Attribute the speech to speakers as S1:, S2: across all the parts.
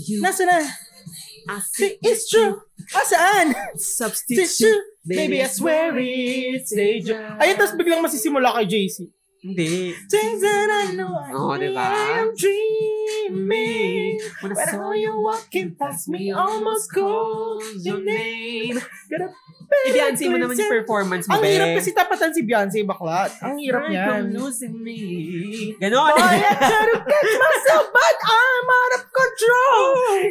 S1: Nasaan na? See, it's true. Asaan?
S2: Substitute.
S1: It's true. Baby, I swear it's dangerous. Ayun, tapos biglang masisimula kay JC.
S2: Hindi.
S1: Things that I know I
S2: Oo, di ba?
S1: I am dreaming.
S2: When
S1: But how you walking past me almost calls your name.
S2: Ibiansi mo naman yung performance mo,
S1: Ang
S2: be.
S1: hirap kasi tapatan si Beyonce bakla. Ang hirap niyan.
S2: losing me.
S1: Boy, I
S2: Ganon.
S1: try to catch myself, but I'm out of control.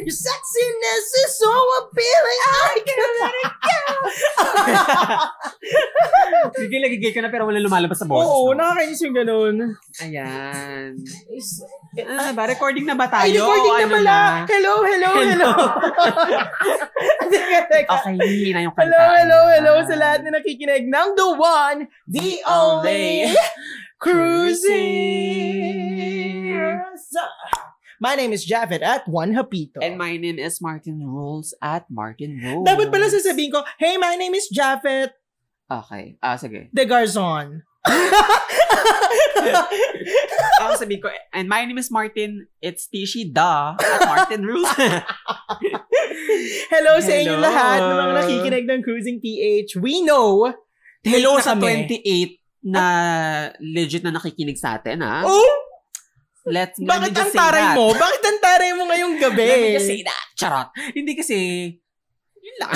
S1: Your sexiness is so appealing, I can't let it
S2: Sige, lagigay ka na pero wala lumalabas sa
S1: go.
S2: boses.
S1: Oo,
S2: no?
S1: nakakainis yung ganun.
S2: Ayan. Ano na ba? Recording na ba tayo?
S1: Ay, recording
S2: O
S1: na
S2: ano
S1: pala.
S2: na?
S1: Hello, hello, hello. Teka, teka.
S2: Okay, yun na yung kanta.
S1: Hello,
S2: Ah.
S1: hello, hello sa lahat na nakikinig ng The One, The Only, Cruising. My name is Javet at Juan Hapito.
S2: And my name is Martin Rules at Martin Rules.
S1: Dapat pala sasabihin ko, Hey, my name is Javet
S2: Okay. Ah, sige.
S1: de Garzon.
S2: Ako sabihin ko, and my name is Martin, it's Tishi Da at Martin Rules.
S1: Hello sa inyo
S2: Hello.
S1: lahat ng mga nakikinig ng Cruising PH. We know. Hello
S2: Naka
S1: kami.
S2: 28 na legit na nakikinig sa atin, ha?
S1: Oh,
S2: Let's, let me
S1: bakit ang
S2: just say
S1: taray
S2: that.
S1: mo? Bakit ang taray mo ngayong gabi?
S2: Let me just say that. Charot. Hindi kasi, yun lang.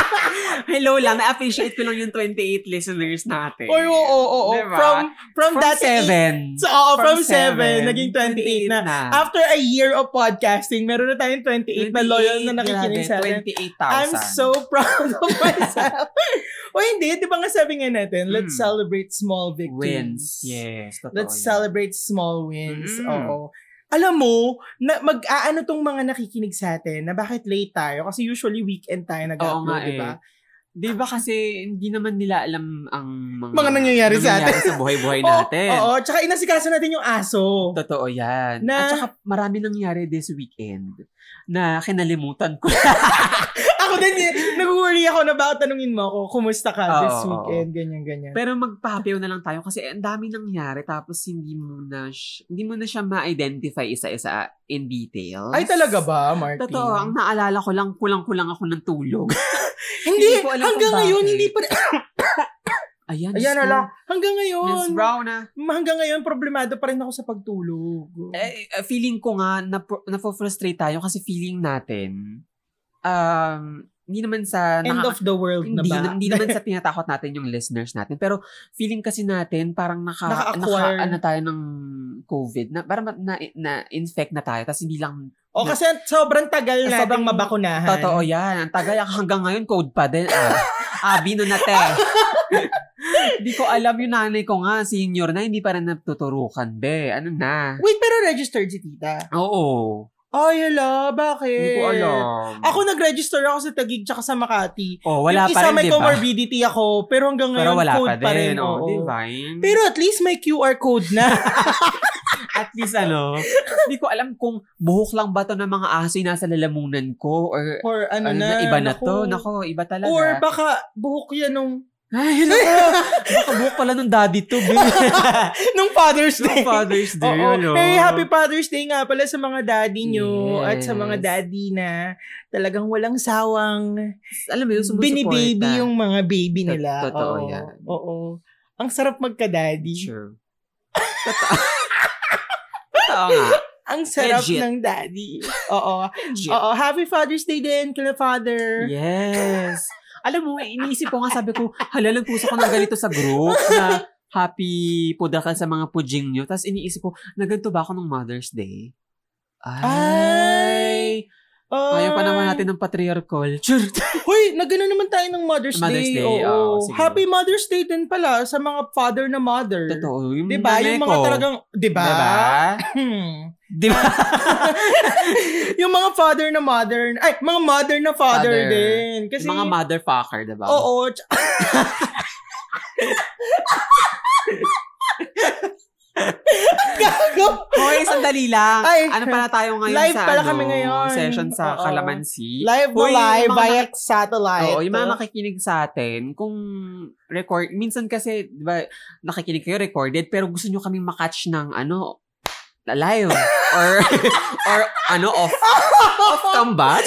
S2: Hello lang, na-appreciate ko lang yung 28 listeners natin.
S1: Oy, oo, oo, oo.
S2: Diba?
S1: From, from,
S2: from
S1: that
S2: 7.
S1: So, oo, from, 7,
S2: seven,
S1: naging 28, na.
S2: na.
S1: After a year of podcasting, meron na tayong 28, na loyal na nakikinig sa atin.
S2: 28,000.
S1: I'm so proud of myself. o hindi, di ba nga sabi nga natin, let's
S2: Mm.
S1: celebrate small
S2: Wins.
S1: victories.
S2: Yes. totoo
S1: Let's
S2: yan.
S1: celebrate small wins.
S2: Mm.
S1: Oo. Alam mo, na, mag-aano tong mga nakikinig sa atin na bakit late tayo? Kasi usually weekend tayo
S2: Oo nga
S1: nag-upload, di ba?
S2: eh. Di ba kasi hindi naman nila alam ang mga,
S1: Mga nangyayari sa
S2: sa buhay-buhay
S1: Oo,
S2: natin.
S1: Oo, tsaka inasikaso natin yung aso.
S2: Totoo yan.
S1: Na-
S2: At saka marami nangyari this weekend na kinalimutan ko.
S1: ako din, eh, nag-worry ako na baka tanungin mo ako, kumusta ka this
S2: Oo, oo.
S1: weekend, ganyan, ganyan.
S2: Pero magpapayaw na lang tayo kasi ang dami nangyari tapos hindi mo na, sh- hindi mo na siya ma-identify isa-isa in detail.
S1: Ay, talaga ba, Martin?
S2: Totoo, ang naalala ko lang, kulang-kulang ako ng tulog.
S1: Hindi,
S2: hindi ko alam
S1: hanggang
S2: kung
S1: ngayon,
S2: bakit.
S1: hindi pa
S2: Ayan,
S1: Ayan,
S2: Diyos ko.
S1: ala. Hanggang
S2: Miss
S1: ngayon.
S2: Brown ah.
S1: ma- Hanggang ngayon, problemado pa rin ako sa pagtulog.
S2: Eh, eh, feeling ko nga, napo- napofrustrate tayo kasi feeling natin, um, hindi naman sa...
S1: End
S2: naka-
S1: of the world
S2: hindi,
S1: na ba?
S2: na- hindi naman sa tinatakot natin yung listeners natin. Pero feeling kasi natin parang naka,
S1: Naka-acquire.
S2: naka ano tayo ng COVID. Na, parang na, na, infect na tayo. Tapos hindi lang,
S1: o kasi sobrang tagal na sobrang
S2: Sobrang
S1: mabakunahan.
S2: totoo yan. Ang tagal, hanggang ngayon code pa din. Ah, abi no na te. Hindi ko alam yung nanay ko nga, senior na, hindi pa rin natuturukan, be. Ano na?
S1: Wait, pero registered si tita.
S2: Oo.
S1: Ay, ala, bakit?
S2: Hindi ko alam.
S1: Eh, Ako nag-register ako sa Taguig tsaka sa Makati.
S2: Oh, wala
S1: yung
S2: pa
S1: isa
S2: rin,
S1: may
S2: di ba?
S1: comorbidity ako, pero hanggang ngayon
S2: Pero wala
S1: code
S2: pa din. oh,
S1: oo.
S2: divine.
S1: Pero at least may QR code na.
S2: at least ano, hindi ko alam kung buhok lang ba to ng mga aso yung nasa lalamunan ko or
S1: Or ano,
S2: ano
S1: na,
S2: na, iba na
S1: naku.
S2: to. Nako, iba talaga.
S1: Or baka buhok yan nung,
S2: Ay, nako. Baka buhok pala ng daddy to. Bill.
S1: nung Father's Day.
S2: Nung Father's Day.
S1: Oo.
S2: ano.
S1: Hey, happy Father's Day nga pala sa mga daddy nyo
S2: Yes.
S1: at sa mga daddy na talagang walang sawang
S2: Alam mo yun, sumusuporta.
S1: binibaby yung mga baby
S2: Tot-
S1: nila.
S2: totoo
S1: Oo.
S2: yan.
S1: Oo. Ang sarap magka-daddy.
S2: Sure. Totoo. Totoo nga.
S1: Ang sarap
S2: Legit.
S1: ng daddy. Oo.
S2: Legit.
S1: Oo. Happy Father's Day din, kila father.
S2: Yes. Alam mo, iniisip ko nga, sabi ko, hala, nagpuso ko ng ganito sa group na happy pudakal sa mga pudjing nyo. Tapos iniisip ko, naganto ba ako ng Mother's Day?
S1: Ay.
S2: Ay! Ayaw pa naman natin ng patriarchal. Sure.
S1: Um, Hoy, nagano naman tayo ng Mother's,
S2: Mother's
S1: Day.
S2: Day,
S1: Oo.
S2: oo, sige.
S1: Happy Mother's Day din pala sa mga father na mother.
S2: Totoo. Yung
S1: Diba?
S2: nanay
S1: Yung mga
S2: ko.
S1: talagang, diba?
S2: Diba?
S1: Hmm.
S2: Diba?
S1: yung mga father na mother, ay, mga mother na father,
S2: Father.
S1: din. Kasi,
S2: Yung mga motherfucker, diba?
S1: oo, tsa- Gago!
S2: Hoy, sandali lang.
S1: Ay.
S2: ano pala tayo ngayon
S1: Live
S2: sa
S1: pala
S2: ano,
S1: kami ngayon.
S2: session sa
S1: Oo.
S2: Kalamansi?
S1: Live na
S2: Hoy,
S1: live
S2: yung mga
S1: via satellite.
S2: Oo, yung mga makikinig sa atin, kung record, minsan kasi, di ba, nakikinig kayo recorded, pero gusto nyo kaming makatch ng, ano, alive or or ano off off combat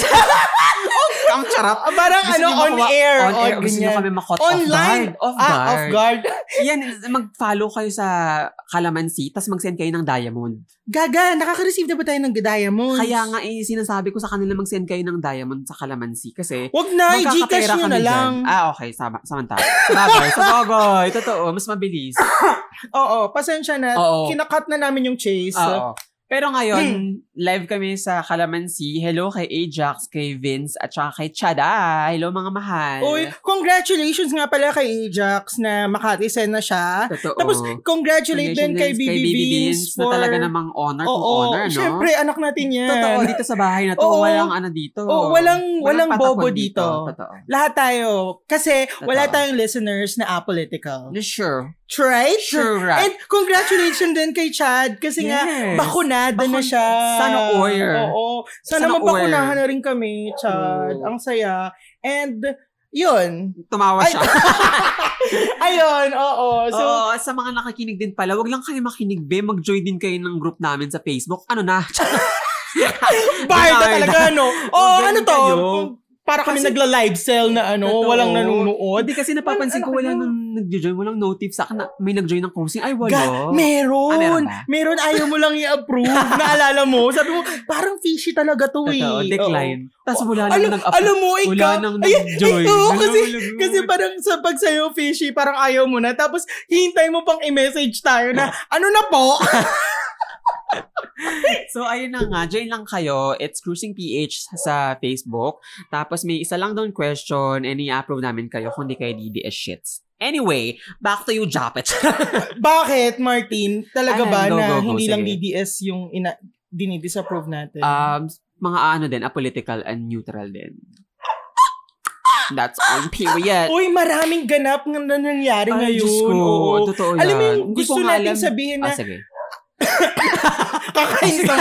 S2: off cam charot
S1: Ah, parang
S2: Gusto
S1: ano,
S2: niyo
S1: on
S2: makuha-
S1: air.
S2: on air gusto niyo
S1: ganyan.
S2: kami makot
S1: Online.
S2: off guard off guard,
S1: Ah, off guard.
S2: yan mag-follow kayo sa Kalamansi tapos mag-send kayo ng diamond
S1: Gaga, nakaka-receive na ba tayo ng diamonds?
S2: kaya nga eh, sinasabi ko sa kanila mag-send kayo ng diamond sa Kalamansi kasi
S1: Wag na, i-gcash
S2: magkakapera
S1: nyo
S2: kami
S1: na
S2: dyan.
S1: lang.
S2: ah okay sama, samantala sabagay sabagoy totoo mas mabilis
S1: Oo, pasensya na.
S2: Oo.
S1: Kinakat na namin yung chase.
S2: Oo. Pero ngayon,
S1: Hmm.
S2: live kami sa Kalamansi. Hello kay Ajax, kay Vince, at saka kay Chada. Hello mga mahal.
S1: Uy, congratulations nga pala kay Ajax na Makati Sen na siya.
S2: Totoo.
S1: Tapos, congratulate din kay BB
S2: Congratulations
S1: Beans
S2: na
S1: for...
S2: talaga namang honor kung
S1: Oo,
S2: honor, no?
S1: syempre, anak natin yan.
S2: Totoo, dito sa bahay na to,
S1: Oo.
S2: walang ano dito.
S1: Oo, walang- walang
S2: patapon
S1: bobo dito.
S2: Totoo.
S1: Lahat tayo. Kasi wala
S2: Totoo.
S1: tayong listeners na apolitical.
S2: Sure.
S1: Right?
S2: Sure, right.
S1: And congratulations din kay Chad kasi nga
S2: Yes.
S1: bakunada na
S2: Bakun-
S1: siya.
S2: Sana all.
S1: Oo. Sana,
S2: Sana all.
S1: mabakunahan na rin kami, Chad.
S2: Oo.
S1: Ang saya. And yun.
S2: Tumawa
S1: Ay,
S2: siya.
S1: Ayun, oo. So,
S2: Oo, sa mga nakakinig din pala, wag lang kayo makinig, be. Mag-join din kayo ng group namin sa Facebook. Ano na?
S1: bayad na
S2: Bernard.
S1: talaga, no? Oo,
S2: Magaling
S1: ano to?
S2: Oh, kayo.
S1: Para kami
S2: Kasi-
S1: nagla-live sell na ano,
S2: Totoo.
S1: walang nanonood.
S2: Hindi kasi napapansin
S1: Ano
S2: ko wala
S1: kayo?
S2: nang nag-join, walang notif sa akin na may nag-join ng closing. Ay, wala.
S1: Ga-
S2: Ano Ah, meron
S1: meron.
S2: ba?
S1: meron, ayaw mo lang i-approve. Naalala mo? Sabi mo, parang fishy talaga to eh.
S2: Totoo, decline. Tapos
S1: Oo. Oh,
S2: wala nang
S1: Alam,
S2: nag-upload.
S1: alam mo,
S2: Wala
S1: ikaw,
S2: nang
S1: ay, ay,
S2: nag-join.
S1: oo,
S2: Wala,
S1: kasi,
S2: wala, wala.
S1: kasi parang sa pag sa'yo, fishy, parang ayaw mo na. Tapos, hintay mo pang i-message tayo na, ano na po?
S2: So, ayun na nga. Join lang kayo. It's Cruising PH sa Facebook. Tapos, may isa lang doon question and i-approve namin kayo kung di kayo DDS shits. Anyway, back to you, Japet.
S1: Bakit, Martin? Talaga
S2: Ayan,
S1: ba
S2: Ano? go,
S1: na
S2: go, go,
S1: hindi lang
S2: sige.
S1: DDS yung ina- dinidisapprove natin?
S2: um, mga ano din, apolitical and neutral din. That's on period.
S1: Uy, maraming ganap na na- nangyari
S2: Eh, Ay,
S1: ngayon.
S2: Diyos ko.
S1: Oo.
S2: Totoo yan.
S1: Alam mo yung
S2: Hindi ko
S1: gusto
S2: nga
S1: natin
S2: alam.
S1: sabihin
S2: Ah,
S1: na,
S2: sige.
S1: kakain ka.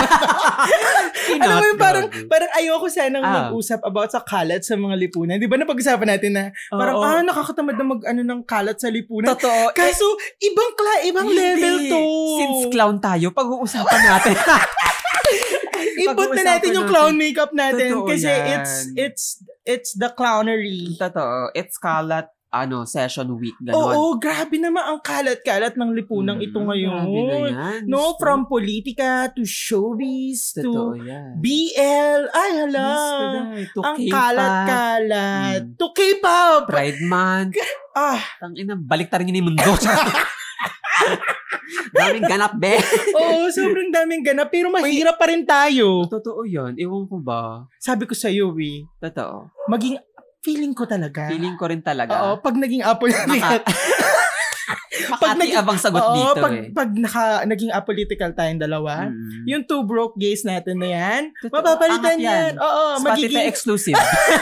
S1: Alam mo yung parang, parang ayoko sanang
S2: Ah.
S1: mag-usap about sa kalat sa mga lipunan. Di ba napag-usapan natin na parang, ah, nakakatamad na mag-ano ng kalat sa lipunan.
S2: totoo.
S1: Kaso, ibang kla, ibang
S2: Hindi.
S1: level to.
S2: Since clown tayo, pag-uusapan natin.
S1: Input na
S2: pag-uusapan
S1: natin yung clown makeup natin
S2: Totoo
S1: kasi
S2: yan.
S1: it's, it's, it's the clownery.
S2: totoo. It's kalat, ano, session week. Ganon.
S1: Oo, grabe naman ang kalat-kalat ng lipunang ito
S2: Mm, Grabe na
S1: ngayon.
S2: yan.
S1: No, from politika to showbiz
S2: Totoo
S1: to
S2: yan.
S1: BL. Ay, hala.
S2: Yes, today. To
S1: Ang
S2: K-pop,
S1: kalat-kalat.
S2: Mm.
S1: To K-pop.
S2: Pride Month.
S1: Ah,
S2: Tang ina, baliktarin yun yung mundo. Daming ganap, be.
S1: oo, sobrang daming ganap. Pero mahirap pa rin tayo.
S2: Totoo yun. Ewan ko ba?
S1: Sabi ko sa'yo, we,
S2: Totoo.
S1: maging feeling ko talaga.
S2: Feeling ko rin
S1: Oo,
S2: talaga.
S1: pag naging apolitical. Pag
S2: Makati
S1: naging-
S2: abang sagot
S1: Oo,
S2: dito
S1: pag,
S2: eh.
S1: pag naka, naging apolitical tayong dalawa,
S2: Mm.
S1: yung two broke gays natin na yan,
S2: Totoo,
S1: mapapalitan
S2: angat
S1: yan. Oo,
S2: Spotify
S1: magiging,
S2: exclusive.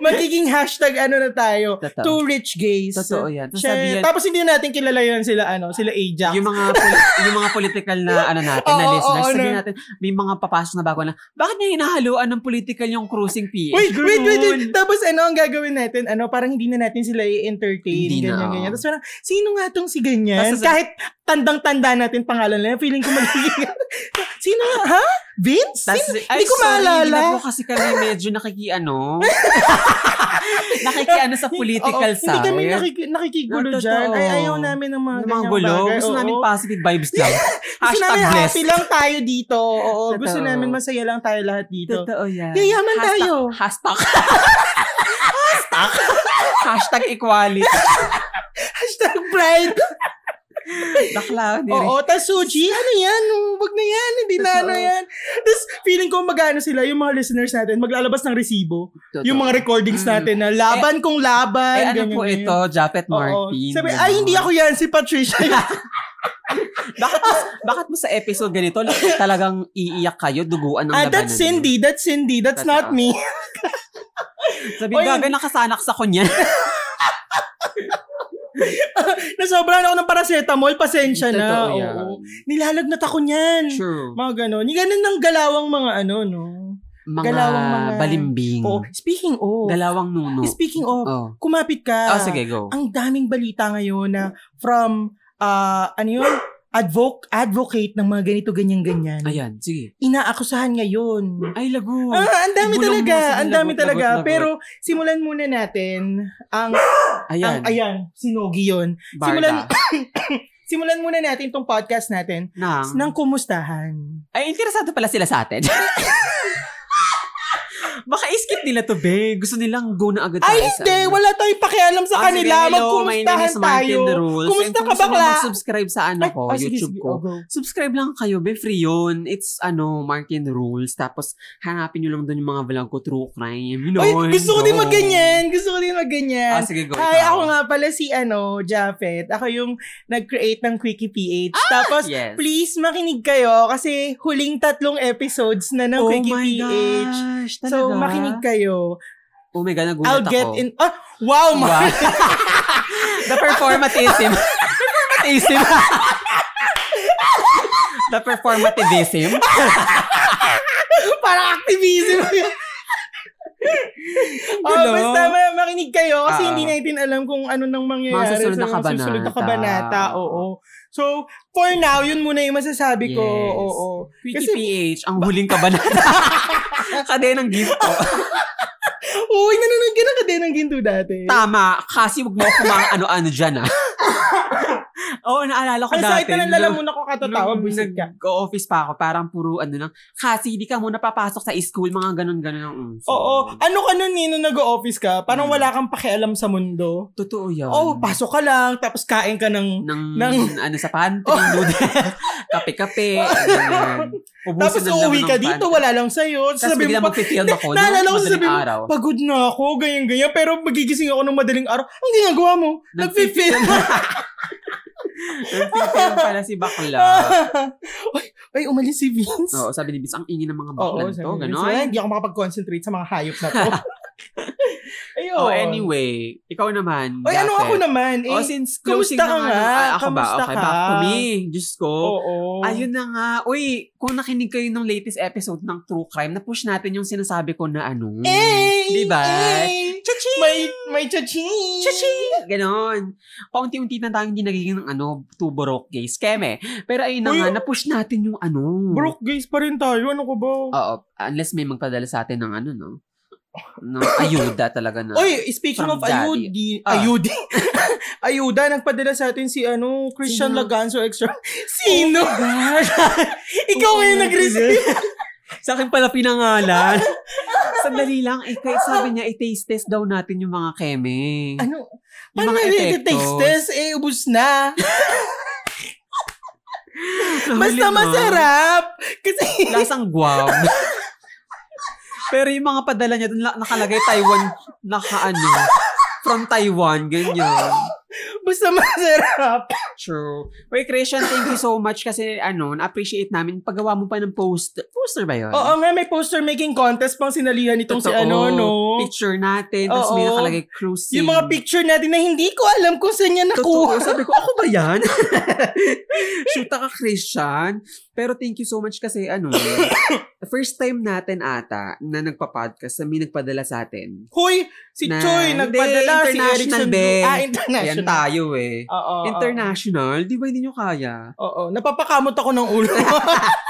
S1: magiging hashtag ano na tayo,
S2: Totoo.
S1: two rich gays.
S2: Totoo yan. Tapos
S1: Siya-
S2: sabihin,
S1: tapos hindi natin kilala yan sila ano, sila Ajax.
S2: yung mga poli- yung mga political na ano natin na
S1: Oo,
S2: listeners
S1: oo,
S2: sabihin
S1: ano.
S2: natin may mga papasok na bago na bakit niya hinahaluan ng political yung cruising PH
S1: Wait, wait, wait, wait.
S2: Ganun.
S1: Tapos ano ang gagawin natin? Ano, parang hindi na natin sila i-entertain.
S2: Hindi
S1: ganyan,
S2: na, oo.
S1: ganyan. Tapos parang, sino nga tong si ganyan?
S2: Tapos-
S1: Kahit tandang-tanda natin pangalan nila, feeling ko magiging... sino nga? Ha? Vince?
S2: Tas,
S1: Sino?
S2: ay,
S1: hindi ko
S2: sorry,
S1: maalala.
S2: hindi na po kasi kami medyo nakikiano. nakikiano sa political
S1: Oo,
S2: side.
S1: Hindi kami nakiki- nakikigulo
S2: Totoo.
S1: dyan. Ay, ayaw namin ng mga,
S2: Yung mga
S1: ganyang
S2: gulo.
S1: bagay.
S2: Gusto
S1: Oo.
S2: namin positive vibes lang.
S1: Gusto
S2: Hashtag
S1: namin
S2: blessed.
S1: happy lang tayo dito. Oo,
S2: Totoo.
S1: gusto namin masaya lang tayo lahat dito.
S2: Totoo yan.
S1: Yayaman
S2: Hashtag-
S1: tayo.
S2: Hashtag. hashtag. hashtag equality.
S1: Hashtag pride.
S2: Bakla. ni
S1: Oo, tas Suji, ano yan? Huwag na yan, hindi na
S2: Totoo.
S1: ano yan. Tapos feeling ko magano sila, yung mga listeners natin, maglalabas ng resibo.
S2: Totoo.
S1: Yung mga recordings
S2: Mm.
S1: natin na laban kung laban.
S2: Eh, ano
S1: ganyan,
S2: po
S1: ganyan.
S2: ito? Japet
S1: Oo.
S2: Martin. diba?
S1: Sabi,
S2: Ganon.
S1: ay hindi ako yan, si Patricia. yan."
S2: Bakit, mo- bakit mo sa episode ganito talagang iiyak kayo, duguan ng
S1: ah,
S2: labanan?
S1: that's Cindy, that's Cindy, that's not
S2: Totoo.
S1: me.
S2: Sabi,
S1: Oy,
S2: gaga, nakasanak sa kunya.
S1: Nasobrahan ako ng paracetamol, pasensya na.
S2: Totoo yan.
S1: Oo. Nilalagnat ako niyan.
S2: True.
S1: Mga ganon. Yung ganon ng galawang mga ano, no?
S2: Mga
S1: Galawang mga-
S2: balimbing.
S1: Oo. speaking of,
S2: Galawang nuno.
S1: speaking of,
S2: Mm. Oh.
S1: kumapit ka.
S2: Ah, sige, go.
S1: ang daming balita ngayon na from ah, ano yun? advoc- advocate ng mga ganito, ganyan-ganyan,
S2: Ayan, sige.
S1: inaakusahan ngayon.
S2: Ay, lago.
S1: Ah, ang dami
S2: Oh, Ibulong mo
S1: talaga,
S2: sila,
S1: ang dami
S2: lagot,
S1: talaga.
S2: lagot, lagot.
S1: Pero simulan muna natin ang ang
S2: Ayan.
S1: ayan, sinugi 'yon.
S2: Barda.
S1: simulan Simulan muna natin tong podcast natin
S2: Nang.
S1: ng kumustahan.
S2: Ay, interesado pala sila sa atin. Baka skip nila to, be. Gusto nilang go na agad
S1: Ay,
S2: tayo sa
S1: hindi.
S2: ano.
S1: Wala tayong pakialam sa
S2: Ah,
S1: kanila.
S2: sige, hello, my name
S1: Magkumustahan
S2: is
S1: tayo.
S2: Martin The Rules.
S1: Kumusta
S2: And
S1: ka,
S2: kung gusto nyo
S1: bakla?
S2: mag-subscribe sa ano
S1: Ay,
S2: ko,
S1: oh, sige,
S2: YouTube
S1: sige.
S2: ko.
S1: Oh, go.
S2: Subscribe lang kayo, be. Free yun. It's, ano, Martin The Rules. Tapos, hanapin nyo lang doon yung mga vlog ko, true crime. You know,
S1: Ay, gusto ko din
S2: no.
S1: magganyan. Gusto ko din magganyan.
S2: Ah, sige, go.
S1: Hi,
S2: ikaw.
S1: ako nga pala si ano, Jafet. Ako yung nag-create ng Quickie PH. Tapos,
S2: Ah, Yes.
S1: please makinig kayo kasi huling tatlong episodes na ng
S2: oh
S1: Quickie
S2: my
S1: PH.
S2: gosh, talaga?
S1: So, makinig kayo.
S2: Oh my God, nagulat
S1: I'll
S2: ako.
S1: get in... Oh, wow,
S2: Wow.
S1: Mark!
S2: The performatism. performatism. The performativism.
S1: Parang activism. oh,
S2: Ganon.
S1: basta ma- makinig kayo kasi
S2: Ah.
S1: hindi natin alam kung ano nang
S2: Mga
S1: mangyayari
S2: susunod na
S1: mga susunod na
S2: kabanata.
S1: kabanata. Oo. So, for now, yun muna yung masasabi ko.
S2: Yes.
S1: Oo.
S2: Quickie
S1: Kasi-
S2: PH, ang huling kabanata. Kade ng gift ko.
S1: Uy, nanonood ka na ka din ng ginto dati.
S2: Tama, kasi wag mo ako mga ano-ano dyan ah. Oo, naalala ko
S1: Ang
S2: dati.
S1: sakit na ng lalamunan ko katatawa,
S2: nung
S1: buisit ka.
S2: Nag-office pa ako, parang puro ano lang, kasi hindi ka muna papasok sa school, mga Mm, ganon-ganon ang uso.
S1: Oo. Ano ka nun, Nino, nag-o-office ka? Parang
S2: Hmm.
S1: wala kang pakialam sa mundo.
S2: Totoo yan.
S1: Oh, pasok ka lang, tapos kain ka ng...
S2: ng,
S1: Ng-
S2: ano sa pantry, noodles, kape-kape, ganyan. Ubusin
S1: Tapos
S2: ang laman
S1: uuwi
S2: ng
S1: ka dito,
S2: pantry.
S1: wala lang sa'yo.
S2: Tapos
S1: Sabi
S2: bigla
S1: mo, pa,
S2: mag-film ako.
S1: Na- naalala
S2: no?
S1: ko, sabi
S2: Madaling
S1: mo,
S2: araw.
S1: pagod na ako, ganyan-ganyan. Pero magigising ako ng madaling araw. Ang ginagawa mo? Nag-film.
S2: Nag-film pala si Bakla.
S1: ay, ay, umalis si Vince.
S2: Oo, sabi ni Vince, ang ingin ng mga
S1: Oo,
S2: bakla
S1: sabi ni
S2: to.
S1: Vince,
S2: Ganon.
S1: "Wala, Hindi ako makapag-concentrate sa mga hayop na to. Ayun.
S2: Oh, anyway, ikaw naman.
S1: Ay, ano
S2: Jafet.
S1: ako naman? Eh,
S2: oh, since closing
S1: kamusta
S2: na
S1: ka
S2: nga.
S1: nga?
S2: ah, ako ba?
S1: Kamusta
S2: Okay,
S1: ka?
S2: back to me. Diyos ko.
S1: Oo.
S2: Ayun na nga. Uy, kung nakinig kayo ng latest episode ng True Crime, na-push natin yung sinasabi ko na ano.
S1: Eh!
S2: Diba?
S1: Eh!
S2: Cha-ching!
S1: May, may chaching!
S2: Cha-ching! Ganon. Paunti-unti na tayong hindi nagiging ng ano, two Borok gays. Keme. Pero ayun na
S1: Uy!
S2: nga, na-push natin yung ano.
S1: Broke guys pa rin tayo. Ano ko ba?
S2: Oo. Unless may magpadala sa atin ng ano, no? Ng ayuda talaga na.
S1: Uh, Oy, speaking
S2: From
S1: of
S2: daddy.
S1: ayudi,
S2: Ah.
S1: ayudi, ayuda, nagpadala sa atin si ano, Christian
S2: Sino? Oh.
S1: Laganzo Extra. Sino? Ikaw
S2: Oo,
S1: ngayon nag-receive.
S2: sa akin pala pinangalan. Sandali lang. Eh, kahit sabi niya, i-taste test daw natin yung mga keme.
S1: Ano?
S2: Yung
S1: Paano na
S2: mga epekto.
S1: taste test? Eh, ubus na.
S2: Nahuli
S1: Basta
S2: mo.
S1: masarap. Kasi,
S2: Lasang guam. Pero yung mga padala niya, dun la- nakalagay Taiwan, naka ano, from Taiwan, ganyan.
S1: basta masarap.
S2: True. Wait, Christian, thank you so much kasi ano, na-appreciate namin. Paggawa mo pa ng post. Poster ba yun?
S1: Oo nga, may poster making contest pang sinalihan itong si
S2: Ano? Totoo.
S1: ano, no?
S2: Picture natin, tapos
S1: Oo.
S2: may nakalagay cruising.
S1: Yung mga picture natin na hindi ko alam kung saan niya
S2: Totoo.
S1: nakuha.
S2: Sabi ko, ako ba yan? Shoot ka, Christian. Pero thank you so much kasi ano, first time natin ata na nagpa-podcast na may nagpadala sa atin.
S1: Hoy, si
S2: Na-
S1: Choi
S2: Hindi,
S1: nagpadala si
S2: international,
S1: Erickson.
S2: be.
S1: Blue. Ah,
S2: Ayan
S1: international.
S2: tayo eh.
S1: Oo, oo, oo.
S2: International, di ba hindi nyo kaya?
S1: Oo, napapakamot ako ng ulo.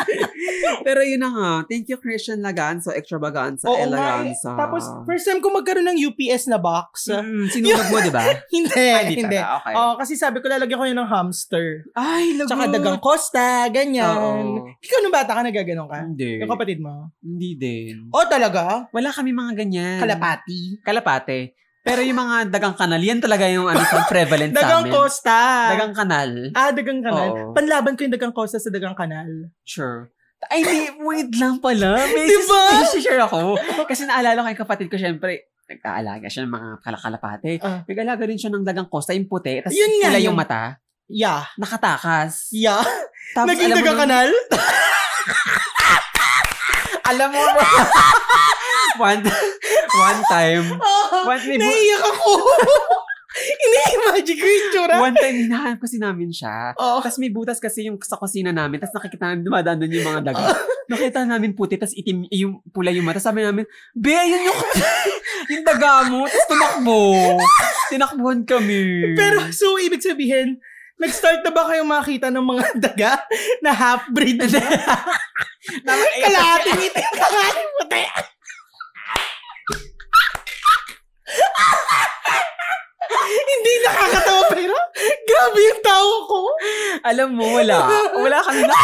S2: Pero yun na nga, thank you Christian Laganza, Extravaganza,
S1: Oo
S2: El
S1: nga eh.
S2: Laganza.
S1: Tapos, first time ko magkaroon ng UPS na box.
S2: Mm, sinunog mo, di ba?
S1: Hindi,
S2: Ay, di
S1: hindi.
S2: pala, okay.
S1: Oo, kasi sabi ko lalagyan ko yun ng hamster.
S2: Ay, lagot.
S1: Tsaka dagang costa, ganyan.
S2: Oo.
S1: Ikaw nung bata ka nagaganon ka?
S2: Hindi.
S1: Yung kapatid mo?
S2: Hindi din.
S1: Oh, talaga?
S2: Wala kami mga ganyan.
S1: Kalapati.
S2: Kalapate. Pero yung mga dagang kanal, yan talaga yung ano, sa prevalent sa
S1: Dagang
S2: amin.
S1: costa.
S2: Dagang kanal.
S1: Ah, dagang kanal.
S2: Oo.
S1: Panlaban ko yung dagang costa sa dagang kanal.
S2: Sure. Ay, di, wait lang pala. May
S1: Diba?
S2: sis- may share ako. Kasi naalala ko yung kapatid ko, syempre, nag-aalaga siya ng mga kalakalapate.
S1: Ah.
S2: Nag-alaga rin siya ng dagang kosta, yung puti. Tapos
S1: Yun nga,
S2: pula
S1: yun.
S2: yung mata.
S1: Yeah.
S2: Nakatakas.
S1: Yeah.
S2: Tapos
S1: Naging
S2: alam mo
S1: dagang
S2: nung-
S1: kanal?
S2: Alam mo, one, one time, one time,
S1: Naiiyak ako. Ini-imagine ko yung tsura.
S2: one time, hinahanap kasi namin siya.
S1: Oh.
S2: Tapos may butas kasi yung sa kusina namin. Tapos nakikita namin, dumadaan doon yung mga
S1: Ah.
S2: daga. Nakita namin puti, tapos itim, yung pula yung mata. Sabi namin, Be, yun yung, yung daga mo. Tapos tumakbo. Tinakbuhan kami.
S1: Pero so, ibig sabihin, Nag-start na ba kayong makita ng mga daga na half-breed na? Kalahati ngiti, kalahati puti. Hindi nakakatawa pero grabe yung tao ko.
S2: Alam mo, wala. Wala kami na.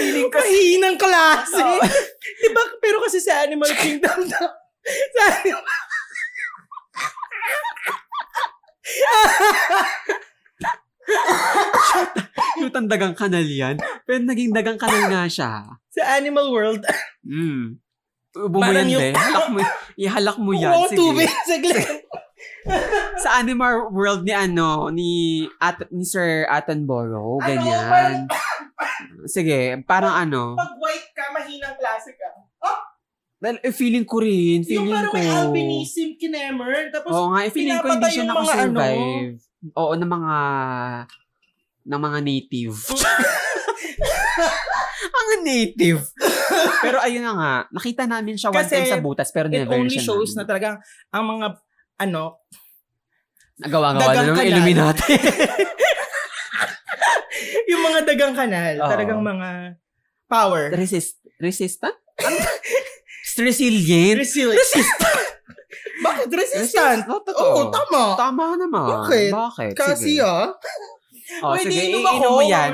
S1: Feeling ko hinang klase.
S2: Oo.
S1: diba? Pero kasi sa Animal Kingdom na, sa Animal
S2: Yung dagang kanal yan. Pero naging dagang kanal nga siya.
S1: sa Animal World,
S2: Mm. Ubo mo
S1: Parang
S2: yan,
S1: yung-
S2: be. Halak mo, ihalak mo Oh, yan.
S1: oo,
S2: Sige.
S1: tubig, saglit.
S2: Sa animal world ni ano, ni, At, ni Sir Attenborough,
S1: Ano,
S2: ganyan. Sige, parang ano.
S1: Pag white ka, mahinang klase ka. Oh,
S2: Well, eh, feeling ko rin.
S1: yung
S2: Feeling
S1: parang
S2: ko.
S1: may albinism kinemer. Tapos,
S2: Oo nga, eh, feeling ko hindi
S1: pinapatay
S2: siya
S1: yung mga
S2: nakasurvive. Oo, ng mga ng mga native. mga native. pero ayun na nga, nakita namin siya one
S1: Kasi
S2: time sa butas pero
S1: it
S2: never
S1: only
S2: siya
S1: shows na
S2: namin.
S1: talagang ang mga ano,
S2: nagawa-gawa na
S1: dagang
S2: ng
S1: kanal.
S2: Illuminati.
S1: yung mga dagang kanal,
S2: Oo.
S1: talagang mga power.
S2: Resist resistant? Resilient.
S1: Resilient. Bakit resistant?
S2: Resist- oh, totoo.
S1: Oo, tama.
S2: Tama naman.
S1: Bakit?
S2: Bakit?
S1: Kasi ah.
S2: Oh,
S1: Pwede
S2: sige,
S1: inom
S2: iinom
S1: ako.
S2: mo yan.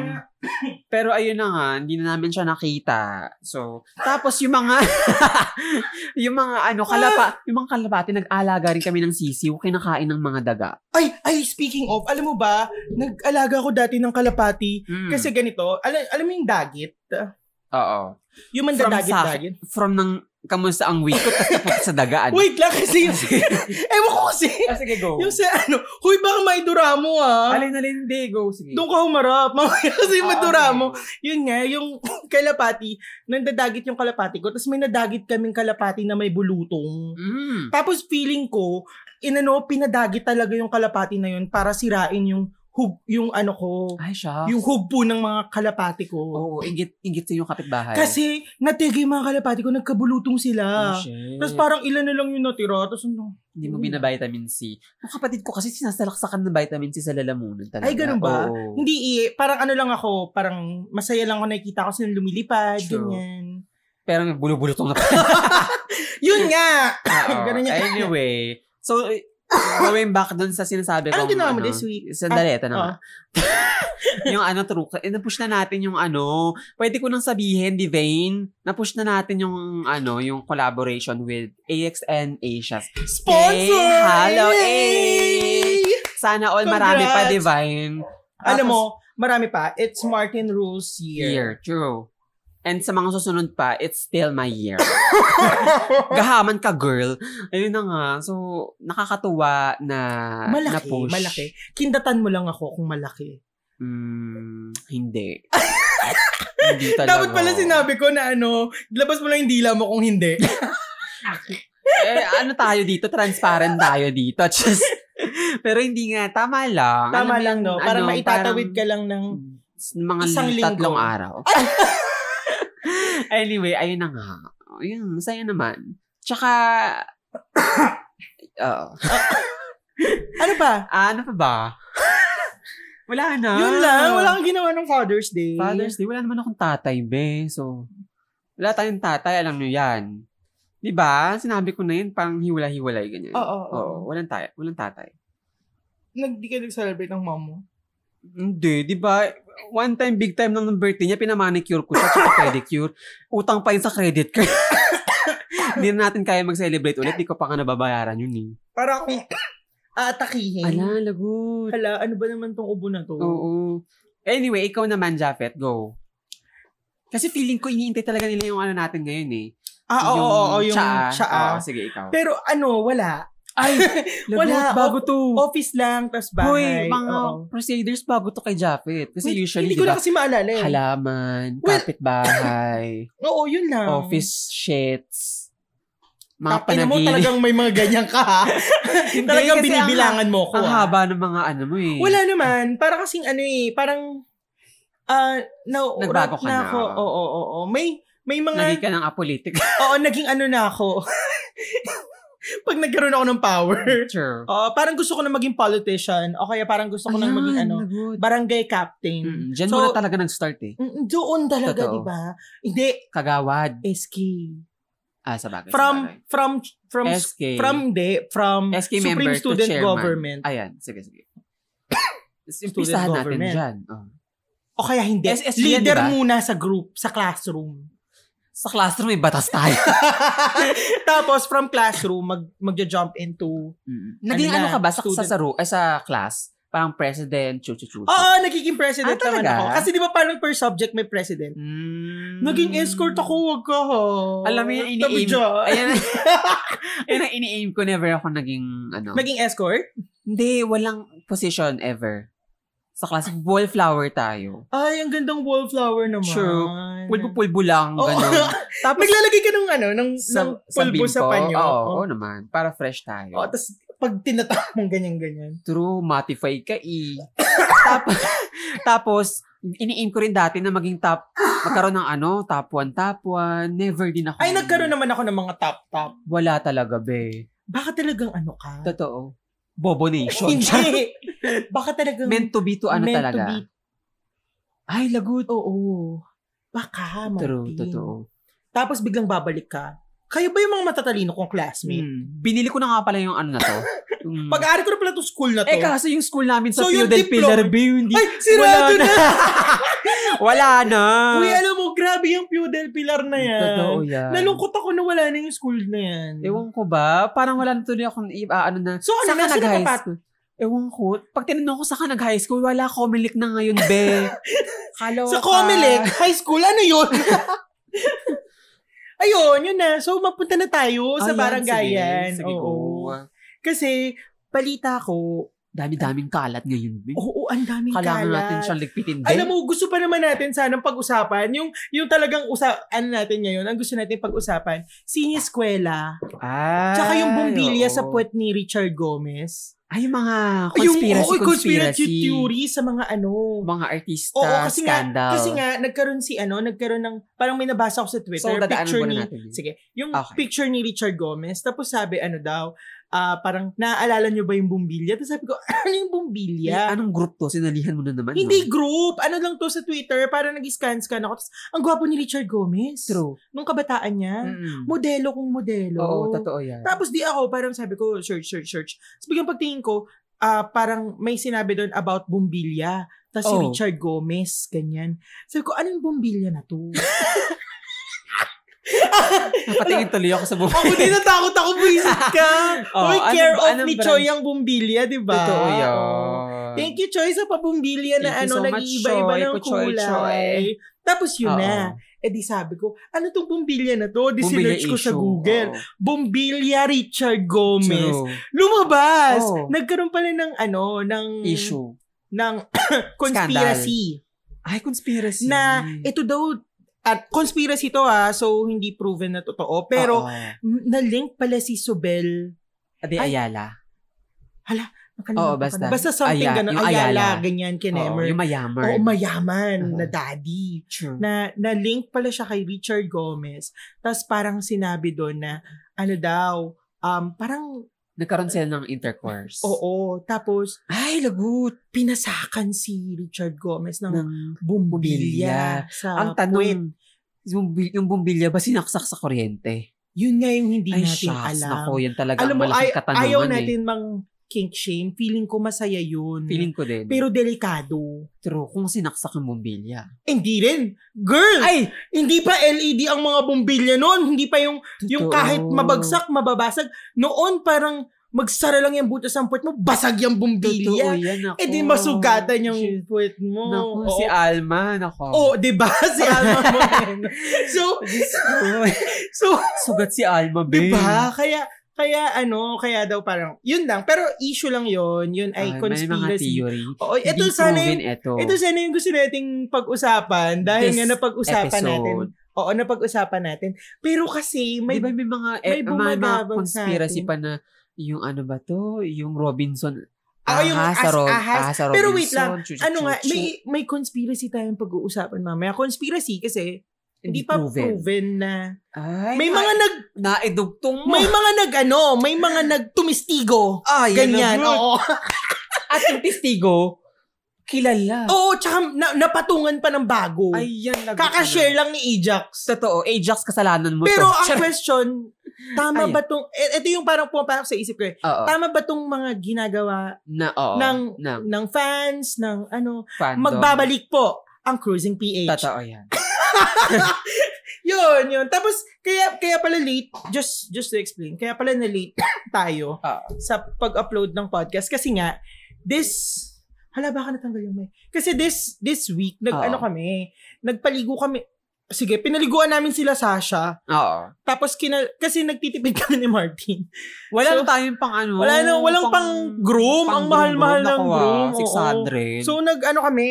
S2: Pero ayun na nga, hindi na namin siya nakita. So, tapos yung mga, yung mga ano,
S1: Ah.
S2: kalapa, yung mga kalapati, nag-alaga rin kami ng sisiw, kinakain ng mga daga.
S1: Ay, ay, speaking of, alam mo ba, nag-alaga ako dati ng kalapati.
S2: Hmm.
S1: Kasi ganito, alam, alam mo yung dagit?
S2: oo.
S1: Yung
S2: From sa-
S1: mandadagit-dagit?
S2: From ng, kamusta ang week ko, tapos napunta sa dagaan.
S1: Wait lang kasi, yung, ewan ko kasi,
S2: Ah, sige, go.
S1: yung sa ano, huy baka may duramo ah.
S2: Alin, alin, hindi, go, sige.
S1: Doon ka humarap. Mamaya kasi
S2: Ah,
S1: may duramo.
S2: okay.
S1: Yun nga, yung kalapati, nandadagit yung kalapati ko, tapos may nadagit kaming kalapati na may bulutong.
S2: Mm.
S1: Tapos feeling ko, inano, pinadagit talaga yung kalapati na yun para sirain yung hug, yung ano ko,
S2: Ay, siya.
S1: yung hugpo ng mga kalapati ko.
S2: Oo, ingit, ingit sa yung kapitbahay.
S1: Kasi natigay yung mga kalapati ko, nagkabulutong
S2: Oh,
S1: sila.
S2: shit.
S1: tapos parang ilan na lang yung natira. Tapos ano,
S2: Hindi mo bina-vitamin C. Ang kapatid ko kasi sinasalaksakan ng vitamin C sa lalamunan talaga.
S1: Ay, ganun ba?
S2: Oo.
S1: hindi, eh, parang ano lang ako, parang masaya lang ako nakikita ko silang lumilipad,
S2: Sure.
S1: ganyan.
S2: Pero may bulubulutong na
S1: Yun nga!
S2: Oo.
S1: Ganun yun.
S2: Anyway, so, eh, going back dun sa sinasabi ko.
S1: Anong ginawa mo Ah, this week?
S2: Sandali, ito na
S1: oo.
S2: nga. yung ano, true. Eh, napush na natin yung ano. Pwede ko nang sabihin, Divine, napush na natin yung ano, yung collaboration with AXN Asia.
S1: Sponsor!
S2: Yay! Hello,
S1: Yay!
S2: Sana all marami pa,
S1: Congrats!
S2: Divine.
S1: Alam
S2: Tapos-
S1: mo, marami pa. It's Martin Rules year.
S2: year. True. And sa mga susunod pa, it's still my year. Gahaman ka, girl. Ayun na nga. So, nakakatuwa na na
S1: malaki,
S2: push.
S1: malaki. Kindatan mo lang ako kung malaki.
S2: Mm, hindi. hindi talaga.
S1: Dapat pala sinabi ko na ano, labas mo lang yung dila mo kung hindi.
S2: Eh, ano tayo dito? Transparent tayo dito. Just, pero hindi nga. Tama lang.
S1: Tama
S2: Alam mo
S1: lang, no?
S2: yung,
S1: Parang
S2: ano,
S1: maitatawid
S2: parang-
S1: ka lang ng...
S2: mga
S1: Isang linggo.
S2: tatlong araw. anyway, ayun na nga. Ayun, masaya naman. Tsaka, Oo.
S1: Ano ba?
S2: Ah, ano pa ba? wala na.
S1: Yun lang, wala kang ginawa ng Father's Day.
S2: Ah. Father's Day, wala naman akong tatay, be. So, wala tayong tatay, alam nyo yan. Di ba? Sinabi ko na yun, parang hiwala-hiwalay, ganyan.
S1: Oo, oo, oo.
S2: Oo, walang, tay- walang tatay.
S1: Nag, di ka nag-celebrate ng mom mo.
S2: Hindi, di ba? One time, big time nung birthday niya, pinamanicure ko siya, tsaka pedicure. Utang pa yun sa credit card. Hindi na natin kaya mag-celebrate ulit. Di ko pa ka nababayaran yun eh.
S1: Para akong aatakihin.
S2: Ala, lagot.
S1: Hala, ano ba naman tong ubo na to?
S2: Oo. Anyway, ikaw naman, Jafet. Go. Kasi feeling ko iniintay talaga nila yung ano natin ngayon eh.
S1: Ah, oo, oo, oo, yung
S2: tsaa.
S1: tsaa.
S2: Oo, sige, ikaw.
S1: Pero ano, wala.
S2: Ay,
S1: Wala,
S2: wala. Bago to.
S1: Office lang, tas
S2: Hoy,
S1: bahay.
S2: mga
S1: Oo.
S2: Crusaders, bago to kay Jafet. Kasi
S1: Wait,
S2: usually,
S1: Hindi
S2: di
S1: ko
S2: ba,
S1: na kasi maalala eh.
S2: halaman,
S1: Well-
S2: kapitbahay,
S1: Oo, yun lang.
S2: office shits, mga
S1: Tapin mo
S2: panaginip.
S1: talagang may mga ganyan ka ha.
S2: Hindi,
S1: talagang
S2: kasi
S1: binibilangan mo
S2: Ang,
S1: ko.
S2: ang
S1: ha?
S2: haba ng mga ano mo eh.
S1: ah. Wala naman. Para kasing ano eh, parang ah na,
S2: Nagbago ka na.
S1: ako. Oo, oo, oo. May, may mga,
S2: Naging ka ng apolitik.
S1: oo, naging ano na ako. Pag nagkaroon ako ng power.
S2: Sure.
S1: Oo, parang gusto ko na maging politician. O kaya parang gusto ko na maging ano, barangay captain.
S2: Mm, Diyan
S1: So-
S2: muna talaga nag-start eh.
S1: Mm, Doon talaga,
S2: Totoo.
S1: di ba? Hindi,
S2: Kagawad.
S1: SK.
S2: Ah, sa bagay. sa bagay.
S1: From, from, from,
S2: SK.
S1: from, de, from
S2: SK
S1: Supreme
S2: member to
S1: Student
S2: chairman.
S1: Government.
S2: Ayan, sige, sige.
S1: Student
S2: Simpisahan natin
S1: government.
S2: dyan. Oh.
S1: O kaya hindi.
S2: SSG yan,
S1: Leader
S2: di ba?
S1: muna sa group, sa classroom.
S2: Sa classroom, may batas tayo.
S1: Tapos from classroom, mag, magja-jump into...
S2: Mm. Naging
S1: Ano
S2: ano,
S1: na,
S2: ka ba sa, sa,
S1: student-
S2: saro, eh, sa class? Parang president, chuchu-chuchu.
S1: Oo, nagiging president
S2: Ah, talaga?
S1: naman ako. Kasi di ba parang per subject may president.
S2: Mm.
S1: Naging escort ako, wag ka ha.
S2: Alam mo yung
S1: Tabi
S2: ini-aim.
S1: dyan.
S2: Ayan, ayan ang ini-aim ko. Never ako naging, ano.
S1: Naging escort?
S2: hindi, walang position ever. Sa class, wallflower tayo.
S1: Ay, ang gandang wallflower naman.
S2: Sure. Pulbo-pulbo lang,
S1: Oo.
S2: ganun.
S1: Tapos, Naglalagay ka ng, ano, ng, ng pulbo sa,
S2: bimpo.
S1: panyo.
S2: Oo, oo naman. Para fresh tayo.
S1: Oh, tapos pag tinatap mong ganyan-ganyan.
S2: True, matify ka i. tapos, tapos, ini-aim ko rin dati na maging top, magkaroon ng ano, top 1, top 1. Never din ako.
S1: Ay, nagkaroon naman ako ng mga top-top.
S2: Wala talaga, be.
S1: Baka talagang ano ka?
S2: Totoo. Bobo Nation.
S1: Hindi. Baka talagang
S2: Meant to be to ano
S1: meant to
S2: talaga.
S1: be. Oh,
S2: Ay, lagot.
S1: Oo. Baka, Martin.
S2: True, totoo.
S1: Tapos biglang babalik ka. Kayo ba yung mga matatalino kong classmate?
S2: Hmm. Binili ko na nga pala yung ano na to. Hmm.
S1: Pag-ari ko na pala itong school na to.
S2: eh, kaso yung school namin sa
S1: So, yung
S2: Pio del
S1: diploma-
S2: Pilar, be, hindi.
S1: Ay, sirado na.
S2: wala na.
S1: Uy, alam mo, grabe yung Pio del Pilar na yan.
S2: Totoo yan.
S1: Nalungkot ako na wala na yung school na yan.
S2: Ewan ko ba? Parang wala na tuloy akong i- ah, ano na.
S1: So, ano,
S2: Saan
S1: nasa
S2: ka nag-high
S1: nakapat-
S2: school? Ewan ko. Pag tinanong ko sa ka nag-high school, wala Comelec na ngayon, be. Kalawa
S1: Sa
S2: ka.
S1: Comelec, high school, ano yun? Ayun, yun na. So, mapunta na tayo sa
S2: Ayan,
S1: barangayan.
S2: Sige, sige
S1: Oo.
S2: go.
S1: Kasi, balita ko,
S2: Dami-daming kalat ngayon, be.
S1: oo, ang daming
S2: Kailangan
S1: kalat.
S2: natin siyang ligpitin, be.
S1: Alam mo, gusto pa naman natin sanang pag-usapan. Yung, yung talagang usa, ano natin ngayon, ang gusto natin pag-usapan, Sini Eskwela.
S2: Ay,
S1: Tsaka yung bumbilya
S2: oo.
S1: sa puwet ni Richard Gomez.
S2: Ay, Ah, yung mga
S1: Yung
S2: conspiracy,
S1: oo,
S2: conspiracy.
S1: conspiracy theory sa mga ano.
S2: Mga artista
S1: Oo, kasi
S2: scandal.
S1: nga, kasi nga, nagkaroon si ano, nagkaroon ng, parang may nabasa ako sa Twitter,
S2: So, dadaanan
S1: picture
S2: muna
S1: ni,
S2: natin yun.
S1: sige, yung
S2: Okay.
S1: picture ni Richard Gomez, tapos sabi, ano daw, ah, parang, naaalala nyo ba yung bumbilya? Tapos sabi ko, ano yung
S2: Eh,
S1: bumbilya?
S2: Anong group to? Sinalihan mo na naman.
S1: Hindi
S2: no?
S1: group, ano lang to sa Twitter, parang nag-scan-scan ako, tapos, ang gwapo ni Richard Gomez.
S2: True.
S1: Nung kabataan niya,
S2: Mm-mm.
S1: modelo kong modelo.
S2: Oo, totoo yan.
S1: Tapos di ako, parang sabi ko, search, search, search. Tapos biglang pagtingin ko, ah, parang may sinabi doon about bumbilya. Tapos si
S2: Oh.
S1: Richard Gomez, ganyan. Sabi ko, anong bumbilya na to?
S2: Napatingin tuloy ako sa buhay.
S1: ako din natakot ako, buisit ka. Oy,
S2: Oo, Oh, anong-
S1: Oh, care of
S2: anong
S1: ni
S2: brand?
S1: Choi ang bumbilya, di ba?
S2: Totoo yan.
S1: Oo. Thank you, Choi, sa pabumbilya na
S2: Thank you
S1: ano,
S2: so much,
S1: nag-iiba-iba
S2: Choi.
S1: ng
S2: Puchoy,
S1: kulay.
S2: Choi.
S1: Tapos yun
S2: Oo.
S1: na. Eh di sabi ko, ano tong bumbilya na to? Di
S2: Bumili
S1: sinerch ko sa
S2: issue.
S1: Google.
S2: Oo.
S1: Bumbilya Richard Gomez.
S2: True.
S1: Lumabas!
S2: Oo.
S1: Nagkaroon pala ng ano, ng
S2: Issue.
S1: ng conspiracy
S2: Ay, conspiracy.
S1: na
S2: Mm.
S1: ito daw at conspiracy to ah, so hindi proven na totoo, pero
S2: Oo.
S1: m- na-link pala si Sobel.
S2: Ade
S1: Ay,
S2: Ayala.
S1: Nakalimutan
S2: Oo, basta.
S1: ko na. Basta something
S2: Aya-
S1: ganun.
S2: yung
S1: Ayala,
S2: Ayala.
S1: ganyan, kinemer.
S2: Oo, yung
S1: Oo,
S2: mayaman.
S1: mayaman
S2: Oo.
S1: na daddy.
S2: True.
S1: na na-link pala siya kay Richard Gomez. Tapos parang sinabi doon na ano daw, um, parang
S2: Nagkaroon sila ng intercourse.
S1: oo. Tapos
S2: Ay, lagot.
S1: pinasakan si Richard Gomez ng
S2: Ng
S1: bumbilya sa
S2: Ang
S1: puwet.
S2: tanong, yung, bumbi- yung bumbilya ba sinaksak sa kuryente?
S1: Yun nga yung hindi
S2: Ay,
S1: natin
S2: shucks.
S1: alam.
S2: Nako, yan talaga
S1: alam
S2: ang
S1: mo, ay,
S2: malaking katanungan
S1: ayaw
S2: eh.
S1: natin mang kink shame. Feeling ko masaya yun.
S2: Feeling ko din.
S1: Pero delikado.
S2: True, kung sinaksak yung bumbilya.
S1: Hindi rin. Girl,
S2: Ay!
S1: hindi pa LED ang mga bumbilya noon. Hindi pa yung Yung
S2: totoo.
S1: kahit mabagsak, mababasag, noon parang magsara lang yung butas ng puwet mo, basag yung
S2: Totoo
S1: bumbilya.
S2: yan, ako.
S1: Eh di masugatan yung
S2: Shit.
S1: puwet mo.
S2: Naku,
S1: Oo.
S2: si Alma, nako.
S1: Oo, di ba? Si Alma Moreno. so,
S2: Diyos ko.
S1: so,
S2: Sugat si Alma,
S1: di
S2: babe.
S1: ba? Kaya, kaya ano, kaya daw parang, yun lang. Pero issue lang yun. Yun ay,
S2: May mga
S1: conspiracy.
S2: theory.
S1: Oo, ito
S2: Hindi
S1: sana
S2: proven
S1: yung,
S2: ito.
S1: ito sana yung gusto nating pag-usapan. Dahil
S2: This
S1: nga napag-usapan natin.
S2: episode.
S1: Oo, napag-usapan natin. Pero kasi,
S2: May,
S1: may,
S2: ba, may mga,
S1: may
S2: eh, mga, mga
S1: bumababang
S2: conspiracy
S1: sa atin.
S2: pa na yung ano ba to? Yung Robinson.
S1: Ah, yung as-
S2: Rob-
S1: ahas.
S2: ahas ah, sa Robinson.
S1: Pero wait lang,
S2: chu- chu-
S1: ano nga,
S2: chu-
S1: may, may conspiracy tayong pag-uusapan mamaya. Conspiracy kasi, Hindi pa proven, na.
S2: Ay,
S1: May mga nag
S2: naedugtong mo.
S1: may mga nag ano, may mga nagtumistigo.
S2: Ay,
S1: Ganyan. Oo.
S2: At yung testigo, kilala.
S1: Oo, tsaka na, napatungan pa ng bago.
S2: Ayan, lagot
S1: Oh, Kakashare lang ni Ajax.
S2: Totoo, Ajax kasalanan mo
S1: Pero
S2: to.
S1: ang
S2: Char-
S1: question, tama
S2: Ayun.
S1: ba tong, eh, ito yung parang pumapasok sa isip ko eh.
S2: Oo.
S1: Tama ba tong mga ginagawa
S2: na, oo.
S1: ng,
S2: ng
S1: ng fans, ng ano,
S2: fandom.
S1: magbabalik po ang Cruising PH.
S2: Totoo yan.
S1: Yun, yun. Tapos, kaya, kaya pala late, just, just to explain, kaya pala na late tayo
S2: Oo.
S1: sa pag-upload ng podcast kasi nga, this, hala baka natanggal yung may, kasi this, this week, nag,
S2: Oo.
S1: ano kami, nagpaligo kami, sige, pinaliguan namin sila Sasha,
S2: Oo.
S1: tapos kina, kasi nagtitipid kami ni Martin.
S2: Wala
S1: So,
S2: na tayong pang ano.
S1: wala na- walang Hmm, pang groom. Ang mahal-mahal ng
S2: Naku, ah,
S1: groom, oo.
S2: 600.
S1: So, nag, ano kami,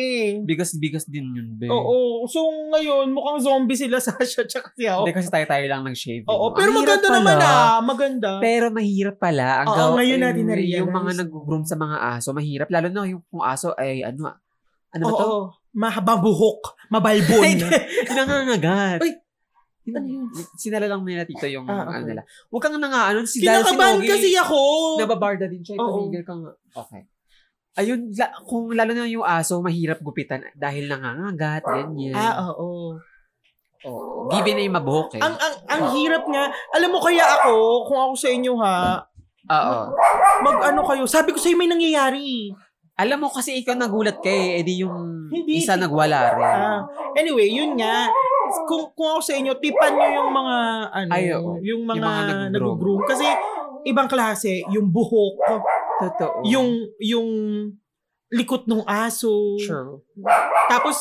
S2: bigas-bigas din yun, be.
S1: Oo. So, ngayon, mukhang zombie sila Sasha tsaka si Hao.
S2: Hindi kasi tayo-tayo lang ng shaving.
S1: Oo,
S2: Diba? Ang
S1: pero
S2: hirap
S1: maganda
S2: pala.
S1: naman ah. Maganda.
S2: Pero mahirap pala. Ang
S1: Oo,
S2: gawa-
S1: ngayon
S2: yung-
S1: natin na-realize.
S2: Yung mga nag-groom sa mga aso, mahirap. Lalo na yung kung aso ay ano, ah, ano ba
S1: Oo.
S2: to?
S1: Mahabang buhok. Mabalbon.
S2: Ay, Nangangagat.
S1: Uy, ano
S2: Yun- Sinala lang nila tito yung
S1: Ah, okay.
S2: ano nila. Huwag kang nangaanon. Si Dal
S1: Kinakabahan
S2: Sinogi,
S1: kasi ako.
S2: Nababarda din siya. eh,
S1: Oo.
S2: Tumigil ka nga. Okay. Ayun, la- kung lalo na yung aso, mahirap gupitan dahil nangangagat, ganyan.
S1: Ah, oo.
S2: Oo. Given na yung mabuhok eh.
S1: Ang, ang, ang hirap nga. Alam mo kaya ako, kung ako sa inyo ha,
S2: Oo.
S1: mag ano kayo. Sabi ko sa'yo may nangyayari.
S2: Alam mo kasi ikaw nagulat kay eh, edi yung
S1: Hindi.
S2: isa nagwala rin.
S1: Ah, anyway, yun nga. Kung, kung ako sa inyo, tipan nyo yung mga, ano,
S2: Ay, oo.
S1: yung mga,
S2: Yung mga nag-groom.
S1: nag-groom. Kasi, ibang klase, yung buhok,
S2: Totoo.
S1: yung, yung likot ng aso.
S2: True.
S1: Tapos,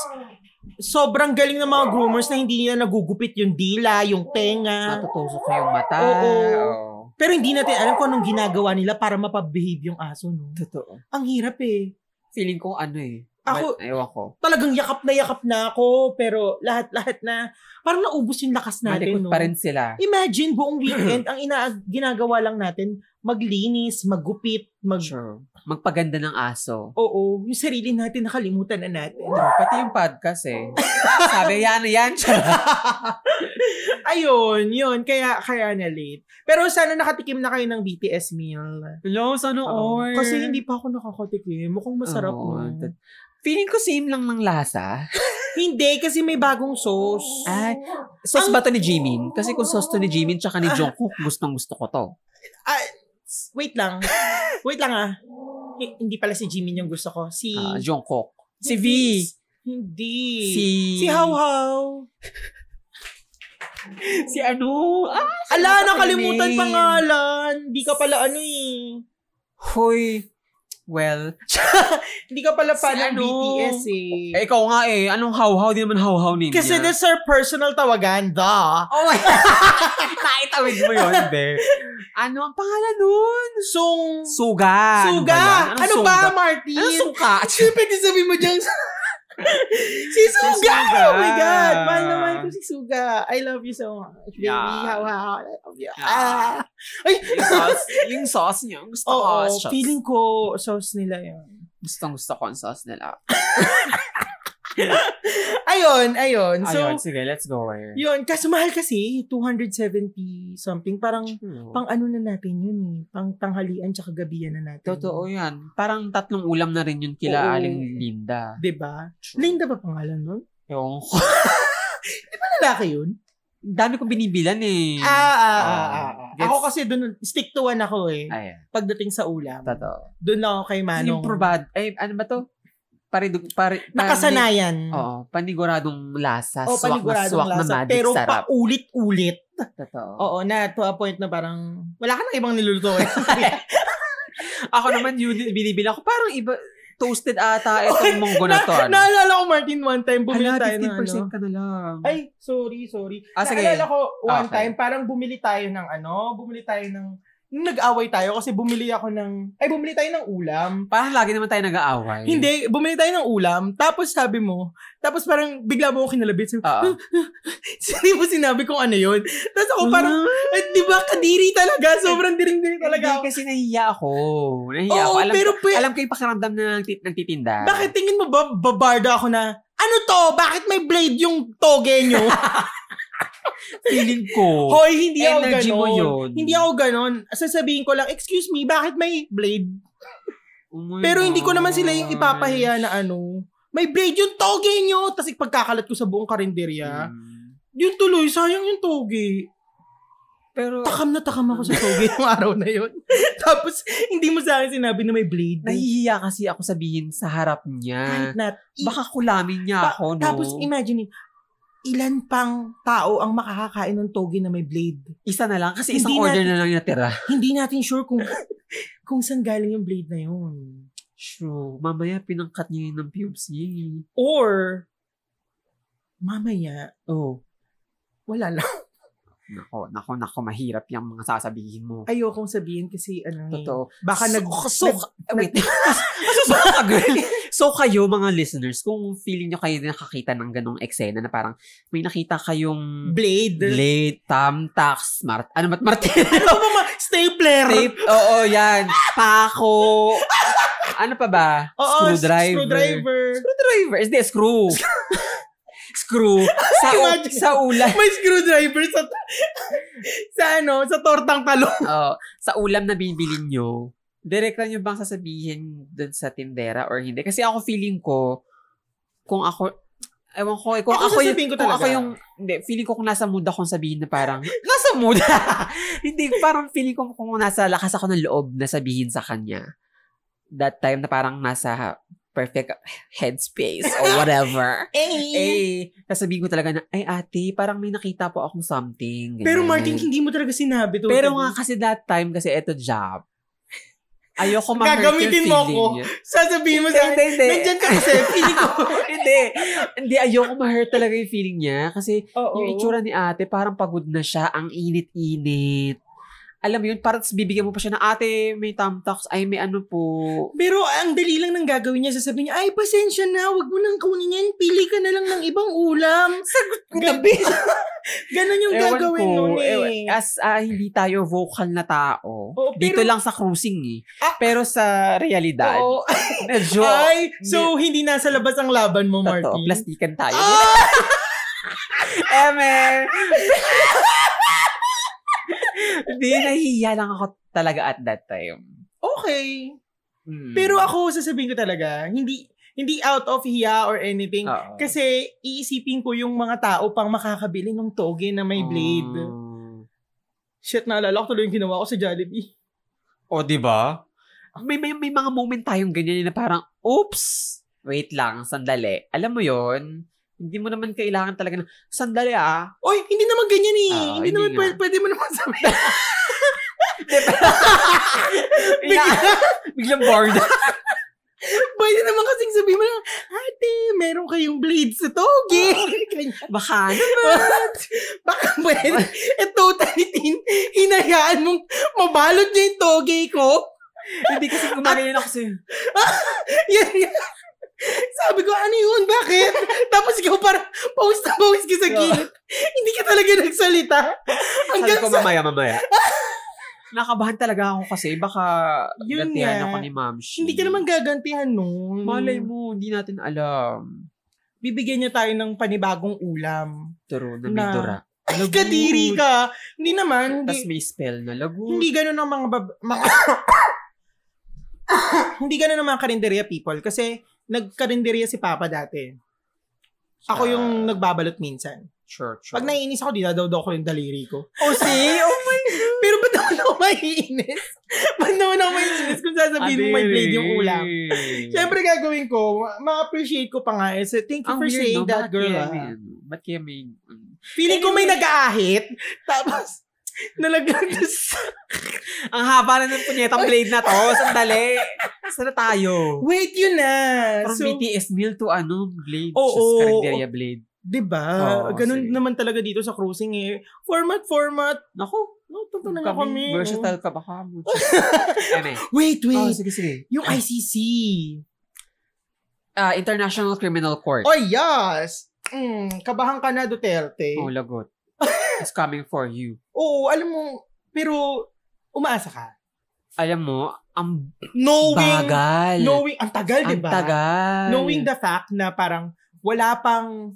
S1: sobrang galing ng mga groomers na hindi nila nagugupit yung dila, yung tenga.
S2: Natutusok ko yung mata.
S1: Oo.
S2: Ah. Oo.
S1: Pero hindi natin alam kung anong ginagawa nila para mapabehave yung aso, no?
S2: Totoo.
S1: Ang hirap eh.
S2: Feeling ko ano eh.
S1: Ako-
S2: Mal- ewan ko.
S1: Talagang yakap na yakap na ako, pero lahat-lahat na, parang naubos yung lakas natin,
S2: Malikot
S1: no?
S2: pa rin sila.
S1: Imagine buong weekend, ang ina ginagawa lang natin, maglinis, maggupit, mag...
S2: Sure. Magpaganda ng aso.
S1: Oo, yung sarili natin nakalimutan na natin.
S2: True. Pati yung podcast eh. Sabi, yan, yan.
S1: Ayun, yun. Kaya, kaya na late. Pero sana nakatikim na kayo ng BTS meal.
S2: Hello, sana
S1: Oo.
S2: or.
S1: Kasi hindi pa ako nakakatikim. Mukhang masarap
S2: Oo.
S1: na.
S2: Tat- Feeling ko same lang ng lasa.
S1: Hindi, kasi may bagong sauce.
S2: Ay,
S1: Ang-
S2: sauce ba to ni Jimin? Kasi kung sauce to ni Jimin tsaka ni
S1: Ah.
S2: Jungkook, gustong gusto ko to.
S1: Wait lang. Wait lang ah. Hi- Hindi pala si Jimin yung gusto ko. Si...
S2: Ah, Jungkook. Si V.
S1: Hindi.
S2: Si...
S1: Si How How.
S2: Si ano? Ah,
S1: Ala,
S2: Ano ba
S1: nakalimutan
S2: yung name?
S1: pangalan. Hindi ka pala ano eh.
S2: hoy. Well,
S1: Hindi ka pala fan
S2: Si
S1: ng
S2: ano?
S1: BTS eh.
S2: eh, ikaw nga eh. Anong how-how? Di naman how-how name
S1: Kasi
S2: niya.
S1: that's our personal tawagan, da.
S2: Oh my Naitawid mo yun, be. Ano ang pangalan nun?
S1: Sung.
S2: Suga.
S1: Suga!
S2: yan?
S1: Ano
S2: suga?
S1: ba, Martin?
S2: Ano suka?
S1: Siyempre, di sabi mo dyan. si Suga!
S2: Suga!
S1: Oh my God! Mahal na mahal ko si Suga. I love you so much. Baby,
S2: Yeah.
S1: how, how, I love you.
S2: Yeah.
S1: Ah. Ay!
S2: yung sauce, yung sauce niya. Gusto
S1: Oo,
S2: ko.
S1: oh, feeling ko sauce nila yun.
S2: Gusto, gusto ko ang sauce nila.
S1: Ayun, ayun. So,
S2: Ayun, sige, let's go. Eh.
S1: yun. Kaso mahal kasi, 270 something. Parang,
S2: Pang-
S1: pang ano na natin yun eh. Pang tanghalian tsaka gabihan na natin.
S2: Totoo yan. Parang tatlong ulam na rin yun kila
S1: Oo.
S2: Aling Linda.
S1: Diba? Linda ba pangalan nun?
S2: Yung
S1: Lalaki yun?
S2: dami kong binibilan eh.
S1: Ah, ah, ah, ah, ah.
S2: Gets-
S1: Ako kasi dun, stick to one ako eh.
S2: Ayan,
S1: Pagdating sa ulam.
S2: totoo.
S1: Doon lang ako kay Manong.
S2: Yung probad, eh, ano ba to? Paridug, pari, pari-
S1: Nakasanayan.
S2: Oo, paniguradong lasa.
S1: O,
S2: Oh, swak na
S1: paniguradong
S2: swak na
S1: lasa.
S2: magic
S1: Pero
S2: sarap.
S1: paulit-ulit.
S2: totoo.
S1: Oo, na to a point na parang, wala ka na ibang niluluto eh.
S2: Ako naman yun, binibilan ko. Parang iba, toasted ata itong munggo na to.
S1: Na-
S2: Ano?
S1: naalala ko, Martin, one time bumili
S2: Hala,
S1: tayo
S2: 15%
S1: ng ano.
S2: ka na lang.
S1: Ay, sorry, sorry.
S2: Ah, sige.
S1: naalala ko, one
S2: Okay.
S1: time, parang bumili tayo ng ano, bumili tayo ng, nung nag-away tayo kasi bumili ako ng, ay, bumili tayo ng ulam.
S2: Parang lagi naman tayo nag-aaway.
S1: Hindi, bumili tayo ng ulam, tapos sabi mo, tapos parang bigla mo ako kinalabit. Sabi,
S2: Oo.
S1: Hindi mo sinabi kung ano yun. Tapos ako
S2: Hmm.
S1: parang, ay, Eh, di ba, kadiri talaga. Sobrang diring-diring talaga
S2: Hindi,
S1: ako.
S2: kasi nahiya ako. Nahiya
S1: Oo,
S2: ako. Alam,
S1: pero
S2: ko,
S1: pe-
S2: alam ko yung pakiramdam na nagti- nagtitinda.
S1: bakit tingin mo ba, babarda ako na, Ano to? Bakit may blade yung toge nyo?
S2: Feeling ko.
S1: Hoy, hindi ako
S2: Energy
S1: ganon.
S2: mo yun.
S1: Hindi ako ganon. Sasabihin ko lang, excuse me, bakit may blade?
S2: Oh my
S1: Pero hindi ko naman sila yung
S2: gosh.
S1: ipapahiya na ano. May blade yung toge nyo! Tapos ipagkakalat ko sa buong karinderya.
S2: Mm.
S1: Yun tuloy, sayang yung toge.
S2: Pero,
S1: Takam na takam ako sa toge yung araw na yun. Tapos, hindi mo sa akin sinabi na may blade.
S2: nahihiya kasi ako sabihin sa harap niya.
S1: Kahit na.
S2: Baka kulamin niya
S1: Pa-
S2: ako, no?
S1: Tapos imagine, ilan pang tao ang makakakain ng toge na may blade?
S2: isa na lang. Kasi
S1: Hindi
S2: isang
S1: natin-
S2: order na lang yung natira.
S1: Hindi natin sure kung kung saan galing yung blade na yun.
S2: True. Mamaya pinangkat niya yun ng pubes niya. eh.
S1: Or, mamaya,
S2: Oh.
S1: wala lang.
S2: Nako, nako, nako. Mahirap yung mga sasabihin mo.
S1: Ayokong sabihin kasi ano eh.
S2: Totoo.
S1: Baka
S2: So-
S1: nag...
S2: so-
S1: nag-
S2: Eh, Wait. Baka, girl. So kayo mga listeners, kung feeling nyo kayo na nakakita ng ganong eksena na parang may nakita kayong
S1: blade.
S2: blade, tamtax, mart, ano ba't
S1: Ano
S2: martilyo?
S1: ba ma- stapler?
S2: Tape, oo yan, pako, ano pa ba?
S1: Oo,
S2: screwdriver.
S1: screwdriver.
S2: Screwdriver, hindi, screw. screw. Sa, u-
S1: Imagine.
S2: sa ulam,
S1: May screwdriver sa... sa ano, sa tortang talong.
S2: oo, sa ulam na bibili nyo, direkta nyo bang sasabihin dun sa tindera or hindi? Kasi ako feeling ko, kung ako, ewan ko, eh, kung
S1: Ako
S2: ako, yung,
S1: sasabihin ko
S2: kung
S1: talaga.
S2: ako yung, hindi, feeling ko kung nasa mood akong sabihin na parang, nasa mood?
S1: Eh.
S2: hindi, parang feeling ko kung nasa lakas ako ng loob na sabihin sa kanya. That time na parang nasa perfect headspace or whatever.
S1: Eh.
S2: eh, sasabihin ko talaga na, ay ate, parang may nakita po akong something.
S1: Pero
S2: ganyan.
S1: Martin, hindi mo talaga sinabi to.
S2: Pero nga kasi that time, kasi eto job, ayoko ma
S1: Gagamitin mo ako. Sasabihin mo
S2: Hindi,
S1: sa akin,
S2: hindi, hindi.
S1: nandyan ka kasi, feeling ko.
S2: hindi. Hindi, ayoko ma-hurt talaga yung feeling niya. Kasi
S1: Oo.
S2: yung itsura ni ate, parang pagod na siya. Ang init-init. Alam mo yun, parang tas bibigyan mo pa siya ng ate, may tamtax, ay may ano po.
S1: Pero ang dali lang nang gagawin niya. Sasabihin niya, ay, pasensya na. Huwag mo nang kunin yan. Pili ka na lang ng ibang ulam. Sagot
S2: ko
S1: Ganon yung
S2: Ewan
S1: gagawin
S2: ko,
S1: nun eh.
S2: ewan- As ah, hindi tayo vocal na tao,
S1: Oo,
S2: dito
S1: pero-
S2: lang sa cruising eh.
S1: Ah!
S2: pero sa realidad,
S1: Oo.
S2: medyo,
S1: Ay, so hindi nasa labas ang laban mo,
S2: totoo,
S1: Martin.
S2: plastikan tayo.
S1: Ah!
S2: Eme! Hindi, nahihiya lang ako talaga at that time.
S1: Okay.
S2: Mm.
S1: Pero ako, sasabihin ko talaga, hindi hindi out of hiya or anything.
S2: Oo.
S1: Kasi iisipin ko yung mga tao pang makakabili ng toge na may blade.
S2: Mm.
S1: Shit, naalala ko tuloy yung ginawa ko sa Jollibee.
S2: O, di ba? May, may, may mga moment tayong ganyan na parang, oops, wait lang, sandali. Alam mo yon hindi mo naman kailangan talaga na, sandali ah.
S1: Oy, hindi naman ganyan eh. hindi,
S2: Oo, Ah, hindi
S1: naman
S2: nga.
S1: pwede, pwede mo naman sabihin.
S2: Bigla, biglang bored.
S1: Pwede naman kasing sabihin mo lang, ate, meron kayong blades sa toge. Ganyan.
S2: Baka na.
S1: Baka pwede. E totally, tin, hinayaan mong mabalot niya yung toge ko.
S2: Hindi kasi gumagano ako sa'yo.
S1: Yan yan. Sabi ko, ano yun? Bakit? Tapos ikaw parang pawis na pawis ka sa
S2: Oo.
S1: gilid. Hindi ka talaga nagsalita.
S2: Sabi
S1: Hanggang
S2: ko
S1: sa...
S2: mamaya, mamaya. Nakabahan talaga ako kasi baka
S1: Yun
S2: gantihan
S1: nga.
S2: ako ni Ma'am Hmm. Shi.
S1: Hindi ka naman gagantihan nun.
S2: Mm. Malay mo, hindi natin alam.
S1: Bibigyan niya tayo ng panibagong ulam.
S2: Turo na
S1: Na-
S2: may dura.
S1: Ay, kadiri ka. Hindi naman.
S2: Tapos
S1: Hindi,
S2: may spell na lagot.
S1: hindi ganun ang mga... Bab- mga hindi ganun ang mga karinderya people. Kasi nagkarinderya si Papa dati. Ako yung
S2: Ah.
S1: nagbabalot minsan.
S2: Sure, sure.
S1: Pag naiinis ako, dinadawdaw ko yung daliri ko.
S2: Ah. oh, see? Oh my
S1: Pero ba't naman ako maiinis? ba't naman ako maiinis kung sasabihin mo may blade yung ulam? Siyempre gagawin ko, ma- ma-appreciate ko pa nga. eh. So, thank you
S2: Ang
S1: for
S2: weird,
S1: saying
S2: no?
S1: that,
S2: Bakit
S1: girl.
S2: kaya
S1: ah.
S2: may ano? Ba't kaya may...
S1: Feeling ko may nag-aahit. Tapos, nalaglag ko sa...
S2: Ang haba na ng punyetang blade na to. Sandali. Saan na tayo?
S1: Wait, yun na.
S2: From
S1: So,
S2: BTS meal to ano, blade.
S1: Oo,
S2: Just
S1: oo,
S2: Carinderia blade.
S1: diba?
S2: Oo,
S1: Ganun
S2: sige.
S1: naman talaga dito sa cruising eh. Format, format.
S2: Naku,
S1: No, totoo na nga kami.
S2: Versatile ka baka. Eme.
S1: Wait, wait.
S2: Oh, sige, sige.
S1: yung ICC.
S2: Ah, International Criminal Court.
S1: Oh, yes. Mm, kabahan ka na, Duterte.
S2: Oh, lagot. It's coming for you.
S1: Oo, alam mo, pero umaasa ka.
S2: Alam mo, ang
S1: Knowing,
S2: bagal.
S1: knowing, ang tagal,
S2: ang
S1: di ba?
S2: tagal.
S1: Knowing the fact na parang wala pang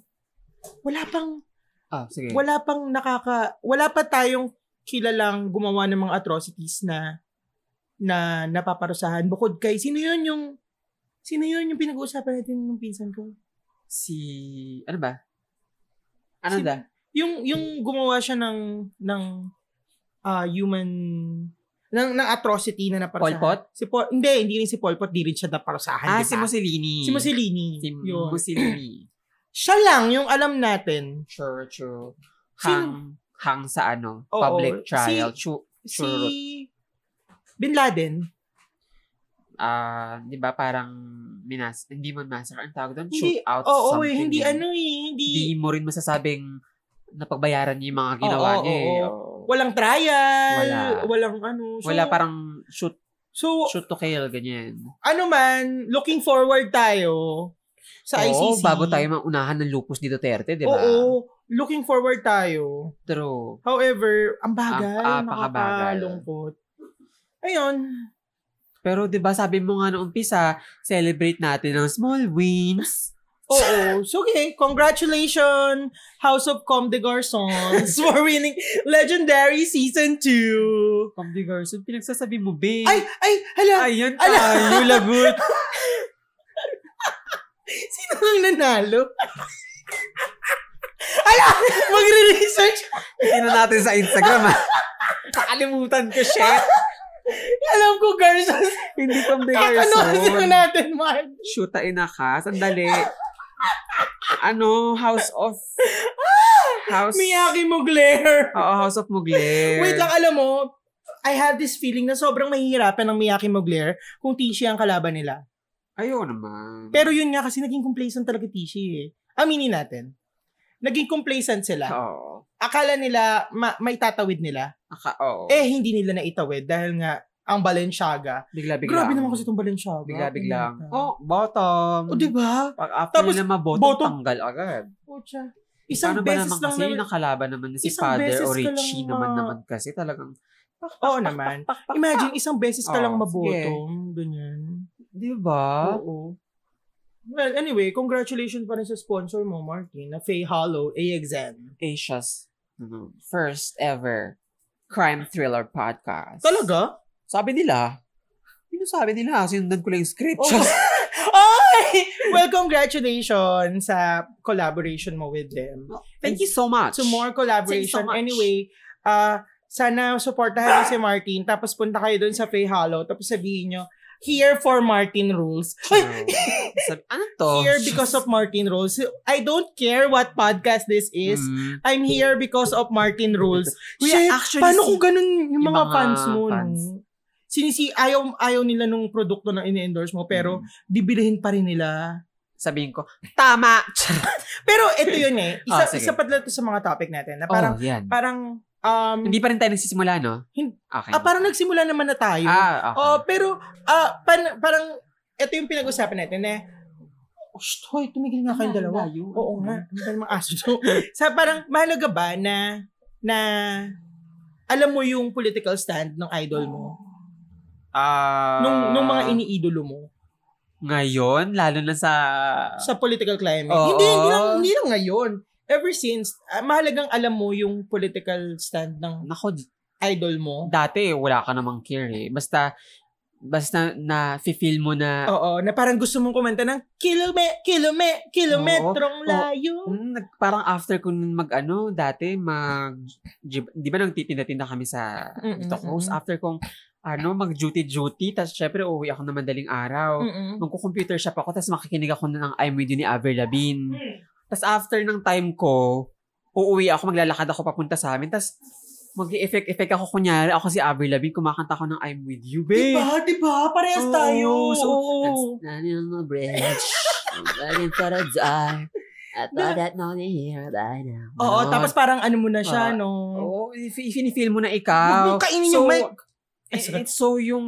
S1: wala pang
S2: Ah, sige.
S1: wala pang nakaka wala pa tayong kilalang gumawa ng mga atrocities na na napaparusahan bukod kay sino yun yung sino yun yung pinag-uusapan natin ng pinsan ko
S2: Si, ano ba? Ano
S1: Si-
S2: da?
S1: yung yung gumawa siya ng ng ah, human ng ng atrocity na
S2: Pol
S1: naparusahan
S2: Pot?
S1: si Pol hindi hindi rin si Pol Pot di rin siya naparusahan
S2: Ah,
S1: di
S2: si
S1: ba?
S2: Mussolini.
S1: si Mussolini
S2: Si
S1: yun.
S2: Mussolini.
S1: siya lang yung alam natin
S2: Sure, true.
S1: Sino?
S2: Hang, hang sa ano,
S1: Oo,
S2: public
S1: si-
S2: trial. Chu,
S1: si
S2: Sure.
S1: Bin Laden
S2: ah, di ba parang minas, hindi mo massacre ang tawag doon?
S1: Hindi,
S2: Shoot out
S1: Oo,
S2: something.
S1: eh, hindi
S2: eh.
S1: ano eh, hindi
S2: Hindi mo rin masasabing napagbayaran niya yung mga ginawa
S1: Oo,
S2: niya. eh.
S1: oo, walang trial,
S2: Wala.
S1: walang ano. So, oh.
S2: Wala parang shoot,
S1: So,
S2: shoot to kill, ganyan.
S1: ano man, looking forward tayo sa
S2: Oo,
S1: ICC.
S2: bago tayo maunahan ng lupus ni Duterte, di ba?
S1: Oo, looking forward tayo.
S2: True.
S1: However, ang bagal,
S2: Ang- ah, pakabagal.
S1: nakakalungkot. Ayun,
S2: Pero 'di ba sabi mo nga noong umpisa, celebrate natin ang small wins.
S1: Oo. So, okay. Congratulations, House of Comme des Garçons, for winning Legendary Season 2.
S2: Come the Garson, pinagsasabi mo, babe.
S1: Ay, ay, hala.
S2: Ayun
S1: Ala!
S2: tayo, lagot.
S1: Sino ang nanalo? Ala, magre-research.
S2: Tingnan natin sa Instagram, ha? Kakalimutan ko, shit.
S1: Alam ko, Garçons.
S2: Hindi Come oh. the
S1: Kakanosin ko
S2: Garson.
S1: ano, natin, Mark.
S2: Shoot, tayo na ka. Sandali. Ano, House of... House...
S1: Miyaki Mugler.
S2: Oo, House of Mugler.
S1: Wait lang, alam mo, I have this feeling na sobrang mahihirapan ng Miyaki Mugler kung Tishi ang kalaban nila.
S2: Ayaw naman.
S1: Pero yun nga kasi naging complacent talaga Tishi eh. Aminin natin. Naging complacent sila.
S2: Oo.
S1: akala nila ma- may tatawid nila.
S2: Aka, oo.
S1: Eh, hindi nila naitawid dahil nga ang Balenciaga.
S2: bigla-bigla.
S1: Grabe naman kasi itong Balenciaga.
S2: Bigla-bigla.
S1: Punyeta.
S2: Oh, bottom.
S1: O, di ba?
S2: Pag after
S1: Oh, diba? Tapos,
S2: na mabottom,
S1: bottom.
S2: tanggal agad.
S1: Pucha. Isang
S2: Paano ba
S1: beses
S2: naman
S1: lang
S2: kasi
S1: naman.
S2: yun ang kalaban naman si
S1: Isang
S2: Father
S1: beses
S2: o
S1: ka lang
S2: Richie naman
S1: ma-
S2: naman kasi talagang
S1: Oo naman. Imagine, isang beses ka
S2: Oh,
S1: lang
S2: sige.
S1: mabottom. Ganyan.
S2: di ba?
S1: Oo. Well, anyway, congratulations pa rin sa sponsor mo, Martin, na Faye Hollow AXN.
S2: Asia's ano, first ever crime thriller podcast.
S1: Talaga?
S2: Sabi nila, yun ang sabi nila, sinundan ko lang yung script.
S1: Oh.
S2: Just-
S1: Ay! Well, congratulations sa collaboration mo with them.
S2: Thank you so much.
S1: to more collaboration.
S2: Thank you so much.
S1: anyway, uh, sana supportahan niyo si Martin. Tapos punta kayo doon sa Faye Hollow. Tapos sabihin niyo, here for Martin rules.
S2: Ay!
S1: Ay,
S2: Sabi, ano to?
S1: here because of Martin rules. I don't care what podcast this is.
S2: Mm.
S1: I'm here because of Martin rules.
S2: Kuya,
S1: Shit,
S2: actually,
S1: paano
S2: si-
S1: kung ganun yung
S2: yung
S1: mga,
S2: mga
S1: fans mo? no?
S2: fans.
S1: Sinisi, ayaw, ayaw nila nung produkto na ini-endorse mo, pero
S2: Mm.
S1: bibilihin pa rin nila.
S2: sabihin ko, tama!
S1: Pero ito yun eh. Isa,
S2: Ah, sige.
S1: isa pa lang to sa mga topic natin. Na parang,
S2: oh, yan.
S1: parang, um,
S2: Hindi pa rin tayo nagsisimula, no?
S1: Hin-
S2: Okay.
S1: Ah, parang nagsimula naman na tayo.
S2: Ah, okay.
S1: Oh, pero ah pan- parang ito yung pinag-usapan natin eh. Oh, shit, hoy, tumigil nga kayong dalawa. Oo nga, ang dami mga aso to. Sa parang mahalaga ba na na alam mo yung political stand ng idol mo,
S2: Ah,
S1: nung nung mga iniidolo mo
S2: Ngayon, lalo na sa...
S1: sa political climate.
S2: Oo.
S1: Hindi hindi lang, hindi lang ngayon. Ever since, ah, mahalagang alam mo yung political stand ng
S2: Nako,
S1: idol mo.
S2: dati wala ka namang care eh. Basta, basta na feel mo na
S1: Oo, na parang gusto mong kumanta ng kilome, kilome, kilometrong
S2: Oo.
S1: layo.
S2: Mm, nag- parang after ko nun mag ano, dati mag, jib- di ba nang titinda-tinda kami sa
S1: Mm,
S2: Vito
S1: mm,
S2: Cruz?
S1: mm.
S2: After kong ano, mag duty-duty, tapos syempre uuwi ako na madaling araw.
S1: Mm-mm.
S2: Magko-computer shop ako, tapos makikinig ako na ng I'm With You ni Avril Lavigne. Tapos after ng time ko, uuwi ako, maglalakad ako papunta sa amin, tapos mag-effect-effect ako kunyari, ako si Avril Lavigne, kumakanta ako ng I'm With You, babe.
S1: Diba? Diba? Parehas
S2: Oo,
S1: tayo.
S2: so-
S1: Oo.
S3: Standing on the bridge, looking for a door. I thought I'd known it here by now.
S1: Oo,
S2: Ganon.
S1: tapos parang ano mo na siya,
S2: Ah.
S1: no?
S2: Oo, if feel mo na
S1: Huwag
S2: ikaw.
S1: mong kainin yung mic.
S2: i- it's so yung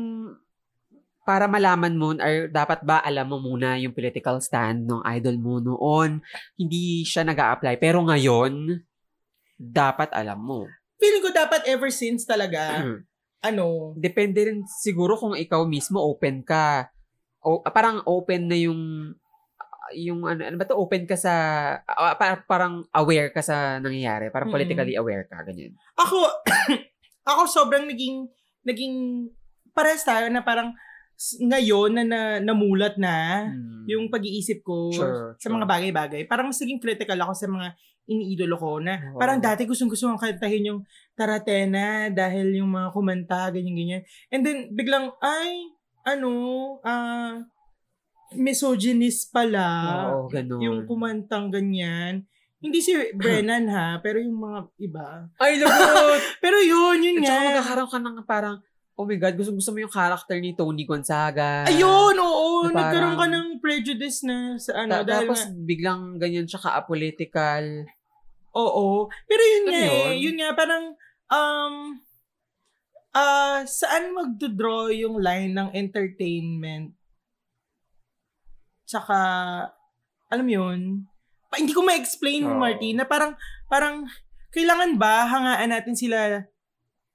S2: para malaman mo or dapat ba alam mo muna yung political stand ng idol mo noon. Hindi siya nag apply Pero ngayon, dapat alam mo.
S1: Feeling ko dapat ever since talaga, ano,
S2: Depende rin siguro kung ikaw mismo open ka. O, ah, parang open na yung yung ano, ano ba to, open ka sa, ah, par- parang aware ka sa nangyayari, parang
S1: Mm-mm.
S2: politically aware ka, ganyan.
S1: Ako, ako sobrang naging, naging, parehas tayo na parang s- ngayon na, na namulat na yung pag-iisip ko
S2: Hmm. Sure,
S1: sa
S2: sure.
S1: mga bagay-bagay. Parang mas naging critical ako sa mga iniidolo ko na
S2: Oo.
S1: parang dati gustong-gusto kong kantahin yung Taratena dahil yung mga kumanta, ganyan-ganyan. And then, biglang, ay, ano, ah, misogynist pala.
S2: Oo, ganun.
S1: ah, Yung kumantang ganyan. Hindi si Brennan ha, pero yung mga iba.
S2: Ay, lagot!
S1: Pero yun, yun
S2: At saka
S1: nga.
S2: magkakaroon ka ng parang, oh my God, gusto, gusto mo yung character ni Tony Gonzaga.
S1: Ayun, oo.
S2: Na parang-
S1: nagkaroon ka ng prejudice na sa ano.
S2: Ta-
S1: dahil
S2: tapos
S1: nga-
S2: biglang ganyan siya ka-apolitical.
S1: oo. Pero yun
S2: Ano
S1: nga eh.
S2: yun?
S1: Yun nga, parang, um, ah saan magdodraw yung line ng entertainment? Tsaka, alam mo yun, pa, hindi ko ma-explain,
S2: Oo.
S1: Martin, na parang, parang, kailangan ba hangaan natin sila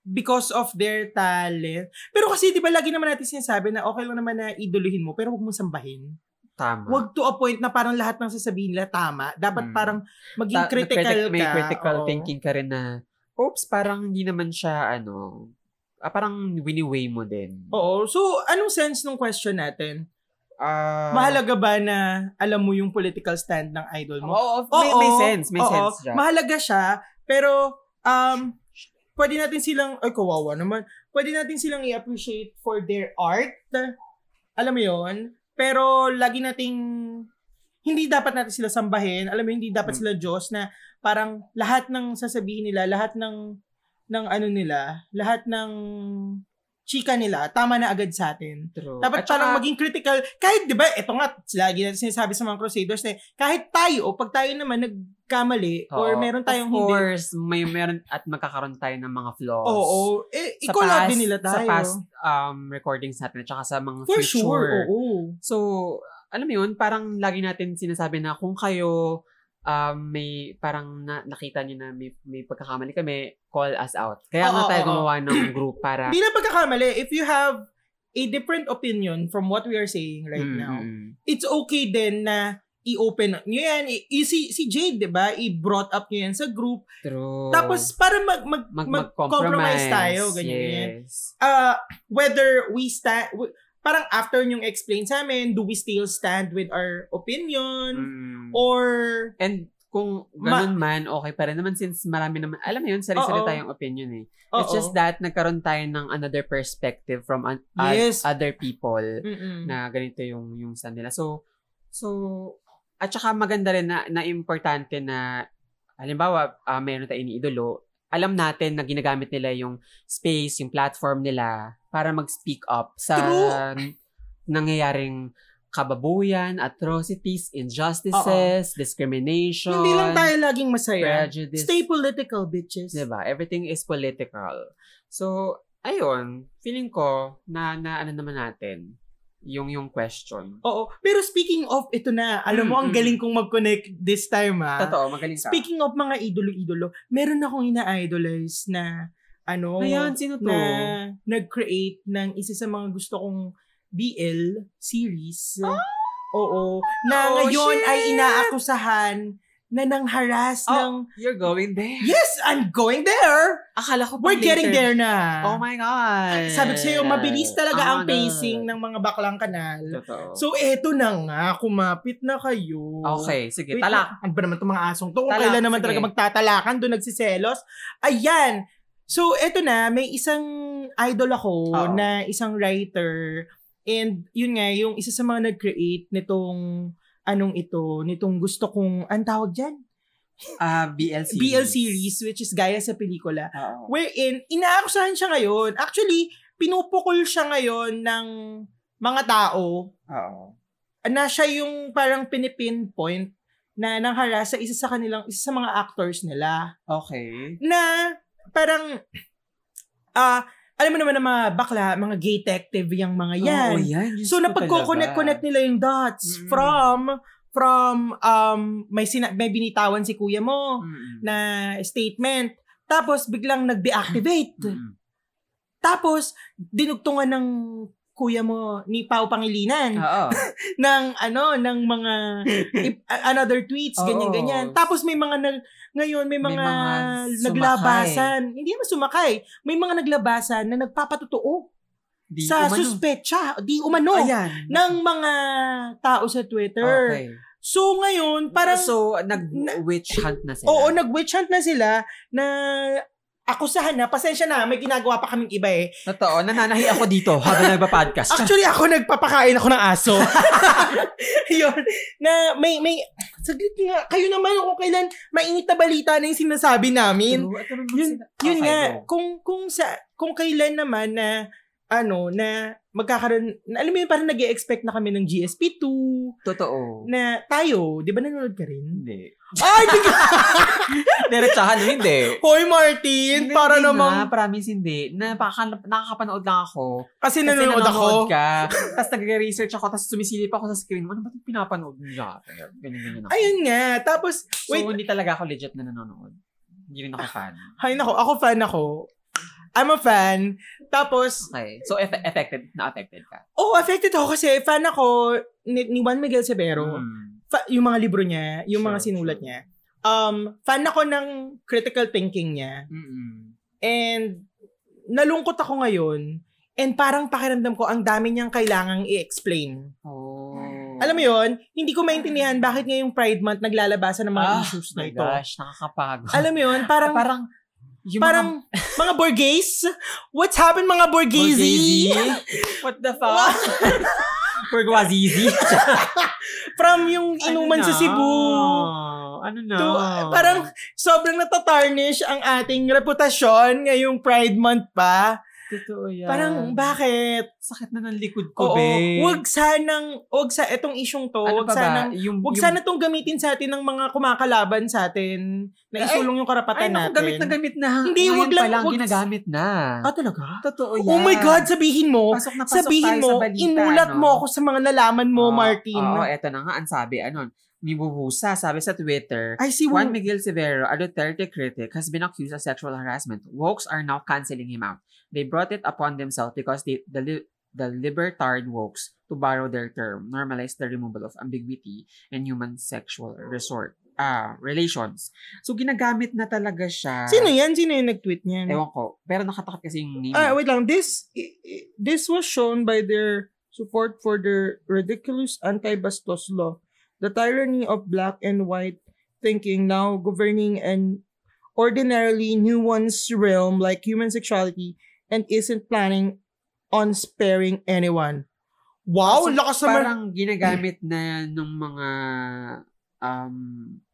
S1: because of their talent? Pero kasi, di ba, lagi naman natin sinasabi na okay lang naman na idoluhin mo, pero huwag mo sambahin.
S2: Tama.
S1: Wag to a point na parang lahat ng sasabihin nila tama. Dapat
S2: Mm.
S1: parang maging
S2: Ta-
S1: critical
S2: critic-
S1: ka.
S2: May critical
S1: Oo.
S2: thinking ka rin na, oops, parang hindi naman siya, ano, ah, parang wini-weigh mo din.
S1: Oo. So, anong sense nung question natin?
S2: Ah,
S1: Mahalaga ba na alam mo yung political stand ng idol mo?
S2: Oo, oo, may,
S1: Oo.
S2: may sense, may
S1: Oo.
S2: sense siya.
S1: Mahalaga siya, pero um, pwede natin silang, ay kawawa naman, pwede natin silang i-appreciate for their art. Alam mo yon Pero lagi nating, hindi dapat natin sila sambahin. Alam mo, hindi dapat
S2: Mm.
S1: sila Diyos na parang lahat ng sasabihin nila, lahat ng, ng ano nila, lahat ng chika nila, tama na agad sa atin.
S2: True.
S1: Dapat
S2: At
S1: parang
S2: saka-
S1: maging critical. Kahit, di ba, ito nga, lagi natin sinasabi sa mga Crusaders na, kahit tayo, pag tayo naman nagkamali, or
S2: Oo.
S1: meron tayong
S2: of
S1: hindi,
S2: course, may meron at magkakaroon tayo ng mga flaws.
S1: oo, eh,
S2: Sa
S1: ikaw
S2: past-
S1: labi nila tayo.
S2: Sa past um, recordings natin at saka sa mga
S1: For
S2: future.
S1: sure, oo.
S2: So, alam mo yun, parang lagi natin sinasabi na kung kayo um, may parang na, nakita niyo na may, may pagkakamali kami, call us out.
S1: Oo,
S2: Kaya nga tayo
S1: oo,
S2: gumawa ng group para
S1: Hindi na pagkakamali. If you have a different opinion from what we are saying right
S2: Mm,
S1: now,
S2: mm, mm.
S1: it's okay din na i-open nyo yan. I- i- si, si Jade, di ba, i-brought up nyo yan sa group.
S2: True.
S1: Tapos, para mag, mag,
S2: Mag-
S1: mag-compromise tayo, ganyan, ganyan.
S2: yes.
S1: uh, whether we stand, parang after yung explain sa amin, do we still stand with our opinion?
S2: Mm.
S1: Or,
S2: And kung
S1: Ma-
S2: ganun man, okay pa rin naman since marami naman, alam mo yun,
S1: Oo.
S2: sari-sari tayong opinion eh.
S1: Oo.
S2: It's just that nagkaroon tayo ng another perspective from an- oth-
S1: Yes.
S2: other people
S1: Mm-mm.
S2: na ganito yung yung stand nila. So so at saka maganda rin na, na importante na halimbawa ah, mayroon tayong iniidolo, alam natin na ginagamit nila yung space, yung platform nila para mag-speak up sa
S1: True.
S2: nangyayaring kababuyan, atrocities, injustices, discrimination,
S1: Hindi lang tayo laging masaya.
S2: prejudice.
S1: Stay political, bitches.
S2: Diba? Everything is political. So, ayun, feeling ko na, na ano naman natin, yung yung question.
S1: Oo. Pero speaking of, ito na, alam mo, ang
S2: Mm-mm.
S1: galing kong mag-connect this time, ha?
S2: Totoo, magaling ka.
S1: Speaking of mga idolo-idolo, meron akong ina-idolize na, ano,
S2: Ayan, sino to?
S1: na nag-create ng isa sa mga gusto kong BL series.
S2: Ah,
S1: Oo. Na
S2: Oh,
S1: ngayon
S2: shit!
S1: ay inaakusahan na nangharas
S2: Oh.
S1: ng
S2: You're going there.
S1: Yes, I'm going there.
S2: Akala ko
S1: We're getting there na.
S2: Oh my God.
S1: Sabi ko sa'yo, mabilis talaga
S2: Oh
S1: ang
S2: my God.
S1: pacing ng mga baklang kanal.
S2: Totoo. So,
S1: So, eto na nga. Kumapit na kayo.
S2: okay, sige,
S1: Wait,
S2: talak.
S1: Ano ba naman itong mga asong to? Kung
S2: Talak,
S1: kailan naman
S2: sige.
S1: talaga magtatalakan, doon nagsiselos. Ayan. So, eto na, may isang idol ako
S2: Oo.
S1: na isang writer. And yun nga, yung isa sa mga nag-create nitong anong ito, nitong gusto kong, ang tawag dyan?
S2: Ah, BL series.
S1: BL series, which is gaya sa pelikula.
S2: Oo.
S1: Wherein, inaakusahan siya ngayon. Actually, pinupukol siya ngayon ng mga tao
S2: Oo.
S1: na siya yung parang pinipinpoint na nanghara sa isa sa kanilang, isa sa mga actors nila.
S2: Okay.
S1: Na parang, ah, alam mo naman ng mga bakla, mga gay detective yung mga yan.
S2: Oo, yan. Oh, Diyos
S1: So
S2: ko
S1: napagko-connect-connect
S2: talaga.
S1: nila yung dots
S2: Mm.
S1: from, from, um, may, sina- may binitawan si kuya mo
S2: Mm-mm.
S1: na statement.
S2: Mm.
S1: Tapos biglang nag-deactivate.
S2: Mm-mm.
S1: Tapos, dinugtungan ng kuya mo ni Pau Pangilinan
S2: Oo.
S1: ng ano ng mga if- a- another tweets
S2: Oo.
S1: ganyan ganyan tapos may mga nag, ngayon may
S2: May
S1: mga,
S2: mga
S1: naglabasan hindi naman sumakay may mga naglabasan na nagpapatotoo
S2: Di
S1: sa
S2: umano.
S1: suspecha di umano
S2: Ayan.
S1: ng mga tao sa Twitter
S2: Okay.
S1: so ngayon parang
S2: so, nag
S1: na-
S2: witch hunt na sila.
S1: Oo, nag-witch hunt na sila na akusahan na, pasensya na, may ginagawa pa kaming iba eh.
S2: Totoo, nananahi ako dito habang nagpa-podcast.
S1: Actually, ako nagpapakain ako ng aso. Yun. Na may, may, saglit nga, kayo naman kung kailan mainit na balita na yung sinasabi namin.
S2: ano
S1: Yun, yun nga, kung, kung sa, kung kailan naman na, ano, na magkakaroon, na, alam mo yun, parang nag expect na kami ng GSP2,
S2: Totoo.
S1: na tayo, di ba nanonood ka rin?
S2: Hindi.
S1: Ay, bigla!
S2: Diretsahan mo, hindi.
S1: Hoy, Martin! para
S2: Hindi
S1: namang,
S2: Na, promise hindi. Napaka, nakakapanood lang ako.
S1: kasi
S2: Kasi
S1: nanonood ako.
S2: ka. Tapos nag-research ako. Tapos sumisilip ako sa screen. Ano ba itong pinapanood mo dyan? Ganyan, ganyan ako.
S1: Ayun nga. Tapos,
S2: so,
S1: wait.
S2: hindi talaga ako legit na nanonood. Hindi rin ako fan.
S1: Hay nako, ako fan ako. I'm a fan. Tapos,
S2: Okay. So, eff- affected, na-affected ka.
S1: oh, affected ako kasi fan ako ni, ni Juan Miguel Severo.
S2: Hmm.
S1: Fa- yung mga libro niya, yung mga
S2: Sure,
S1: sinulat
S2: sure.
S1: niya. Um, fan ako ng critical thinking niya.
S2: Mm-mm.
S1: And nalungkot ako ngayon. And parang pakiramdam ko, ang dami niyang kailangang i-explain.
S2: Oh.
S1: Alam mo yon hindi ko maintindihan bakit ngayong Pride Month naglalabasan ng mga
S2: Ah,
S1: issues na
S2: my
S1: ito.
S2: gosh, nakakapagod.
S1: Alam mo yon parang,
S2: parang, parang, yung
S1: parang,
S2: mga
S1: mga, Borghese? What's happened mga Borghese?
S2: Borghese? What the fuck? Borghese?
S1: From yung inuman Ano sa Cebu.
S2: Ano na?
S1: To, parang sobrang natatarnish ang ating reputasyon ngayong Pride Month pa.
S2: Totoo yan.
S1: Parang bakit?
S2: sakit na ng likod
S1: Oo,
S2: ko, babe.
S1: wag sanang, wag sa, etong isyong to,
S2: ano
S1: wag
S2: pa ba?
S1: sanang,
S2: Yung,
S1: wag
S2: yung-
S1: sana tong gamitin sa atin ng mga kumakalaban sa atin na
S2: Ay,
S1: isulong yung karapatan
S2: Ay, naku,
S1: natin.
S2: gamit na gamit na.
S1: Hindi,
S2: Ngayon
S1: wag lang-
S2: pa lang,
S1: wag-
S2: ginagamit na.
S1: Ah, talaga?
S2: Totoo yan.
S1: Oh my God, sabihin mo,
S2: Pasok na pasok
S1: sabihin
S2: tayo
S1: mo,
S2: sa balita,
S1: inulat
S2: no?
S1: mo ako sa mga nalaman mo,
S2: Oo,
S1: Martin.
S2: Oo, eto na nga. Ang sabi, ano, ni Bubusa, sabi sa Twitter,
S1: Ay, si Juan.
S2: Juan Miguel Severo, a Duterte critic, has been accused of sexual harassment. Wokes are now canceling him out. They brought it upon themselves because they, the, li- the libertard wokes, to borrow their term, normalize the removal of ambiguity and human sexual resort ah relations. So, ginagamit na talaga siya.
S1: Sino yan? Sino yung nag-tweet niyan?
S2: Ewan ko. Pero nakatakot kasi yung name.
S1: Ah, wait lang. This i- i- this was shown by their support for their ridiculous anti-bastos law, the tyranny of black and white thinking now governing an ordinarily nuanced realm like human sexuality and isn't planning on sparing anyone. Wow,
S2: So,
S1: lakas naman.
S2: Parang ginagamit na ng mga um,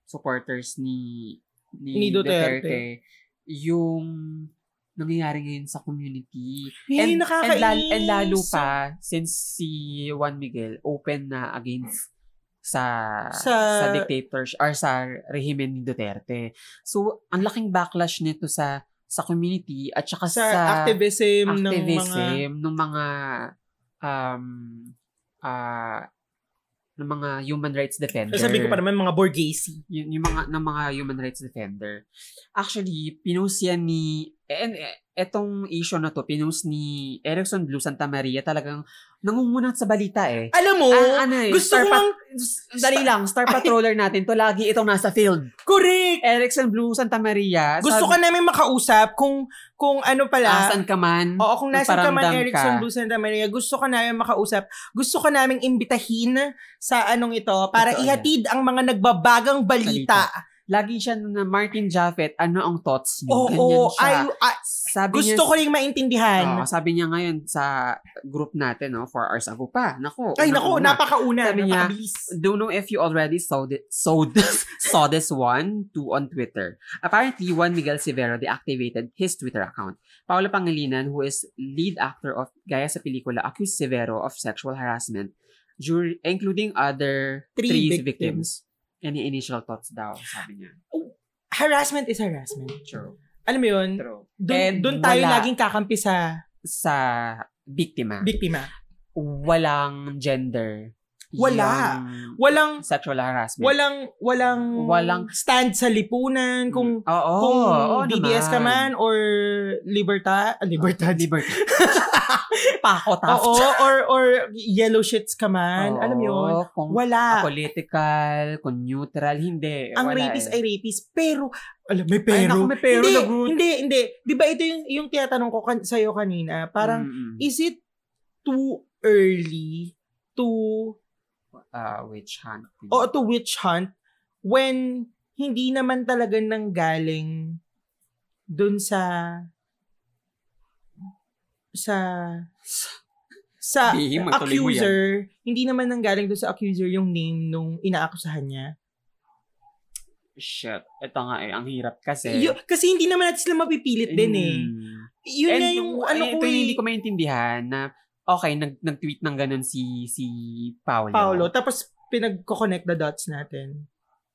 S2: supporters ni ni,
S1: Ni Duterte.
S2: Duterte. yung nangyayari ngayon sa community.
S1: Hey,
S2: and, and,
S1: nakakainis.
S2: lal- and lalo pa, since si Juan Miguel open na against sa sa,
S1: Sa-
S2: dictators or sa rehimen ni Duterte. So, ang laking backlash nito sa sa community at saka
S1: sa
S2: sa,
S1: activism, ng mga
S2: activism ng mga um ah ng mga human rights defender.
S1: sabi ko pa naman mga Borghese.
S2: Yun- yung, mga ng mga human rights defender. Actually, pinost yan ni and eh, etong issue na to pinost ni Erickson Blue Santa Maria talagang nangungunat sa balita eh.
S1: Alam mo,
S2: Ah, ano eh,
S1: gusto
S2: star
S1: ko
S2: pat-
S1: lang,
S2: dali lang, star patroller natin to lagi itong nasa field.
S1: correct.
S2: Erickson Blue Santa Maria.
S1: Gusto ka
S2: sabi-
S1: namin makausap kung kung ano
S2: Ah,
S1: pala.
S2: saan ka man.
S1: Oo, kung nasa ka man
S2: paramdam
S1: Erickson
S2: ka.
S1: Blue Santa Maria, gusto ka namin makausap. Gusto ka namin imbitahin sa anong ito para
S2: Totoo yan.
S1: ihatid ang mga nagbabagang balita.
S2: Lagi siya na Martin Jaffet, ano ang thoughts niyo?
S1: Oo,
S2: Ganyan siya.
S1: ay, ay,
S2: sabi
S1: gusto
S2: niya,
S1: ko rin maintindihan.
S2: Oo, sabi niya ngayon sa group natin, no, four hours ago pa. Nako.
S1: ay, naku,
S2: unang-una.
S1: napakauna.
S2: Sabi niya,
S1: napakabilis.
S2: Don't know if you already saw this, saw this, saw this one, two on Twitter. Apparently, Juan Miguel Severo deactivated his Twitter account. Paolo Pangilinan, who is lead actor of Gaya sa Pelikula, accused Severo of sexual harassment, dur- including other
S1: Three victims.
S2: three, victims. Any initial thoughts daw, sabi niya.
S1: Harassment is harassment.
S2: True.
S1: Alam mo yun?
S2: True.
S1: Doon
S2: And
S1: doon tayo
S2: wala.
S1: laging kakampi sa
S2: sa biktima,
S1: biktima.
S2: walang gender
S1: Wala.
S2: Yung
S1: Walang
S2: Sexual harassment.
S1: walang walang
S2: Walang-
S1: stand sa lipunan kung
S2: Oo,
S1: kung
S2: oo
S1: DDS ka man or liberta, ah, libertad.
S2: Liberty. Pako taft.
S1: Oo, or or yellow shits ka man.
S2: Oo,
S1: Alam mo yun?
S2: Kung
S1: Wala.
S2: political, kung neutral, hindi.
S1: ang
S2: wala
S1: rapist
S2: eh.
S1: ay rapist. Pero, alam, may
S2: Ay,
S1: pero.
S2: naku, may pero
S1: hindi,
S2: na good.
S1: hindi, hindi. Di ba ito yung, yung tinatanong ko kan- sa'yo kanina? Parang,
S2: Mm, mm.
S1: is it too early to,
S2: Ah, witch hunt.
S1: o to witch hunt when hindi naman talaga nanggaling dun sa, sa, sa
S2: Bihim, matuloy mo yan.
S1: accuser, hindi naman nanggaling dun sa accuser yung name nung inaakusahan niya.
S2: Shit. Ito nga eh, ang hirap kasi.
S1: Yo- kasi hindi naman natin sila mapipilit din eh.
S2: Mm.
S1: Yun
S2: And
S1: na yung
S2: yung-
S1: ano
S2: eh,
S1: ko
S2: ito yung
S1: eh.
S2: hindi ko maintindihan na okay, nag, nag-tweet ng ganun si si Paolo.
S1: Paolo. Tapos pinagko-connect the dots natin.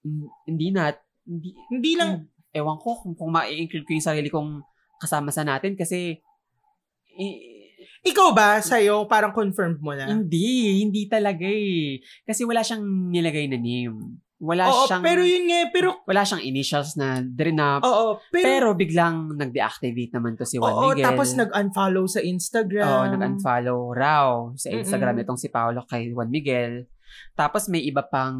S2: Hmm, Hindi na, hindi,
S1: Hindi lang,
S2: Mm. ewan ko kung, kung ma-include ko yung sarili kong kasama sa natin kasi i-
S1: ikaw ba sa'yo parang confirmed mo na?
S2: hindi, hindi talaga eh. Kasi wala siyang nilagay na name. Wala
S1: Oo,
S2: siyang,
S1: pero yun nga, eh, pero,
S2: wala siyang initials na drinap.
S1: oo, pero,
S2: pero, biglang nag-deactivate naman to si Juan
S1: oo,
S2: Miguel.
S1: tapos nag-unfollow sa Instagram.
S2: Oo, nag-unfollow raw sa Instagram
S1: Mm-mm.
S2: itong si Paolo kay Juan Miguel. Tapos may iba pang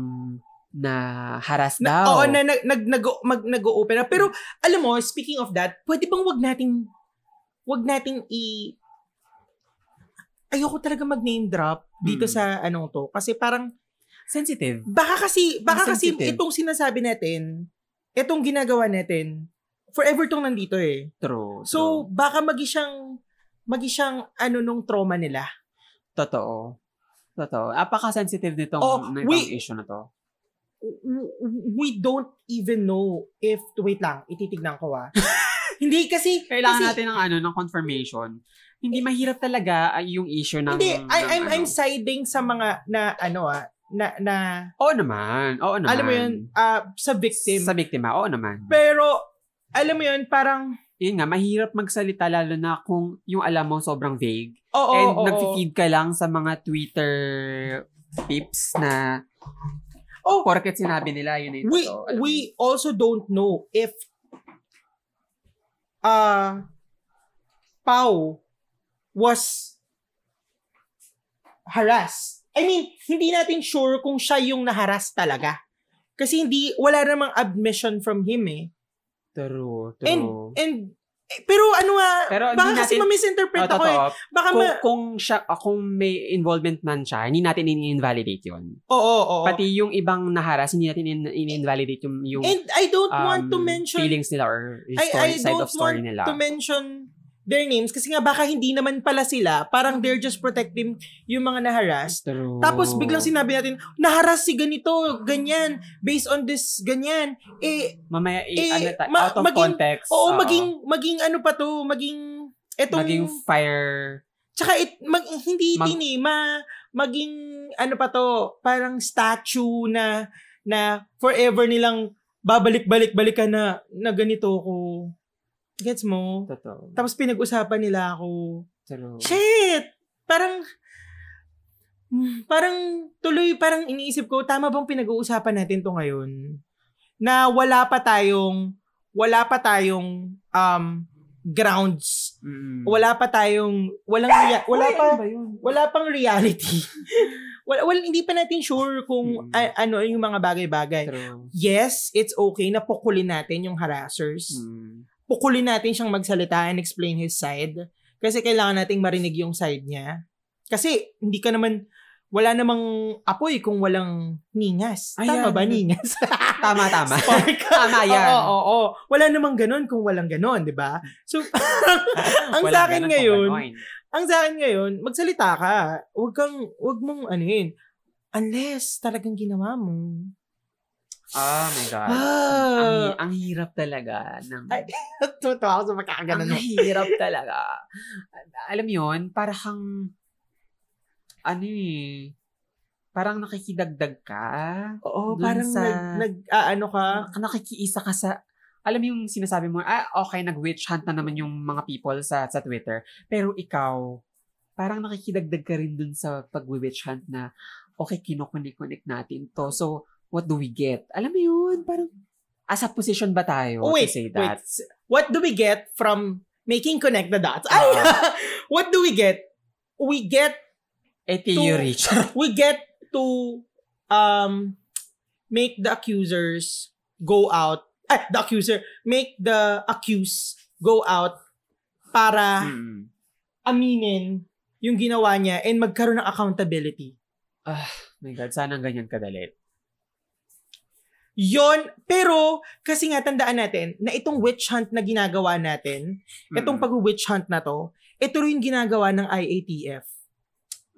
S2: na harass
S1: Na,
S2: daw.
S1: Oo, na nag, nag, nag, mag, nag-open up. Pero, alam mo, speaking of that, pwede bang wag nating, wag nating i, ayoko talaga mag-name drop dito
S2: Mm.
S1: sa anong to. Kasi parang,
S2: Sensitive.
S1: baka kasi, baka kasi
S2: Insensitive.
S1: itong sinasabi natin, itong ginagawa natin, forever tong nandito eh.
S2: True.
S1: So, baka magi siyang, magi siyang ano nung trauma nila.
S2: true. totoo. Totoo. Apaka-sensitive nitong
S1: Oo,
S2: nitong
S1: Oh, we-
S2: issue na to.
S1: W- We don't even know if, wait lang, ititignan ko ah. Hindi kasi,
S2: Kailangan
S1: kasi,
S2: natin ng ano ng confirmation. Hindi mahirap talaga ay, yung issue ng
S1: hindi, I,
S2: ng
S1: I'm,
S2: ano.
S1: I'm siding sa mga, na ano ah, na, na,
S2: Oo naman. Oo naman.
S1: alam mo yun, ah, sa victim.
S2: Sa biktima. Oo naman.
S1: Pero, alam mo yun, parang,
S2: Yun nga, mahirap magsalita lalo na kung yung alam mo sobrang vague.
S1: oo,
S2: And
S1: oo, oo.
S2: nag-feed ka lang sa mga Twitter tips na
S1: Oh.
S2: porket sinabi nila yun ito.
S1: we we also don't know if uh Pau was harassed. I mean, hindi natin sure kung siya yung naharas talaga. Kasi hindi wala namang admission from him eh.
S2: True, true.
S1: And and eh, pero ano ah,
S2: Pero hindi
S1: baka kasi
S2: natin-
S1: ma-misinterpret
S2: Oh,
S1: ako eh.
S2: totoo.
S1: Baka
S2: Kung,
S1: ma-
S2: kung, siya, ah, kung may involvement man siya, hindi natin in-invalidate yun.
S1: Oo, oo, oo.
S2: Pati yung ibang naharas, hindi natin in- in-invalidate yung, yung
S1: and I don't want
S2: um,
S1: to mention
S2: feelings nila or story,
S1: I, I
S2: side
S1: don't
S2: of story
S1: want
S2: nila.
S1: to mention their names kasi nga baka hindi naman pala sila. Parang they're just protecting yung mga naharas.
S2: True.
S1: Tapos biglang sinabi natin, naharas si ganito, ganyan, based on this, ganyan. Eh,
S2: Mamaya, eh,
S1: eh,
S2: ano ta-
S1: ma-
S2: out of
S1: maging-
S2: context.
S1: oo,
S2: oo.
S1: maging, maging ano pa to, maging, etong,
S2: Ah. Maging fire
S1: tsaka it, mag, hindi
S2: Mag-
S1: tini, ma, maging, ano pa to, parang statue na, na forever nilang babalik-balik-balikan na, na ganito ko. Gets mo?
S2: Totoo.
S1: Tapos pinag-usapan nila ako.
S2: True.
S1: Shit! Parang, Mm, parang tuloy, parang iniisip ko, tama bang pinag-uusapan natin to ngayon? Na wala pa tayong, wala pa tayong um, grounds.
S2: Mm.
S1: Wala pa tayong, walang, rea- wala
S2: Ay,
S1: pa,
S2: ano ba yun?
S1: wala pang reality. wala, wala, hindi pa natin sure kung
S2: Mm.
S1: a- ano yung mga bagay-bagay.
S2: True.
S1: Yes, it's okay na pukulin natin yung harassers
S2: Mm.
S1: pukulin natin siyang magsalita and explain his side. Kasi kailangan nating marinig yung side niya. Kasi hindi ka naman, wala namang apoy kung walang ningas. Tama
S2: Ayan.
S1: ba ningas?
S2: Tama, tama.
S1: Spark.
S2: tama
S1: Oo,
S2: yan.
S1: oo, oo. Wala namang ganun kung walang ganun, di ba? So, ang sa
S2: Walang
S1: akin
S2: ganun
S1: ngayon,
S2: kung gano'n.
S1: ang sa akin ngayon, magsalita ka. Huwag kang, huwag mong ano yun. Unless talagang ginawa mo.
S2: Oh my God. ang,
S1: Ah!
S2: hi- ang hirap talaga. Ng,
S1: Ay, Tutuwa Ah, ako sa
S2: ang
S1: magkakaganan mo.
S2: hirap talaga. Alam yun, para kang, ano eh, parang nakikidagdag ka.
S1: Oo,
S2: Dun
S1: parang
S2: sa-
S1: nag, nag ah, ano ka,
S2: Nakikiisa ka sa, alam mo yung sinasabi mo, ah, okay, nag-witch hunt na naman yung mga people sa, sa Twitter. Pero ikaw, parang nakikidagdag ka rin dun sa pag-witch hunt na, okay, kinukunik-kunik natin to. So, what do we get? Alam mo yun, parang, as a position ba tayo
S1: Oh, wait,
S2: to say
S1: wait.
S2: that?
S1: What do we get from making connect the dots? Ay, what do we get? We get
S2: Eh, theory.
S1: we get to um make the accusers go out. Eh, the accuser make the accused go out para
S2: Mm.
S1: aminin yung ginawa niya and magkaroon ng accountability.
S2: My God, sana ganyan kadali.
S1: Yon, pero kasi nga tandaan natin na itong witch hunt na ginagawa natin, itong
S2: Mm.
S1: pag-witch hunt na to, ito rin ginagawa ng IATF.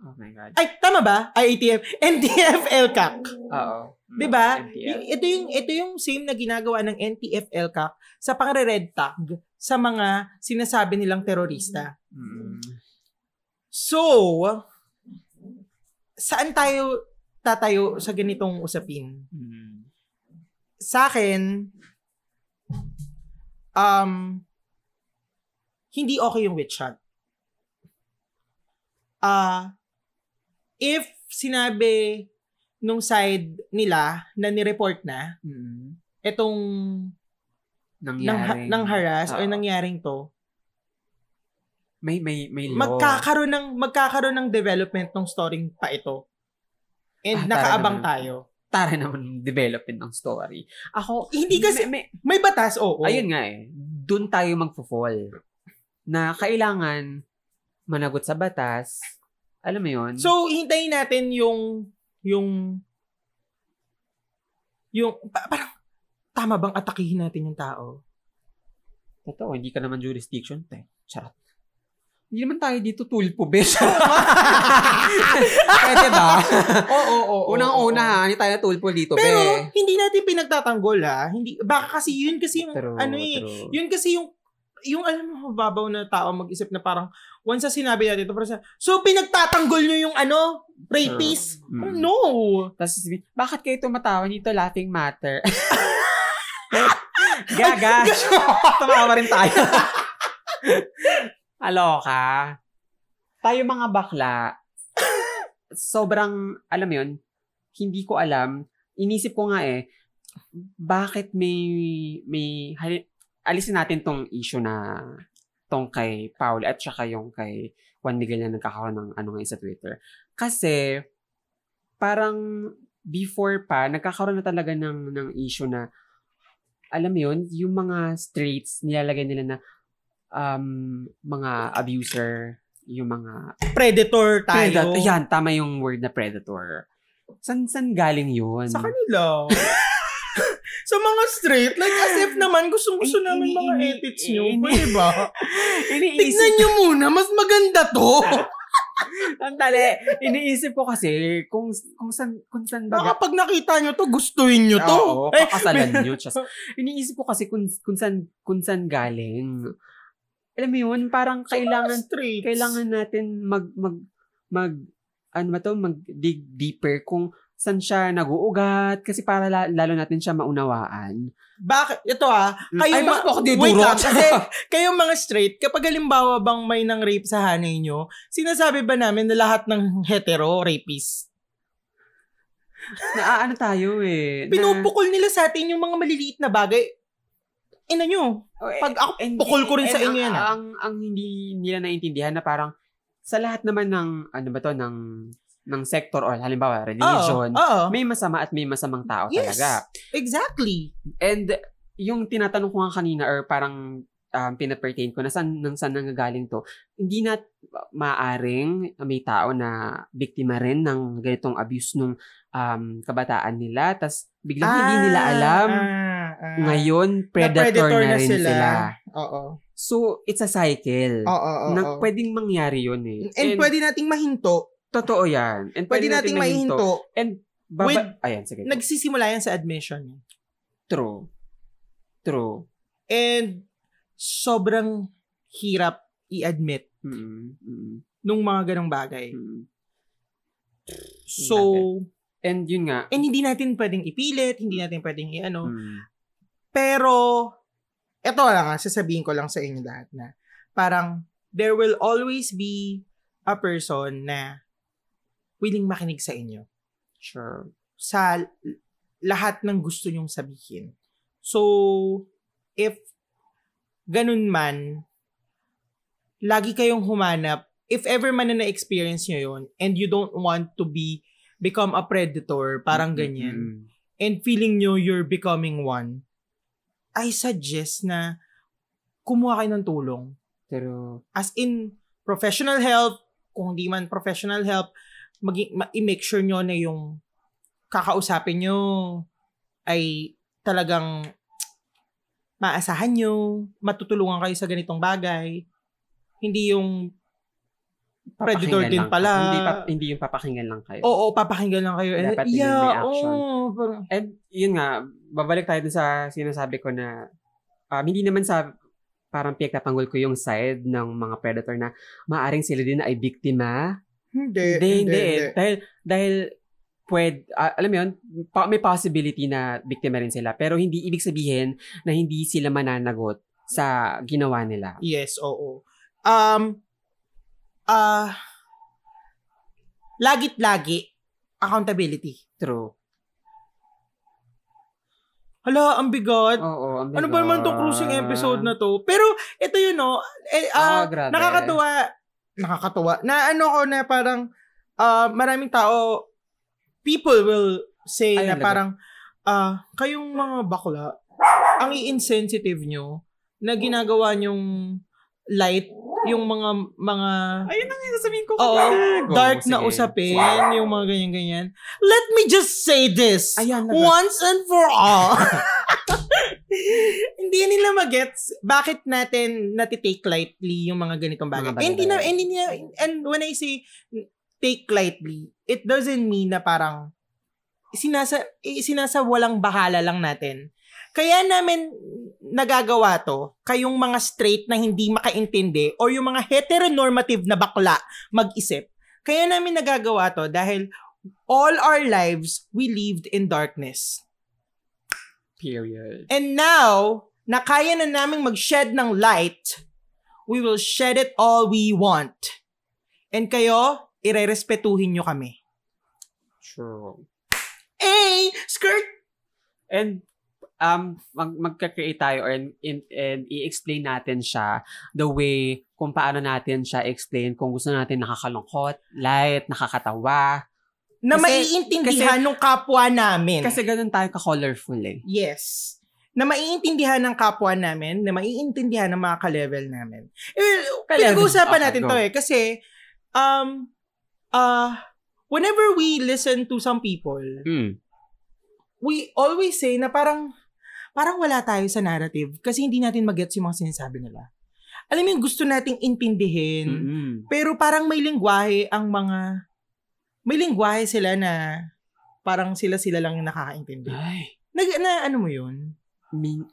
S2: Oh my God.
S1: Ay, tama ba? IATF, NTF LCAC.
S2: Oo. Mm.
S1: 'Di ba?
S2: NTF.
S1: Diba? Y- Ito yung ito yung same na ginagawa ng NTF LCAC sa pangre-red tag sa mga sinasabi nilang terorista.
S2: Mm.
S1: So, saan tayo tatayo sa ganitong usapin?
S2: Mm.
S1: sa akin, um, hindi okay yung witch hunt. Ah, if sinabi nung side nila na nireport na
S2: Mm.
S1: itong nang, ha-
S2: Nangyari.
S1: nang harass or
S2: Oo.
S1: nangyaring to,
S2: May, may, may law.
S1: magkakaroon ng magkakaroon ng development ng story pa ito. And
S2: Ah, tara
S1: nakaabang
S2: naman.
S1: tayo.
S2: Tara naman yung development ng story. Ako,
S1: Hindi kasi-
S2: may, may,
S1: May batas, oo.
S2: Ayun nga eh. Doon tayo magfo-fall. Na kailangan managot sa batas. Alam mo yun?
S1: So, hintayin natin yung, yung, yung, pa- parang, tama bang atakihin natin yung tao?
S2: Totoo, hindi ka naman jurisdiction. Te. Charot. Hindi naman tayo dito tulpo, besh. Pwede ba?
S1: Oo, oo,
S2: diba? Unang-una, ha, hindi tayo tulpo dito,
S1: Pero,
S2: be.
S1: hindi natin pinagtatanggol, ha? Hindi, baka kasi yun kasi yung,
S2: True,
S1: ano eh,
S2: true.
S1: yun kasi yung, yung alam mo, babaw na tao mag-isip na parang, once na sinabi natin ito, parang, sa- so, pinagtatanggol nyo yung ano, rapist?
S2: Mm.
S1: No!
S2: Tapos sabihin, bakit kayo tumatawa dito? Laughing matter. Gaga. Tumawa rin tayo. Aloka. Tayo mga bakla, sobrang, alam mo yun, hindi ko alam. Inisip ko nga eh, bakit may, may, hali- alisin natin tong issue na tong kay Paul at saka yung kay Juan Miguel na nagkakaroon ng ano ngayon sa Twitter. Kasi, parang before pa, nagkakaroon na talaga ng, ng issue na, alam mo yun, yung mga straights, nilalagay nila na um, mga abuser, yung mga
S1: Predator tayo.
S2: Predat- Ayan, tama yung word na predator. San, san galing yun?
S1: Sa kanila. sa mga straight, like as if naman, gustong-gusto
S2: Ay, eh,
S1: namin
S2: ini-
S1: mga
S2: ini-
S1: edits nyo.
S2: ini-
S1: Pwede ba? Tignan
S2: Iniisip,
S1: nyo muna, mas maganda to.
S2: ang dali. Iniisip ko kasi kung, kung san, kung san
S1: Baka
S2: baga,
S1: Ah, pag nakita nyo to, gustuhin nyo to.
S2: Oo,
S1: Eh,
S2: kakasalan nyo. Just, iniisip ko kasi kung, kung, san, kung san galing. Alam mo yun, parang kailangan
S1: straight.
S2: kailangan natin mag mag mag ano ba to mag dig deeper kung saan siya naguugat kasi para la- lalo natin siya maunawaan.
S1: Bakit? Ito ah, kayong,
S2: bakit
S1: ma-
S2: po ako
S1: wait
S2: dinudurog?
S1: lang, kasi kayong mga straight, kapag halimbawa bang may nang rape sa hanay nyo, sinasabi ba namin na lahat ng hetero rapist?
S2: na ano tayo eh. na-
S1: Pinupukol nila sa atin yung mga maliliit na bagay. Ina nyo,
S2: Oh, eh,
S1: pag ako,
S2: and-
S1: pukol ko rin
S2: and
S1: sa inyo
S2: ang,
S1: yan, ah.
S2: Ang, ang hindi nila naintindihan na parang sa lahat naman ng ano ba to ng ng sector or halimbawa Eh, religion,
S1: Oo, oo.
S2: may masama at may masamang tao
S1: Oh. Yes.
S2: talaga.
S1: Exactly.
S2: And yung tinatanong ko nga kanina or parang um, pinapertain ko na saan, nang saan nanggagaling to, hindi na maaring may tao na biktima rin ng ganitong abuse nung um, kabataan nila tas biglang hindi nila alam
S1: ah, ah.
S2: ngayon
S1: predator
S2: predator, na,
S1: Ah. na
S2: rin sila.
S1: sila. Oo.
S2: So it's a cycle.
S1: Oo, oo,
S2: na
S1: oo.
S2: pwedeng mangyari yun eh.
S1: And, pwede nating mahinto.
S2: totoo yan. And
S1: Pwede, nating
S2: mahinto.
S1: mahinto.
S2: And baba-
S1: With-
S2: ayan, sige.
S1: Nagsisimula yan sa admission.
S2: True. True.
S1: And sobrang hirap i-admit
S2: Mm-mm. Mm-mm.
S1: nung mga ganong bagay.
S2: Mm-mm.
S1: So,
S2: And yun nga.
S1: and hindi natin pwedeng ipilit, hindi natin pwedeng i-ano.
S2: Mm.
S1: Pero, eto lang ah, sasabihin ko lang sa inyo lahat na parang there will always be a person na willing makinig sa inyo.
S2: Sure.
S1: sa l- lahat ng gusto niyong sabihin. So, if ganun man, lagi kayong humanap, if ever man na na-experience niyo yon and you don't want to be become a predator, parang ganyan,
S2: Mm-mm.
S1: and feeling nyo you're becoming one, I suggest na kumuha kayo ng tulong.
S2: Pero,
S1: As in, professional help, kung hindi man professional help, magi- ma- i-make sure nyo na yung kakausapin nyo ay talagang maasahan nyo, matutulungan kayo sa ganitong bagay. Hindi yung, Predator
S2: papakinggan
S1: din
S2: lang
S1: pala.
S2: kayo. Hindi, pa, hindi yung papakinggan lang kayo.
S1: oo, papakinggan lang kayo.
S2: Dapat yun yung may
S1: yeah,
S2: action.
S1: oo, parang-
S2: And yun nga, babalik tayo dun sa sinasabi ko na um, hindi naman sa parang pinagtatanggol ko yung side ng mga predator na maaring sila din ay biktima.
S1: hindi,
S2: Hindi, hindi. eh. Dahil, dahil pwede, ah, alam mo yun, pa- may possibility na biktima rin sila. Pero hindi ibig sabihin na hindi sila mananagot sa ginawa nila.
S1: Yes, oo. Um, ah, lagit-lagi, accountability.
S2: True.
S1: Hala, ang bigat.
S2: Oo. ang
S1: ano ba naman tong cruising
S2: Oh, bigat.
S1: episode na to? Pero, ito yun, no? Eh, ah,
S2: Oo, grabe.
S1: nakakatuwa. Nakakatuwa. Na ano ko na parang, ah, maraming tao, people will say
S2: Ay,
S1: na
S2: halaga.
S1: parang, ah, kayong mga bakla, ang i-insensitive nyo, na ginagawa nyong light, yung mga, mga,
S2: Ayun ang sasabihin ko.
S1: Oo,
S2: Go,
S1: dark na
S2: sige.
S1: usapin, yung mga ganyan-ganyan. Let me just say this.
S2: Ayan, nag-
S1: Once and for all. hindi nila magets bakit natin natitake lightly yung mga ganitong bagay.
S2: Mga bagay-bagay.
S1: Hindi na, hindi na, and when I say take lightly, it doesn't mean na parang sinasa, eh, sinasawalang bahala lang natin. Kaya namin nagagawa to, kayong mga straight na hindi makaintindi or yung mga heteronormative na bakla mag-isip. Kaya namin nagagawa to dahil all our lives we lived in darkness.
S2: Period.
S1: And now, na kaya na naming mag-shed ng light, we will shed it all we want. And kayo, irerespetuhin nyo kami.
S2: True. Eh,
S1: Hey! Skirt!
S2: And um mag magka-create tayo or and, and, and i-explain natin siya the way kung paano natin siya explain kung gusto natin nakakalungkot, light, nakakatawa.
S1: Na
S2: Kasi-
S1: maiintindihan ng kapwa namin.
S2: Kasi ganun tayo ka-colorful eh.
S1: yes. Na maiintindihan ng kapwa namin, na maiintindihan ng mga ka-level namin. Eh,
S2: Ka-level.
S1: Pinag-uusapan
S2: Okay,
S1: natin
S2: go.
S1: to eh. Kasi, um, uh, whenever we listen to some people,
S2: Mm.
S1: we always say na parang parang wala tayo sa narrative kasi hindi natin magets yung mga sinasabi nila. Alam mo yung gusto nating intindihin,
S2: Mm-mm.
S1: pero parang may lingwahe ang mga may lingwahe sila na parang sila-sila lang yung nakakaintindi.
S2: Ay,
S1: Nag, na ano mo yun?
S2: min-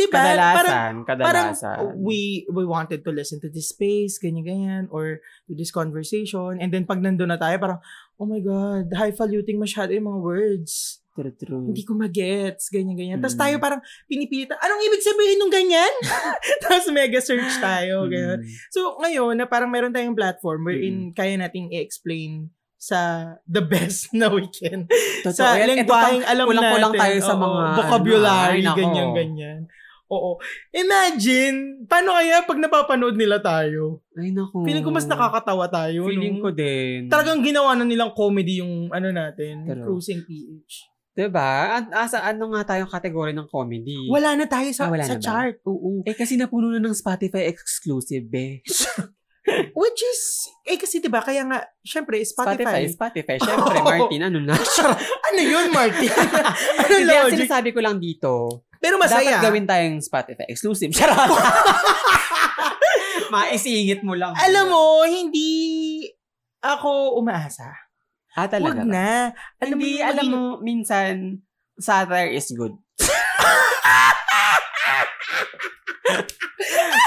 S1: Diba? Parang,
S2: kadalasan,
S1: parang
S2: kadalasan.
S1: we we wanted to listen to this space, ganyan-ganyan, or to this conversation. And then pag nandun na tayo, parang, oh my God, high-faluting masyado yung mga words
S2: true, true.
S1: hindi ko magets, ganyan-ganyan. Tapos
S2: Mm.
S1: tayo parang pinipilitan, anong ibig sabihin nung ganyan? Tapos mega search tayo, ganyan.
S2: Mm.
S1: So, ngayon, na parang meron tayong platform
S2: Hmm.
S1: wherein kaya nating i-explain sa the best na we can.
S2: Totoo.
S1: sa
S2: Yan, eto pa-
S1: lengguaheng alam
S2: kulang-kulang
S1: natin.
S2: tayo sa
S1: Oo,
S2: mga- ano,
S1: vocabulary,
S2: Ay, nako.
S1: ganyan-ganyan. Oo. Imagine, paano kaya pag napapanood nila tayo?
S2: Ay, naku.
S1: Feeling ko mas nakakatawa tayo.
S2: Hmm. Feeling
S1: no?
S2: ko din.
S1: Talagang ginawa na nilang comedy yung ano natin,
S2: Pero-
S1: Cruising PH.
S2: Diba? An- asa, ano nga tayong kategory ng comedy?
S1: Wala na tayo sa,
S2: Ah, wala
S1: sa
S2: na ba?
S1: chart. Oo.
S2: Eh kasi napuno na ng Spotify exclusive eh.
S1: Which is, eh kasi 'di ba kaya nga, syempre,
S2: Spotify,
S1: Spotify.
S2: Spotify. Siyempre,
S1: Oo.
S2: Martin, ano na?
S1: ano yun, Martin? ano
S2: Hindi, ang
S1: logic?
S2: sinasabi ko lang dito,
S1: Pero masaya.
S2: dapat gawin tayong Spotify exclusive. Charot! Maisingit mo lang.
S1: Alam mo, hindi ako umaasa.
S2: Ah,
S1: Huwag
S2: talaga.
S1: na. Alam
S2: Hindi,
S1: yung
S2: alam mo,
S1: maging-
S2: minsan, satire is good.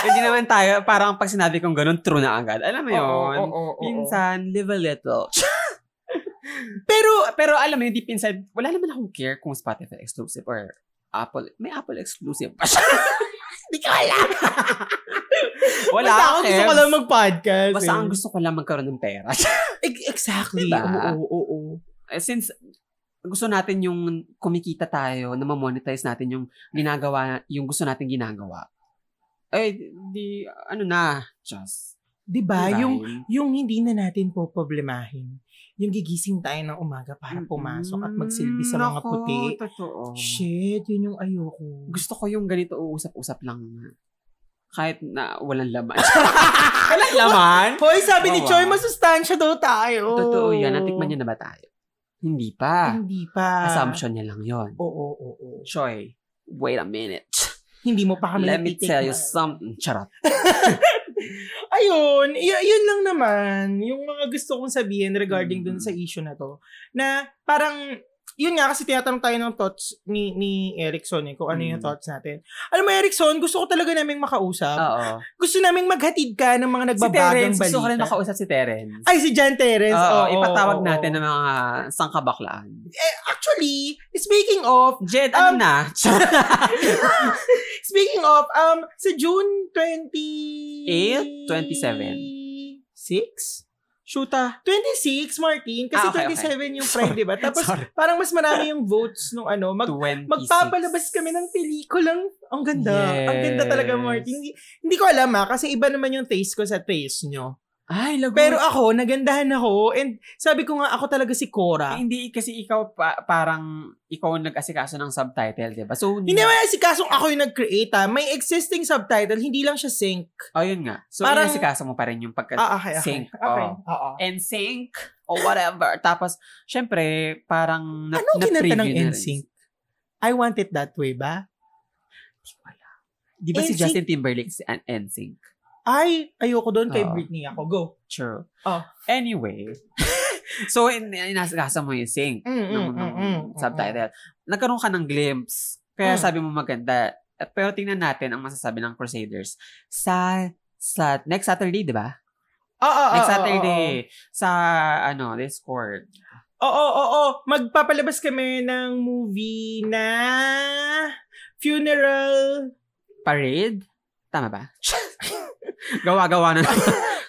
S2: Hindi naman tayo, parang pag sinabi kong ganun, true na agad. Alam mo yun?
S1: Oo, oo, oo, oo.
S2: Minsan, live a little.
S1: Pero,
S2: Pero alam mo, hindi pinsan, wala naman akong care kung Spotify exclusive or Apple. May Apple exclusive pa siya.
S1: hindi ko alam.
S2: Wala
S1: Basta ako
S2: akong
S1: gusto ko lang mag-podcast.
S2: Basta
S1: eh.
S2: ang gusto ko lang magkaroon ng pera.
S1: Ex- Exactly.
S2: Diba?
S1: Oo, oo, oo.
S2: eh, since gusto natin yung kumikita tayo, na monetize natin yung ginagawa, yung gusto natin ginagawa. Eh, di, ano na, just,
S1: Di ba? Diba? Yung,
S2: design.
S1: yung hindi na natin po problemahin. Yung gigising tayo ng umaga para pumasok at magsilbi sa mga
S2: Nako,
S1: puti.
S2: totoo.
S1: Shit, yun yung ayoko.
S2: Gusto ko yung ganito uusap-usap lang. Kahit na walang laman.
S1: Walang
S2: laman?
S1: Hoy, sabi ni
S2: Wawa.
S1: Choi, masustansya daw tayo.
S2: Totoo yan. Natikman niya na ba tayo? Hindi pa.
S1: Oh. Hindi pa.
S2: Assumption niya lang yon.
S1: Oo, oo, oo.
S2: Choi, wait a minute.
S1: Hindi mo pa kami
S2: Let me
S1: natitikman.
S2: tell you something. Charot.
S1: Ayun, y- yun lang naman. Yung mga gusto kong sabihin regarding
S2: Mm.
S1: dun sa issue na to. Na parang, yun nga kasi tinatanong tayo ng thoughts ni, ni Erickson eh, kung ano yung
S2: Mm.
S1: thoughts natin. Alam mo Erickson, gusto ko talaga naming makausap.
S2: Oo.
S1: gusto naming maghatid ka ng mga
S2: Ah. Si
S1: nagbabagang
S2: Terrence,
S1: balita.
S2: gusto ko rin makausap si Terrence.
S1: Ay, si Jan Terrence.
S2: Oo,
S1: Oo,
S2: ipatawag
S1: oo,
S2: natin
S1: oo.
S2: ng mga sangkabaklaan.
S1: Actually, speaking of,
S2: Jed, ano
S1: Um,
S2: na? Charot.
S1: Speaking of, um, sa June 20...
S2: Eight? 27.
S1: 6? Shoota. 26, Martin. Kasi
S2: Ah, okay, okay.
S1: 27 yung Friday, ba? Tapos,
S2: Sorry.
S1: parang mas marami yung votes nung ano. Mag,
S2: 26.
S1: magpapalabas kami ng pelikulang. Ang ganda. Ang ganda talaga,
S2: Yes.
S1: Martin. Hindi, hindi ko alam, ha? Kasi iba naman yung taste ko sa taste nyo.
S2: Ay, lagot.
S1: Pero ako, nagandahan ako. And sabi ko nga, ako talaga si Cora.
S2: ah, hindi kasi ikaw pa- parang ikaw ang nag-asikaso ng subtitle, 'di ba? So
S1: Hindi naman si kasong ako yung nag-create, ha? May existing subtitle, hindi lang siya sync.
S2: ayun oh, nga. So
S1: Parang-
S2: parang, inasikaso mo pa rin yung pagka
S1: Ah, okay, okay.
S2: Sync, oh.
S1: Okay.
S2: oo.
S1: Oo.
S2: and sync or whatever. Tapos syempre parang na,
S1: Anong kinanta ng
S2: na-preview na rin.
S1: NSYNC? I want it that way ba?
S2: Di ba si
S1: NSYNC?
S2: Justin Timberlake si An- NSYNC?
S1: Ay, ayoko doon kay
S2: Oo.
S1: Britney ako. Go.
S2: True.
S1: Oh.
S2: Anyway. so in, inasikaso mo yung sync. nung, nung subtitle. Nagkaroon ka ng glimpse. Kaya
S1: Mm.
S2: sabi mo maganda. At pero tingnan natin ang masasabi ng Crusaders sa sa next Saturday, 'di ba?
S1: Oo, oo, Ah, oo,
S2: next
S1: oo,
S2: Saturday sa ano, Discord.
S1: Oo, oo, oo, oo. Magpapalabas kami ng movie na funeral.
S2: Parade? Tama ba? Gawa-gawa na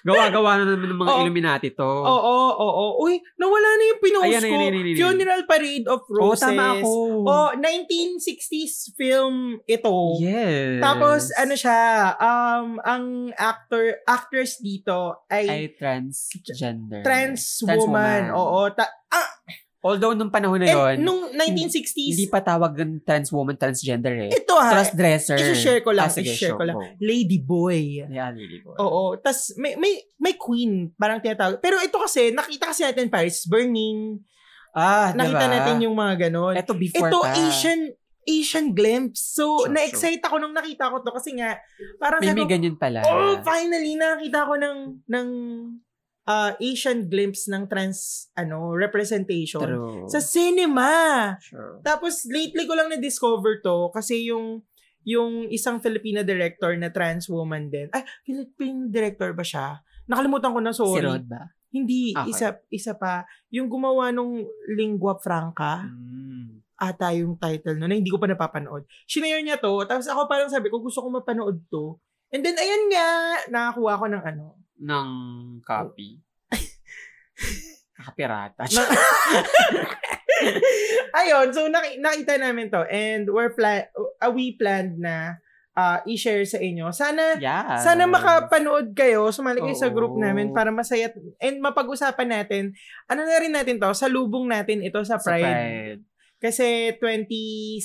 S2: gawa-gawa na naman ng mga
S1: Oo.
S2: Illuminati to.
S1: Oo, oo, oo. Uy, nawala na yung pinost
S2: Oh. Ayan, ayan,
S1: ko.
S2: ayan, ayan, ayan.
S1: Funeral Parade of
S2: Oo,
S1: Roses.
S2: tama ako.
S1: Oh, 1960s film ito.
S2: Yes.
S1: Tapos ano siya, um ang actor actress dito ay,
S2: Ay, transgender.
S1: trans,
S2: trans
S1: woman.
S2: woman.
S1: Oo, ta- ah,
S2: Although nung panahon
S1: and
S2: na yon,
S1: nung
S2: hindi
S1: 1960s
S2: pa tawag ng trans woman, transgender eh.
S1: ito ha,
S2: Transdresser.
S1: isi-share ko lang,
S2: Ah, sige,
S1: isi-share
S2: show,
S1: ko lang. Oh,
S2: go.
S1: lady boy.
S2: Yeah, really boy.
S1: Oo, tas may may may queen parang tinatawag. Pero ito kasi nakita kasi natin Paris is Burning.
S2: Ah,
S1: Nakita natin yung mga ganon.
S2: Ito before
S1: Ito
S2: pa.
S1: Asian Asian glimpse. So
S2: Sure,
S1: na-excite ako nung nakita ko to kasi nga parang
S2: May
S1: sabi
S2: may
S1: ko,
S2: ganyan pala.
S1: Oh, finally nakita ko ng ng ah, Asian glimpse ng trans ano representation
S2: True.
S1: sa cinema.
S2: Sure.
S1: Tapos lately ko lang na discover to kasi yung yung isang Filipina director na trans woman din. Ay, Philippine director ba siya? Nakalimutan ko na,
S2: Si
S1: sorry.
S2: Rod ba?
S1: Hindi,
S2: Okay.
S1: isa, isa pa. Yung gumawa nung Lingua Franca ata yung title no, na hindi ko pa napapanood. Shinare niya to, tapos ako parang sabi ko, gusto ko mapanood to. And then, ayan nga, nakakuha ko ng ano.
S2: Ng copy. Nakapirata.
S1: Na- Ayun, so naki- nakita namin to. And we're pla- uh, we planned na uh, i-share sa inyo. Sana,
S2: yeah.
S1: sana makapanood kayo, sumali kayo sa
S2: Ano? Oo.
S1: group namin para masaya and mapag-usapan natin. Ano na rin natin to, salubong natin ito sa
S2: Sa
S1: Pride. Kasi 27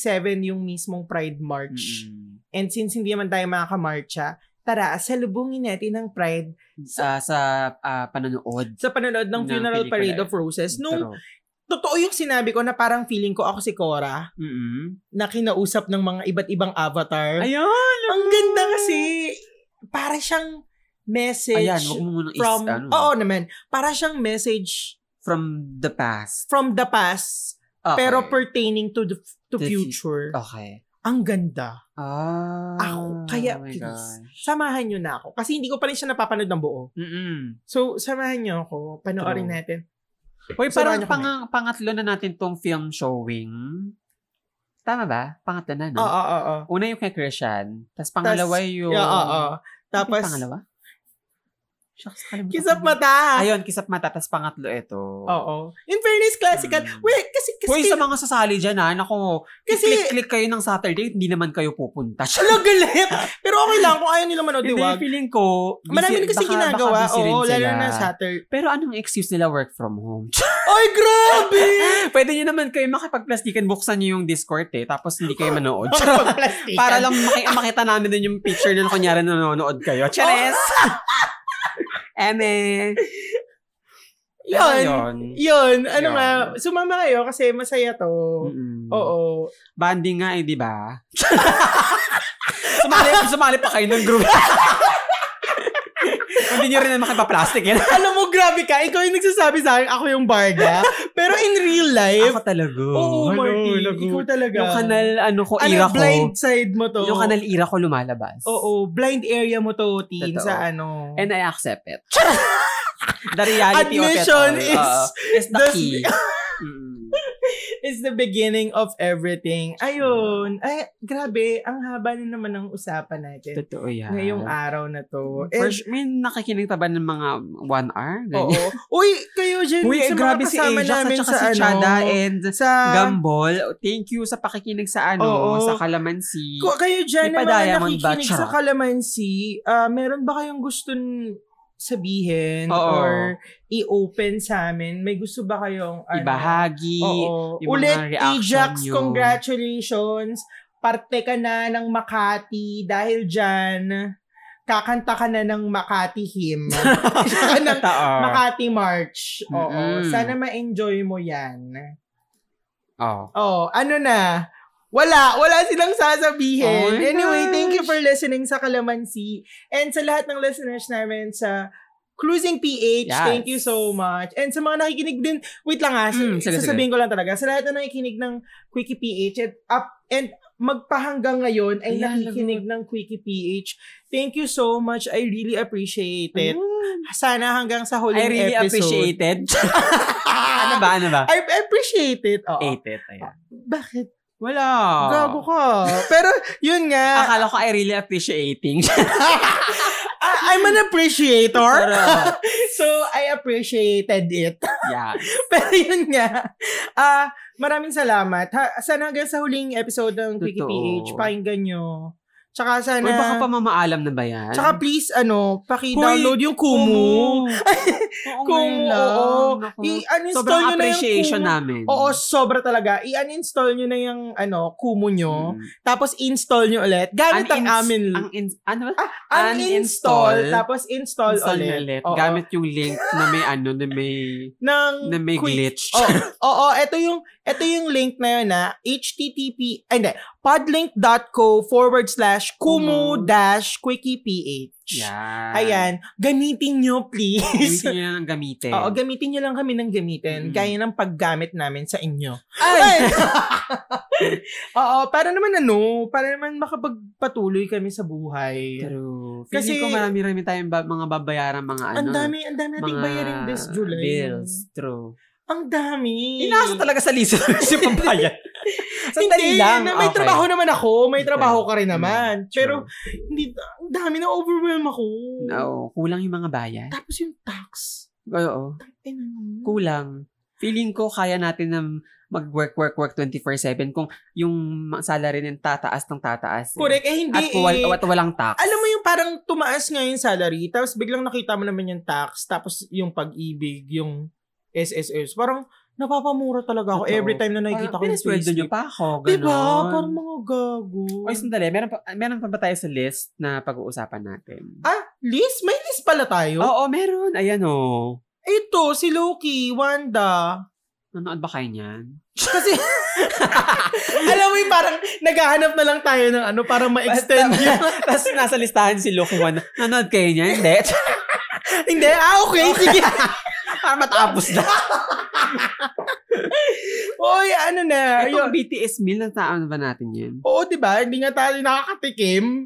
S1: yung mismong Pride March.
S2: Mm-mm.
S1: And since hindi naman tayo makakamarcha, tara, salubungin natin ang pride
S2: Sa, sa ah, panonood.
S1: sa panonood ng
S2: Ng
S1: Funeral
S2: pelikula.
S1: Parade of Roses. Nung
S2: Pero,
S1: totoo yung sinabi ko na parang feeling ko ako si Cora
S2: mm-mm.
S1: na kinausap ng mga iba't ibang avatar.
S2: Ayun!
S1: ang ganda kasi. Para siyang message
S2: Ayan, huwag mo munang is,
S1: from...
S2: ano,
S1: Oo naman. Para siyang message
S2: from the past.
S1: from the past
S2: Okay.
S1: pero pertaining to the to
S2: The fu-
S1: future.
S2: Okay.
S1: Ang ganda.
S2: Ah.
S1: Ako. Kaya
S2: oh my
S1: please,
S2: gosh.
S1: samahan nyo na ako. Kasi hindi ko pa rin siya napapanood ng buo.
S2: Mm-mm.
S1: So, samahan niyo ako. Panoorin
S2: True.
S1: natin.
S2: Uy,
S1: Samahan
S2: parang
S1: niyo kami.
S2: pang, pangatlo na natin tong film showing. Tama ba? Pangatlo na, no?
S1: Oo, oo, oo.
S2: Una yung kay Christian, tapos pangalawa yung...
S1: Yeah, oo, oo.
S2: Ano yung
S1: Tapos,
S2: pangalawa? Shucks, kalimutan.
S1: Kiss
S2: ko
S1: of
S2: na.
S1: mata.
S2: Ayun, kisap mata. Tapos pangatlo, ito.
S1: Oo. In fairness, classical.
S2: Mm.
S1: Wait, kasi, Oh. kasi,
S2: Hoy, sa mga sasali dyan ha, nako,
S1: Kasi-
S2: click-click kayo ng Saturday, hindi naman kayo pupunta.
S1: Ala, galit! Pero okay lang kung ayaw nila manood,
S2: Hindi,
S1: di ba?
S2: feeling ko, busy-
S1: Marami kasi
S2: baka-
S1: ginagawa.
S2: baka busy rin
S1: Oo, lalo
S2: sila.
S1: na Saturday.
S2: Pero anong excuse nila work from home?
S1: Ay, grabe!
S2: Pwede nyo naman kayo makipagplastikan, buksan nyo yung Discord eh, tapos hindi kayo manood.
S1: Pagplastikan.
S2: Para lang maki- makita namin din yung picture na kunyari nanonood kayo. Cheres! Eme!
S1: Yun. Yun, ano
S2: Yun.
S1: nga, sumama kayo kasi masaya to.
S2: Oo.
S1: Oo.
S2: Banding nga eh, di ba? sumali, sumali pa kayo ng group. Hindi nyo rin na makipaplastic eh. yun.
S1: Alam mo, grabe ka. Ikaw yung nagsasabi sa akin, ako yung barga. Pero in real life,
S2: Ako talaga.
S1: oo, oh,
S2: Ano,
S1: Marty,
S2: lagot.
S1: ikaw talaga.
S2: Yung kanal, ano ko,
S1: ano,
S2: ira ko.
S1: blind side mo to.
S2: Yung kanal ira ko lumalabas.
S1: Oo, blind area mo to, teen,
S2: Totoo.
S1: sa ano.
S2: And I accept it. the reality
S1: Admission
S2: of it all,
S1: is
S2: oo, is the
S1: the-
S2: key. Mm.
S1: It's the beginning of everything. Ayun. Ay, grabe. Ang haba na naman ng usapan natin
S2: Totoo yan.
S1: ngayong araw na to. And,
S2: For sure, may nakikinig ka ba ng mga one hour?
S1: oo. Uy, kayo dyan.
S2: Uy,
S1: sa
S2: eh,
S1: mga
S2: grabe si
S1: kasama
S2: Ajax at
S1: namin
S2: saka
S1: sa
S2: si
S1: ano,
S2: Chada and
S1: sa
S2: Gambol. Thank you sa pakikinig sa ano,
S1: Oo.
S2: sa Kalamansi.
S1: Ko- kayo dyan na
S2: May
S1: mga
S2: pa-diamond ba,
S1: nakikinig sa
S2: charot?
S1: Kalamansi, ah, meron ba kayong gustong sabihin
S2: Oo.
S1: or i-open sa amin? May gusto ba kayong ano?
S2: Ibahagi.
S1: Oo.
S2: yung mga
S1: Ulit,
S2: reaction
S1: Ajax,
S2: nyo.
S1: congratulations. Parte ka na ng Makati dahil dyan kakanta ka na ng Makati hymn. Tsaka ng
S2: Totoo.
S1: Makati March. Oo.
S2: Mm-mm.
S1: Sana ma-enjoy mo yan.
S2: Oo.
S1: Oh, ano na? Wala, wala silang
S2: Oh
S1: sasabihin.
S2: my
S1: anyway,
S2: gosh.
S1: thank you for listening sa Kalamansi and sa lahat ng listeners namin sa Cruising PH.
S2: Yes.
S1: Thank you so much. And sa mga nakikinig din, wait lang ha,
S2: Mm, sige,
S1: sasabihin ko lang talaga. Sa lahat na nakikinig ng Quickie PH at up and magpahanggang ngayon ay
S2: Ayan,
S1: nakikinig ng Quickie PH. Thank you so much. I really appreciate it. Sana hanggang sa huling
S2: I really
S1: episode.
S2: appreciated. ano ba, ano ba?
S1: I appreciate it. Oo.
S2: Ate, it. Ayan.
S1: Bakit?
S2: Wala.
S1: Gago ka. Pero, yun nga.
S2: Akala ko I really appreciating.
S1: I- I'm an appreciator.
S2: Pero,
S1: so, I appreciated it.
S2: yeah.
S1: Pero yun nga. Ah, maraming salamat. Ha, sana hanggang sa huling episode ng Quickie
S2: Totoo.
S1: PH, pakinggan nyo. Tsaka sana...
S2: Uy, baka pa mamaalam na ba yan?
S1: tsaka please, ano, paki-download yung Kumu.
S2: Oo,
S1: Kumu,
S2: ngayon lang.
S1: oo.
S2: Naku.
S1: I-uninstall
S2: Oh, Sobrang
S1: nyo na yung
S2: appreciation
S1: Kumu.
S2: namin.
S1: Oo, sobra talaga. I-uninstall nyo na yung ano, Kumu nyo. Tapos install nyo ulit. Gamit ang
S2: Unins-
S1: amin.
S2: Mm. Ang in- ano? uninstall.
S1: uninstall, tapos install,
S2: Install
S1: ulit.
S2: na ulit.
S1: Oo.
S2: Gamit yung link na may ano, na may,
S1: ng
S2: na may
S1: quick-
S2: glitch.
S1: Oo, oo, ito yung ito yung link na yun ah. na http ay, hindi, podlink.co forward slash kumu
S2: Kumu.
S1: dash quickieph.
S2: Yan.
S1: Ayan. Gamitin nyo, please.
S2: Gamitin nyo lang ang gamitin.
S1: Oo, gamitin nyo lang kami ng gamitin.
S2: Mm.
S1: Gaya ng paggamit namin sa inyo.
S2: Ay!
S1: Oo, para naman ano, para naman makapagpatuloy kami sa buhay.
S2: True. Kasi,
S1: Kasi-
S2: ko marami-rami tayong ba- mga babayaran, mga ano.
S1: ang dami, ang dami nating
S2: mga
S1: bayarin this July.
S2: Bills. True.
S1: Ang dami.
S2: Inasa talaga sa listeners yung pambayad.
S1: hindi,
S2: Sandali lang.
S1: Na, may
S2: Okay.
S1: trabaho naman ako. May
S2: Okay.
S1: trabaho ka rin
S2: Mm,
S1: naman.
S2: true.
S1: Pero, hindi, ang dami na overwhelm ako.
S2: No, kulang yung mga bayan.
S1: Tapos yung tax.
S2: Oo.
S1: Ay, nang-
S2: Kulang. Feeling ko kaya natin na mag-work, work, work 24-7 kung yung ma- salary nyo tataas ng tataas. eh.
S1: Correct. Eh, hindi
S2: At,
S1: eh.
S2: wal- at walang tax.
S1: Alam mo yung parang tumaas nga yung salary, tapos biglang nakita mo naman yung tax, tapos yung pag-ibig, yung SSS. Parang, napapamura talaga ako
S2: Totoo.
S1: every time na nakikita ko yung
S2: Pinasweldo nyo
S1: payslip.
S2: pa ako. Ganon.
S1: Diba? Parang mga gago.
S2: Oy, sandali. Meron pa, meron pa ba tayo sa list na pag-uusapan natin?
S1: Ah, list? May list pala tayo?
S2: Oo, meron. Ayan oh. o.
S1: Ito, si Loki, Wanda.
S2: Nanood ba kayo niyan?
S1: Kasi, alam mo yung parang naghahanap na lang tayo ng ano, parang ma-extend yun.
S2: Tapos nasa listahan si Loki Wan. Nanood kayo niyan? Hindi.
S1: Hindi, ah, okay, sige.
S2: Para matapos na.
S1: Oy, ano na.
S2: Itong
S1: Ayun.
S2: BTS meal, nataan ba natin yun?
S1: Oo, di ba? Hindi nga tayo nakakatikim.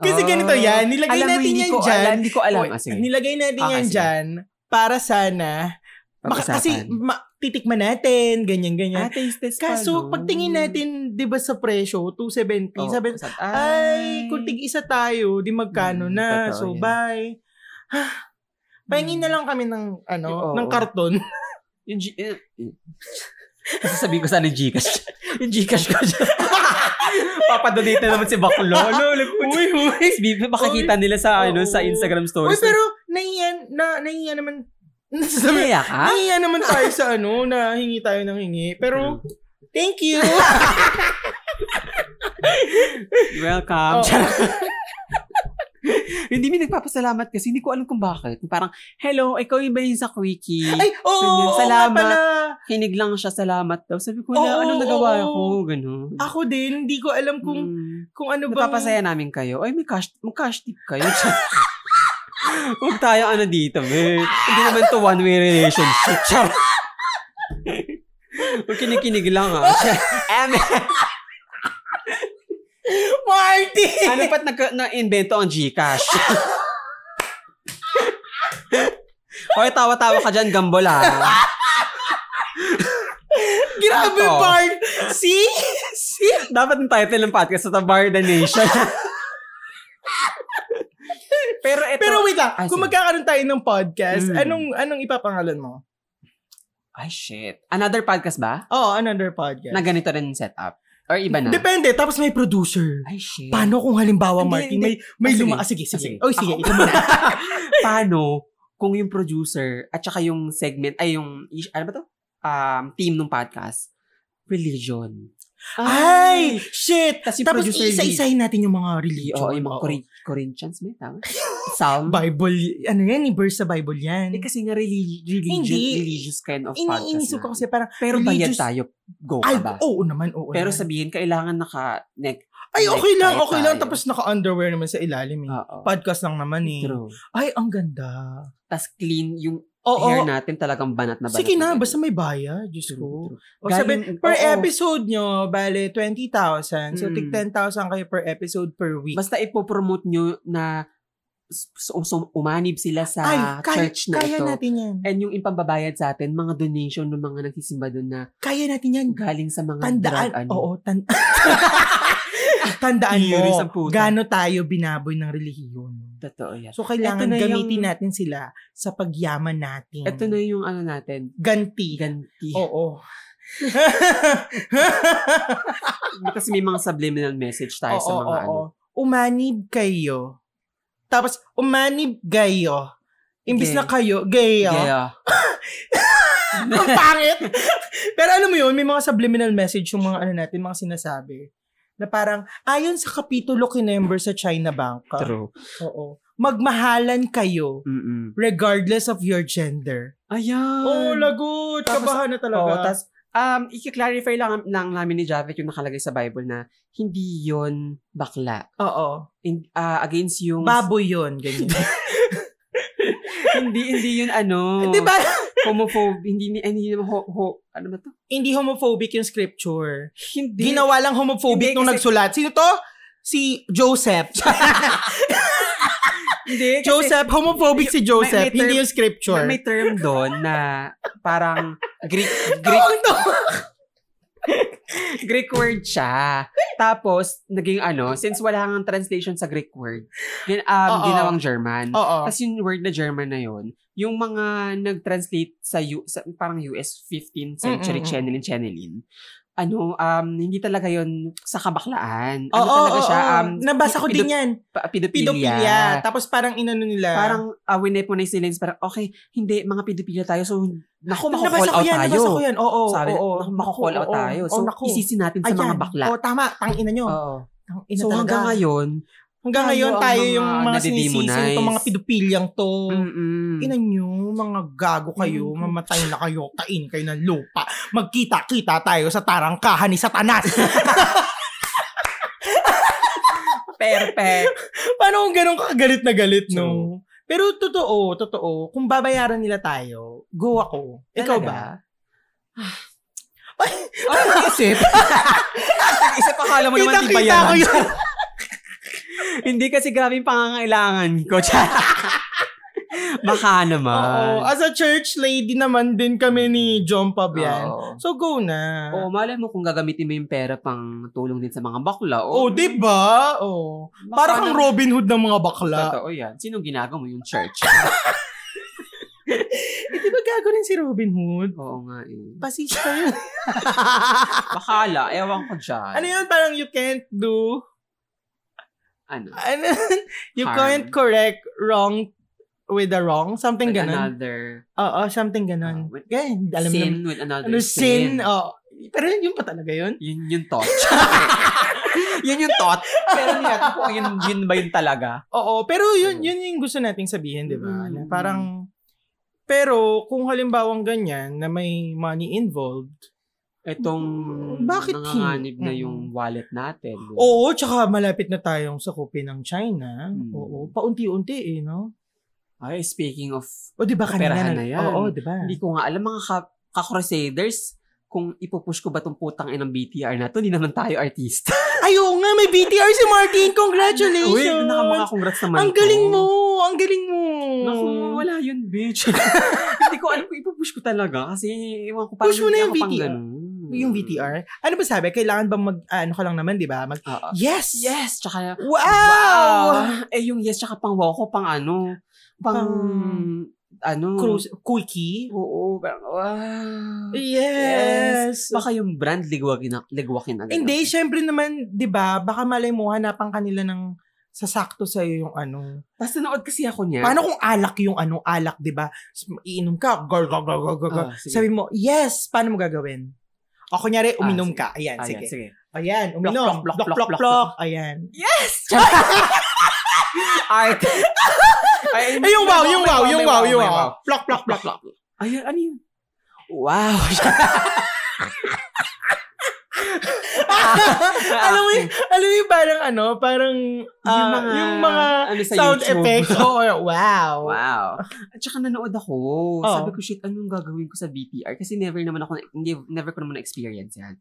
S1: Kasi ganito yan, nilagay
S2: Ah. Alam mo,
S1: natin
S2: hindi
S1: yan
S2: ko
S1: dyan.
S2: Alam, hindi ko alam.
S1: Oy,
S2: Ah, sige.
S1: Nilagay natin
S2: Ah,
S1: yan
S2: sige.
S1: dyan para sana, maka-
S2: Pag-usapan.
S1: kasi ma- titikman natin,
S2: ah,
S1: ganyan-ganyan.
S2: taste test pa,
S1: Kaso,
S2: no?
S1: pagtingin natin, di ba sa presyo, 270,
S2: Oo,
S1: sabi,
S2: sa-
S1: ay, kung tig-isa tayo, di magkano
S2: Mm,
S1: na.
S2: totoo
S1: So,
S2: yan.
S1: bye. Pahingin na lang kami ng, ano,
S2: Mm. Oo.
S1: ng karton.
S2: Yung G... eh, eh. Sasabihin ko sana yung Gcash. yung Gcash ko dyan. Papadonate na naman si Baklo. Lolo, uy, uy. Makikita nila sa, ano, sa Instagram
S1: Uy,
S2: stories.
S1: pero, nahiyan, na, nahiyan naman, nasasabi,
S2: Naiya ka?
S1: nahiyan naman tayo sa, ano, na hingi tayo ng hingi. Pero, thank you.
S2: Welcome.
S1: Oo.
S2: Charot. Oh. hindi mi nagpapasalamat kasi hindi ko alam kung bakit. Parang, hello, ikaw yung ba yung sa Quickie?
S1: Ay, oo,
S2: Ganyan.
S1: oo nga
S2: Salamat.
S1: pala.
S2: Hinig lang siya, salamat daw. Sabi ko,
S1: Oo,
S2: na, anong nagawa
S1: oo.
S2: ko? Ganun.
S1: Ako din, hindi ko alam kung,
S2: Mm.
S1: kung ano bang,
S2: Napapasaya namin kayo. Ay, may cash, mag cash tip kayo. Huwag tayo ano dito, man. Hindi naman to one-way relationship. Char. Huwag kinikinig lang, ah. ha. Em,
S1: Marty!
S2: ano ba't nag- na-invento ang Gcash? Hoy, tawa-tawa ka dyan, ah. gambol, ha.
S1: Grabe,
S2: Ano to?
S1: Bart! See? See?
S2: Dapat ang title ng podcast sa Tabar the Nation. Pero ito,
S1: Pero wait lang,
S2: Ah,
S1: kung
S2: sige.
S1: magkakaroon tayo ng podcast,
S2: Mm.
S1: anong anong ipapangalan mo?
S2: ay shit. Another podcast ba?
S1: Oo, another podcast.
S2: Na ganito rin setup? Or iba na?
S1: Depende, tapos may producer.
S2: Ay, shit.
S1: Paano kung halimbawa,
S2: Hindi,
S1: Martin,
S2: hindi.
S1: may, may
S2: Ah, sige.
S1: luma... Ah, sige, sige.
S2: Ah,
S1: Oh, sige,
S2: Ako-
S1: ikaw muna.
S2: Paano kung yung producer at saka yung segment, ay yung, ish- ano ba to? Um, team ng podcast, religion.
S1: Ay, shit!
S2: Tapos yung
S1: Tapos
S2: producer
S1: isa-isahin natin yung mga
S2: lead.
S1: religion.
S2: Oo, yung mga
S1: Oo.
S2: Cori- Corinthians, may tama? Psalm.
S1: Bible, ano yan, yung verse sa Bible yan.
S2: Eh, kasi nga religi- religion,
S1: Hindi.
S2: religious kind of podcast.
S1: Iniinisip ko
S2: na.
S1: kasi parang,
S2: Pero bayad
S1: religious-
S2: tayo, go
S1: ay,
S2: ka ba?
S1: oo naman, oo
S2: Pero
S1: naman.
S2: sabihin, kailangan naka, neck.
S1: Ay, okay lang,
S2: necktie
S1: okay lang.
S2: tayo.
S1: Tapos naka-underwear naman sa ilalim eh.
S2: Oo.
S1: Podcast lang naman eh.
S2: True.
S1: Ay, ang ganda.
S2: Tapos clean yung
S1: Oo.
S2: hair natin talagang banat na banat.
S1: Sige na,
S2: banat.
S1: basta may bayad. Diyos
S2: True,
S1: ko.
S2: true.
S1: O sabi,
S2: Galing-
S1: per
S2: oo.
S1: episode nyo, bale, 20,000. So,
S2: Mm.
S1: tig 10,000 kayo per episode per week.
S2: Basta ipopromote nyo na s- so, so- umanib sila sa
S1: Ay, kaya,
S2: church na
S1: kaya
S2: ito.
S1: natin yan.
S2: And yung impambabayad sa atin, mga donation ng mga nagsisimba doon na
S1: Kaya natin yan.
S2: galing sa mga
S1: Tandaan.
S2: drug, ano.
S1: Oo, tan- tandaan
S2: Theory sa
S1: mo,
S2: puta.
S1: gaano tayo binaboy ng relihiyon.
S2: Totoo yan.
S1: So, kailangan
S2: Eto na
S1: gamitin
S2: yung-
S1: natin sila sa pagyaman natin.
S2: Ito na yung ano natin,
S1: Ganti.
S2: ganti.
S1: Oo.
S2: Kasi may mga subliminal message tayo sa
S1: Oo,
S2: mga ano.
S1: oo. Umanib kayo. Tapos, umanib gayo. Imbis
S2: Gay.
S1: na kayo, gayo.
S2: ano. Gaya.
S1: Ang pangit! Pero alam mo yun, may mga subliminal message yung mga ano natin, mga sinasabi. Na parang, ayon sa kapitulo kinember sa China Bank.
S2: True.
S1: Oo. Magmahalan kayo
S2: Mm-mm.
S1: regardless of your gender.
S2: Ayan.
S1: Oo, lagot.
S2: Tapos-
S1: Kabahan na talaga.
S2: Oo, tas, um, i-clarify lang, lang namin ni Javet yung nakalagay sa Bible na hindi yon bakla.
S1: Oo.
S2: In, ah, against yung...
S1: Baboy yun. Ganyan.
S2: hindi, hindi yun ano.
S1: Di ba?
S2: homophobe, hindi ni hindi naman ho, ho, ano ba to?
S1: Hindi homophobic yung scripture.
S2: Hindi.
S1: Ginawa lang homophobic
S2: Hindi,
S1: nung
S2: kasi-
S1: nagsulat. Sino to? Si Joseph.
S2: hindi kasi
S1: Joseph, homophobic si Joseph.
S2: may term-
S1: hindi yung scripture.
S2: may term doon na parang Greek Greek
S1: Tawang to.
S2: Greek word siya. Tapos naging ano, since wala kang translation sa Greek word, gin, um,
S1: Oo.
S2: ginawang German.
S1: Oo.
S2: Tapos yung word na German na yon, yung mga nag-translate sa, U, sa parang US 15th
S1: Mm, mm,
S2: century,
S1: mm.
S2: Chenelin, Chenelin, ano, um, hindi talaga yon sa kabaklaan. Ano
S1: Oo,
S2: talaga siya?
S1: oo.
S2: Um,
S1: Nabasa ko
S2: pido-
S1: din yan.
S2: pa- Pedophilia.
S1: Pedophilia. Tapos parang inano nila.
S2: Parang uh, wineponize nila yung parang, okay, hindi, mga pedophilia tayo, so, naku,
S1: nabasa
S2: mako-call
S1: ko
S2: out
S1: yan,
S2: tayo.
S1: nabasa ko yan. Oo,
S2: Sabi,
S1: oo.
S2: naku, mako-call out
S1: Oo,
S2: tayo. Oh,
S1: oo,
S2: So,
S1: naku.
S2: isisi natin sa mga bakla.
S1: Oo, Oh, tama. Tangina nyo.
S2: Oo.
S1: Tangina
S2: So,
S1: talaga.
S2: hanggang ngayon,
S1: Hanggang
S2: tayo
S1: ngayon,
S2: ang
S1: tayo
S2: mga
S1: yung mga
S2: nadidemonize.
S1: sinisisi itong mga pidopilyang to.
S2: mm-mm.
S1: Ina nyo, mga gago kayo,
S2: Mm.
S1: mamatay na kayo, kain kayo ng lupa. Magkita-kita tayo sa tarangkahan ni Satanas.
S2: perfect.
S1: Paano kung ganun kagalit na galit,
S2: True.
S1: no? Pero totoo, totoo, kung babayaran nila tayo, go ako. Ikaw ba?
S2: Ay, nag-isip. Nag-isip, akala mo naman, di ba
S1: Kitang-kita ko
S2: yan?
S1: yun.
S2: Hindi kasi grabe yung pangangailangan ko. Tsaka. Baka naman.
S1: Oo. As a church lady naman din kami ni John Pabian.
S2: Oo.
S1: So, go na.
S2: Oo, malay mo kung gagamitin mo yung pera pang tulong din sa mga bakla.
S1: Oh,
S2: Oo,
S1: di ba? Oh.
S2: Baka
S1: Para kang
S2: naman-
S1: Robin Hood ng mga bakla.
S2: Totoo yan. Sinong ginago mo yung church?
S1: gago rin si Robin Hood.
S2: Oo nga eh.
S1: Pasista yun.
S2: Bakala, ewan ko dyan.
S1: ano yun? Parang you can't do...
S2: Ano?
S1: Ano? you
S2: Harm.
S1: can't correct wrong with the wrong. Something
S2: With
S1: ganun.
S2: Another
S1: Oo, something ganun.
S2: Ah, with-
S1: Ganyan, alam
S2: sin
S1: naman.
S2: with another
S1: Ano,
S2: sin.
S1: sin. Oo. Pero yun pa talaga yun.
S2: Yun yung thought. yun yung thought. Pero hindi natin kung yun, yun ba yun talaga.
S1: Oo, pero yun
S2: Mm.
S1: yun yung gusto nating sabihin, 'di ba?
S2: Mm.
S1: Na parang pero kung halimbawang ganyan na may money involved,
S2: Itong
S1: Bakit hindi? Oh.
S2: nanganganib na yung wallet natin.
S1: oo, tsaka malapit na tayong sakupin ng China.
S2: Mm.
S1: Oo, paunti-unti eh, no?
S2: Ay, speaking of,
S1: O 'di ba kanina?
S2: Operahan na yan.
S1: Oo, 'di ba?
S2: hindi ko nga alam mga ka- ka-crusaders, kung ipupush ko ba tong putang inang BTR na to, hindi naman tayo artista.
S1: Ay, oo nga, may BTR si Martin. Congratulations.
S2: Uy, nakakongrats naman
S1: ang
S2: to.
S1: galing mo, ang galing mo.
S2: Naku, wala yun, bitch. Hindi ko alam kung ipupush ko talaga kasi iwan ko parang
S1: Push mo na
S2: hindi
S1: yung
S2: ako pang
S1: VTR.
S2: ganun.
S1: Yung VTR. Ano ba sabi? Kailangan bang mag, ano ka lang naman, di ba? Mag,
S2: Oo.
S1: yes!
S2: Yes, tsaka
S1: Wow!
S2: Wow! Ah, Eh, yung yes, tsaka pang wow ko, pang ano, pang,
S1: Pang-
S2: ano,
S1: Cruise, Eh, quickie.
S2: Oo, parang, wow.
S1: Yes!
S2: Baka yung brand, ligwagin na, ligwakin na. ganun.
S1: Hindi, syempre naman, di ba, baka malay mo, hanapan kanila ng sasakto sa'yo yung ano.
S2: Tapos nanood kasi ako niya.
S1: Paano kung alak yung ano, alak, di ba? S- Iinom ka, gar, gar, gar, gar, gar, gar.
S2: Ah, sige.
S1: Sabi mo, yes, paano mo gagawin? O kunyari,
S2: Ah,
S1: uminom
S2: sige.
S1: ka. Ayan,
S2: Ayan,
S1: sige.
S2: sige.
S1: Ayan, uminom. Plok, plok, plok, plok, Ayan.
S2: Yes! Art.
S1: Ay,
S2: Ay,
S1: yung wow,
S2: may
S1: yung wow,
S2: may
S1: yung wow, yung
S2: may
S1: wow. Plok, plok, plok.
S2: Ayun, ano yun? Wow.
S1: alam mo, y- alam mo yung parang ano, parang ah, yung mga,
S2: ano, sa
S1: sound
S2: YouTube.
S1: effects. Oo, wow.
S2: Wow. At saka nanood ako.
S1: Oh.
S2: Sabi ko, shit, anong gagawin ko sa BTR? Kasi never naman ako, na- hindi- never ko naman na-experience yan.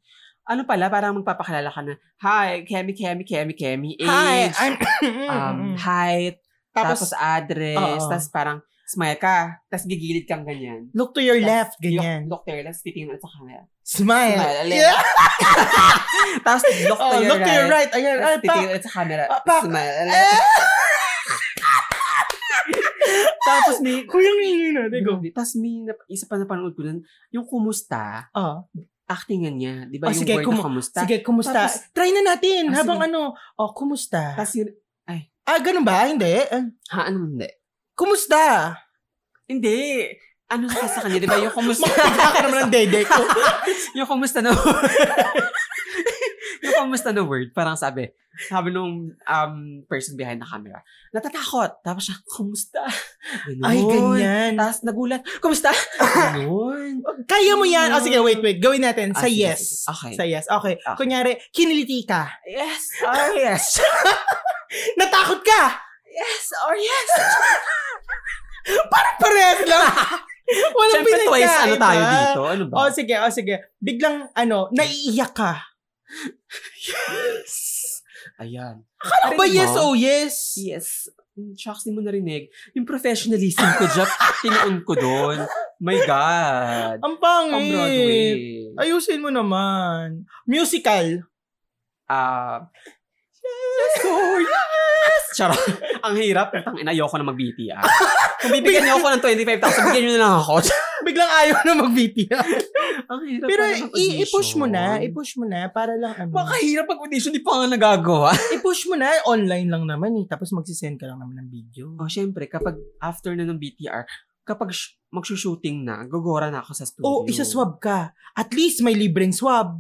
S2: Ano pala, parang magpapakilala ka na, Hi, Kemi, Kemi, Kemi, Kemi, age,
S1: Hi, I'm... Mm,
S2: um, height, tapos,
S1: tapos,
S2: address,
S1: Oo.
S2: tapos parang smile ka, tapos gigilid kang ganyan.
S1: look to your
S2: Tapos,
S1: left, ganyan.
S2: Look, look there, tapos titingnan sa camera.
S1: Smile.
S2: Smile, alin.
S1: Yeah.
S2: Tapos look to
S1: Oh,
S2: your
S1: look to your
S2: right.
S1: right. Ayan, ay, pa.
S2: Tapos titingnan sa camera.
S1: Ah, pa-
S2: Smile.
S1: Eh,
S2: Tapos may,
S1: Kuyang ingay na. Digo.
S2: tapos may nap- isa pa napanood ko nun, yung kumusta,
S1: Oh,
S2: actingan niya. Di
S1: Oh,
S2: ba yung
S1: sige,
S2: word
S1: kumu-
S2: na kamusta?
S1: sige, kumusta?
S2: Tapos-
S1: Try na natin.
S2: Ah,
S1: habang
S2: sige.
S1: ano. Oh, kumusta?
S2: Tapos yun,
S1: Ah, ganun ba? Hindi. Ah,
S2: ha, ano hindi?
S1: Kumusta?
S2: Hindi. Ano sa sa kanya? Di ba yung kumusta?
S1: Makakita ka naman ng dede ko.
S2: yung kumusta na yung kumusta na word, parang sabi, sabi nung um, person behind the camera, natatakot. Tapos siya, kumusta? Ganun.
S1: Ay, ganyan.
S2: Tapos nagulat, kumusta? Ganun.
S1: Kaya mo yan. Oh, sige, wait, wait. Gawin natin.
S2: Ah,
S1: Sa
S2: sige,
S1: yes.
S2: sige. Okay.
S1: Sa yes. Okay.
S2: Okay.
S1: Kunyari, kiniliti ka.
S2: Yes, or yes.
S1: Natakot ka.
S2: Yes, or yes.
S1: Parehas lang. Walang
S2: Siyempre twice, ano
S1: pinagkaiba.
S2: tayo dito? Ano ba?
S1: Oh, sige, oh, sige. Biglang, ano, naiiyak ka.
S2: Ayan.
S1: Ano ba
S2: Narinig
S1: yes
S2: mo?
S1: oh yes?
S2: Yes. Hmm, Shucks, di mo narinig. Yung professionalism ko, Jap, tinoon ko doon. My God.
S1: Ang
S2: Pang
S1: pangit.
S2: Broadway.
S1: Ayusin mo naman. Musical.
S2: Ah, yes, oh yes. Charot. Ang hirap. Putang ina, ayoko na mag-BTR. Kung bibigyan niyo ako ng 25,000, bigyan niyo na lang ako.
S1: Biglang ayaw na mag
S2: Ang hirap
S1: Pero
S2: pala ng
S1: i- i-push mo na.
S2: audition.
S1: I-push mo na para lang ano.
S2: Baka hirap pag-audition, di pa nga nagagawa.
S1: I-push mo na. Online lang naman eh. Tapos magsisend ka lang naman ng video.
S2: Oh, syempre, kapag after na ng BTR, kapag sh- magsushooting na, gagora na ako sa studio.
S1: O isa-swab ka. At least may libreng swab.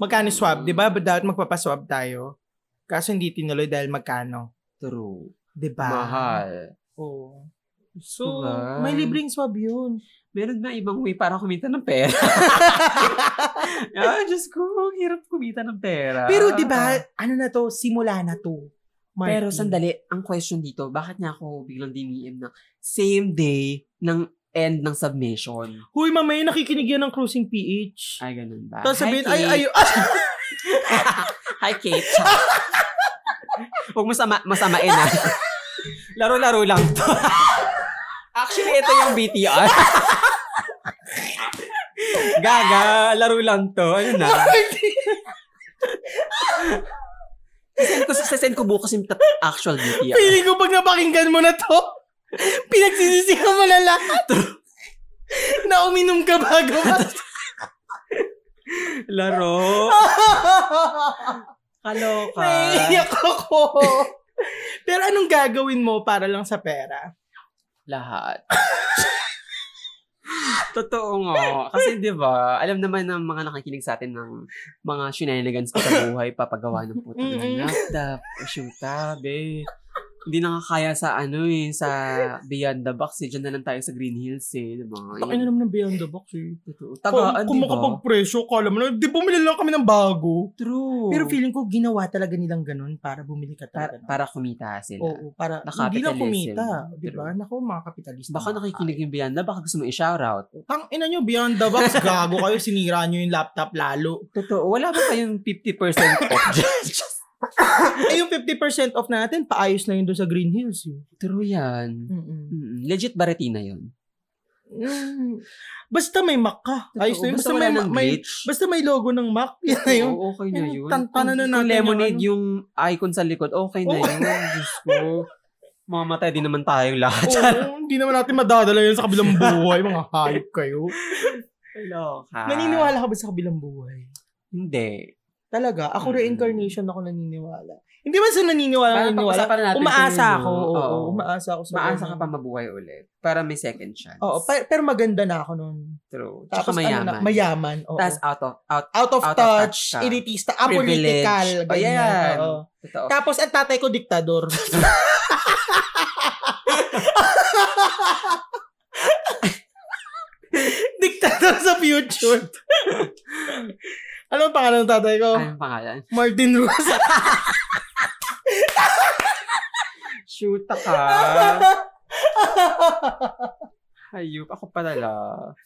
S1: Magkano swab? Di ba? Ba- Dapat magpapaswab tayo. Kaso hindi tinuloy dahil magkano.
S2: True.
S1: Di ba?
S2: Mahal.
S1: Oo. So,
S2: Diba?
S1: may libreng swab yun.
S2: Meron na ibang way para kumita ng pera. ah, Diyos ko, ang hirap kumita ng pera.
S1: Pero di ba, ano na to, simula na to. Martin.
S2: Pero sandali, ang question dito, bakit niya ako biglang diniem na same day ng end ng submission?
S1: Huy, mamaya nakikinig yan ng Cruising PH.
S2: Ay, ganun ba?
S1: Tapos
S2: Hi,
S1: sabihin, ay,
S2: Kate.
S1: ay, ah,
S2: Hi, Kate. Huwag masama, masamain ah. Laro-laro lang to. Actually, ito yung BTR. Gaga, laro lang to. Ano na? Send ko, sasend ko bukas yung tat- actual BTR.
S1: Piling ko pag napakinggan mo na to, pinagsisisihan mo na lahat. na uminom ka bago ka.
S2: Laro. Kaloka.
S1: Naiiyak ako. Pero anong gagawin mo para lang sa pera?
S2: Lahat. Totoo nga. Kasi di ba, alam naman ng mga nakikinig sa atin ng mga shenanigans ko sa buhay, papagawa ng putang
S1: Mm-mm.
S2: ng laptop, shootab eh. Hindi nakakaya sa ano eh, sa Beyond the Box eh. Diyan na lang tayo sa Green Hills eh. Di ba?
S1: Bakit na naman ng Beyond the Box eh. diba? Kung,
S2: Totoo. Tagaan,
S1: kung
S2: di ba?
S1: makapagpresyo, kala mo na, di bumili lang kami ng bago.
S2: True.
S1: Pero feeling ko, ginawa talaga nilang ganun para bumili ka
S2: para,
S1: talaga. ng-
S2: para kumita sila.
S1: Oo, para
S2: Na
S1: hindi lang
S2: capitalism.
S1: kumita. Di ba? Nako, mga kapitalista.
S2: Baka nakikinig yung Beyond the Box, gusto mo i-shoutout.
S1: Tang ina nyo, Beyond the Box, gago kayo, sinira nyo yung laptop lalo.
S2: Totoo. Wala ba kayong 50% off dyan?
S1: Eh, yung 50% off natin, paayos na yun doon sa Green Hills. Yun.
S2: True yan.
S1: Mm-mm.
S2: Mm, Legit ba retina yun?
S1: Mm. Basta may Mac ka. Ayos na yun. Basta, may,
S2: ng
S1: may,
S2: glitch.
S1: basta may logo ng Mac. Yan na yun.
S2: Oo, okay na
S1: Ayun,
S2: yun.
S1: tantanan na natin
S2: Kung- Kung lemonade
S1: yung ano.
S2: yung, icon sa likod, okay na
S1: Oo.
S2: yun. Diyos ko. Mamatay din naman tayo lahat.
S1: Oo, hindi naman natin madadala yun sa kabilang buhay. Mga hayop kayo.
S2: Loka.
S1: Naniniwala ka ba sa kabilang buhay?
S2: Hindi.
S1: Talaga. Ako
S2: Mm.
S1: reincarnation ako naniniwala. Hindi ba sa naniniwala,
S2: Parang
S1: naniniwala?
S2: pag-usapan natin
S1: Umaasa
S2: kung ano,
S1: ako. Oo,
S2: oo.
S1: umaasa ako sa
S2: Maasa ka
S1: ganun.
S2: pa mabuhay ulit. Para may second chance.
S1: Oo, pa- pero maganda na ako noon.
S2: True. Tsaka
S1: Tapos
S2: mayaman.
S1: mayaman. Ano na, mayaman. Oo.
S2: Tapos out of, out,
S1: out of
S2: out of
S1: touch,
S2: touch ka.
S1: elitista,
S2: Privilege.
S1: apolitical.
S2: O,
S1: ganyan.
S2: yan.
S1: Oo.
S2: totoo.
S1: Tapos ang tatay ko diktador. diktador sa future. ano ang pangalan ng tatay ko?
S2: Anong pangalan?
S1: Martin Rosa.
S2: Shoot ka. Hayop. Ako pala.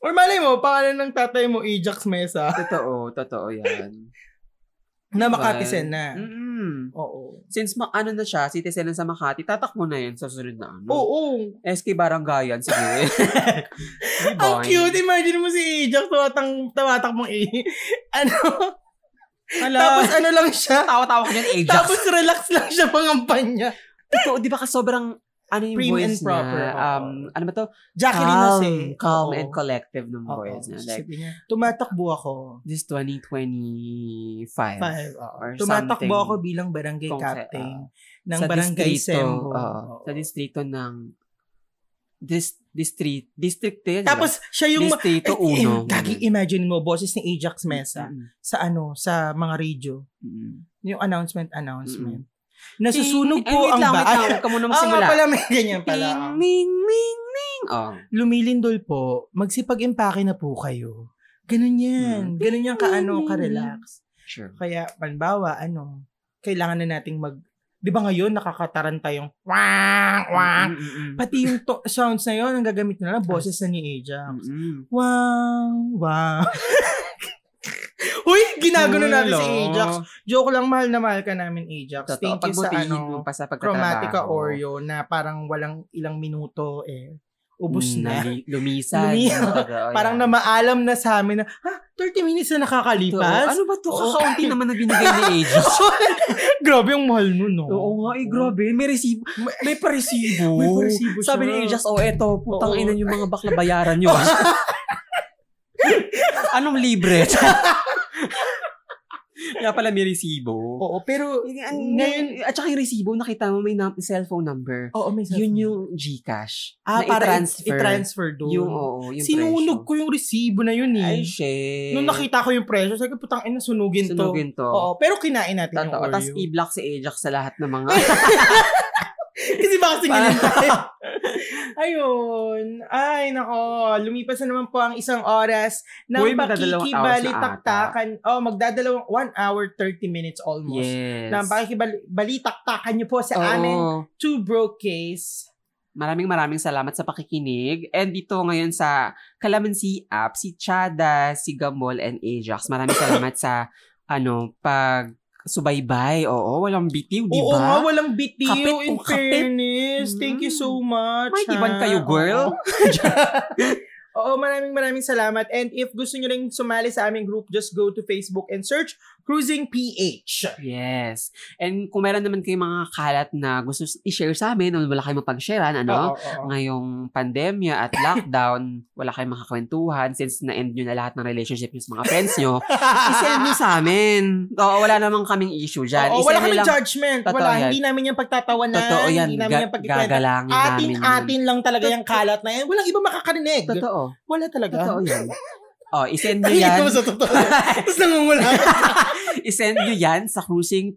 S1: Or malay mo, pangalan ng tatay mo, Ajax Mesa,
S2: Totoo. Totoo yan.
S1: na makatisen na.
S2: Mm-mm.
S1: Oo.
S2: Since ma- ano na siya, citizen na sa Makati, tatakbo na yun sa sunod na ano.
S1: Oo.
S2: SK Barangayan, sige. diba?
S1: Ang cute. Imagine mo si Ajax, tumatang, tumatak mong i- ano? Tapos ano lang siya?
S2: tawa-tawa ko dyan, Ajax.
S1: Tapos relax lang siya pangampanya.
S2: Ito, di ba ka sobrang, ano yung
S1: Prim and
S2: voice
S1: proper,
S2: niya?
S1: oo.
S2: Um, ano ba to?
S1: Jacqueline
S2: calm,
S1: Jose.
S2: calm
S1: eh. Oo.
S2: and collective ng
S1: Oo.
S2: voice niya. Like,
S1: Sabi niya, tumatakbo ako.
S2: this 2025.
S1: Five. oo.
S2: Or
S1: Tumatakbo
S2: something.
S1: ako bilang barangay
S2: Kung sa-
S1: captain ng
S2: sa
S1: barangay
S2: distrito,
S1: Sembo.
S2: oo,
S1: Oo.
S2: Sa distrito ng, dis, district, district yan.
S1: Tapos siya yung... ma- Eh,
S2: distrito
S1: eh,
S2: uno.
S1: Gagi, imagine mo, boses ni Ajax Mesa
S2: Mm,
S1: sa ano, sa mga radio.
S2: mm,
S1: Yung announcement, announcement. Nasusunog
S2: Ting-
S1: po
S2: Ay, Eh, wait
S1: ang
S2: lang, wait
S1: ba...
S2: lang. Huwag ka muna
S1: Ah, nga
S2: magsimula.
S1: pala, may ganyan
S2: Ting,
S1: pala.
S2: ming, ming, ming. Oh.
S1: Lumilindol po, magsipag-impake na po kayo. Ganun yan.
S2: Hmm.
S1: Ganun yan ka-ano, ka-relax.
S2: Sure.
S1: Kaya, panbawa, ano, kailangan na nating mag... Di ba ngayon, nakakataranta yung wang,
S2: Mm,
S1: wang. Pati yung to- sounds na yun, ang gagamit na lang, boses na ni
S2: Mm,
S1: Ajax. Wang, wang. Uy, ginagano natin si Ajax. Joke lang, mahal na mahal ka namin, Ajax.
S2: Totoo,
S1: Thank you sa
S2: pagbutihin
S1: ano,
S2: mo pa sa pagtatrabaho.
S1: Chromatica Oreo na parang walang ilang minuto eh. Ubus
S2: Mm,
S1: na.
S2: nali- Lumisan.
S1: Lumisan.
S2: Yung taga- oh,
S1: Parang
S2: yan.
S1: namaalam na sa amin na, ha, 30 minutes na
S2: Totoo.
S1: nakakalipas?
S2: Ano ba to?
S1: Oo.
S2: Kakaunti naman na binigay ni Ajax.
S1: Grabe ang mahal nun, no?
S2: Oo nga, eh, grabe. May resibo. May paresibo.
S1: May paresibo siya.
S2: Sabi ni Ajax, oh, eto, putang
S1: Oo.
S2: ina yung mga bakla bayaran nyo. Anong libre? Kaya pala may resibo.
S1: Oo, pero
S2: Ngayon, at saka yung resibo, nakita mo may num- cellphone number.
S1: Oo, may
S2: Yun yung Gcash.
S1: ah,
S2: na
S1: para
S2: i-transfer.
S1: i-transfer. i-transfer doon.
S2: Yung, oo, yung
S1: Sinunog ko yung resibo na yun
S2: presyo. Ay,
S1: eh.
S2: shit.
S1: Nung nakita ko yung presyo, sabi ko, putang ina, sunugin, to.
S2: Sunugin to.
S1: Oo, pero kinain natin yung
S2: Totoo. Tapos
S1: Oreo.
S2: i-block si Ajax sa lahat ng mga...
S1: Kasi baka singilin tayo. Ayun. Ay, nako. Lumipas na naman po ang isang oras ng
S2: Uy, magdadalawang oras na
S1: pakikibalitaktakan. Oh, magdadalawang 1 hour 30 minutes almost.
S2: yes.
S1: Ng pakikibalitaktakan niyo po sa
S2: Oo.
S1: amin, Two Broke Case.
S2: Maraming maraming salamat sa pakikinig. And dito ngayon sa Kalamansi app, si Chada, si Gamol, and Ajax. Maraming salamat sa ano, pag subaybay. Oo, walang bitiw, di
S1: Oo nga,
S2: ba?
S1: walang BTU
S2: Kapit
S1: in
S2: kung kapit. Hmm.
S1: fairness. Thank you so much.
S2: May
S1: ha?
S2: diban kayo, girl.
S1: Oo, maraming maraming salamat. And if gusto nyo rin sumali sa aming group, just go to Facebook and search Cruising PH.
S2: Yes. And kung meron naman kayong mga kalat na gusto s- i-share sa amin o wala kayong mapag-sharean,
S1: Oo, oo,
S2: ano?
S1: oo.
S2: Ngayong pandemya at lockdown, wala kayong makakwentuhan since na-end nyo na lahat ng relationship nyo sa mga friends nyo, i-send nyo sa amin. Oo, wala namang kaming issue dyan.
S1: Oo,
S2: I-send
S1: wala
S2: nyo
S1: kaming
S2: lang-
S1: judgment.
S2: Totoo
S1: Wala,
S2: yan.
S1: hindi namin yan pagtatawanan.
S2: Totoo yan.
S1: Hindi namin
S2: Ga-
S1: yan pagkikwento.
S2: gagalangin namin. yun.
S1: Atin-atin lang talaga yung kalat na yan. Walang iba makakarinig.
S2: Totoo.
S1: Wala talaga.
S2: Totoo yan. Oh, isend nyo
S1: Ay, ito
S2: yan.
S1: sa totoo. Tapos nangungula.
S2: isend nyo yan sa cruisingph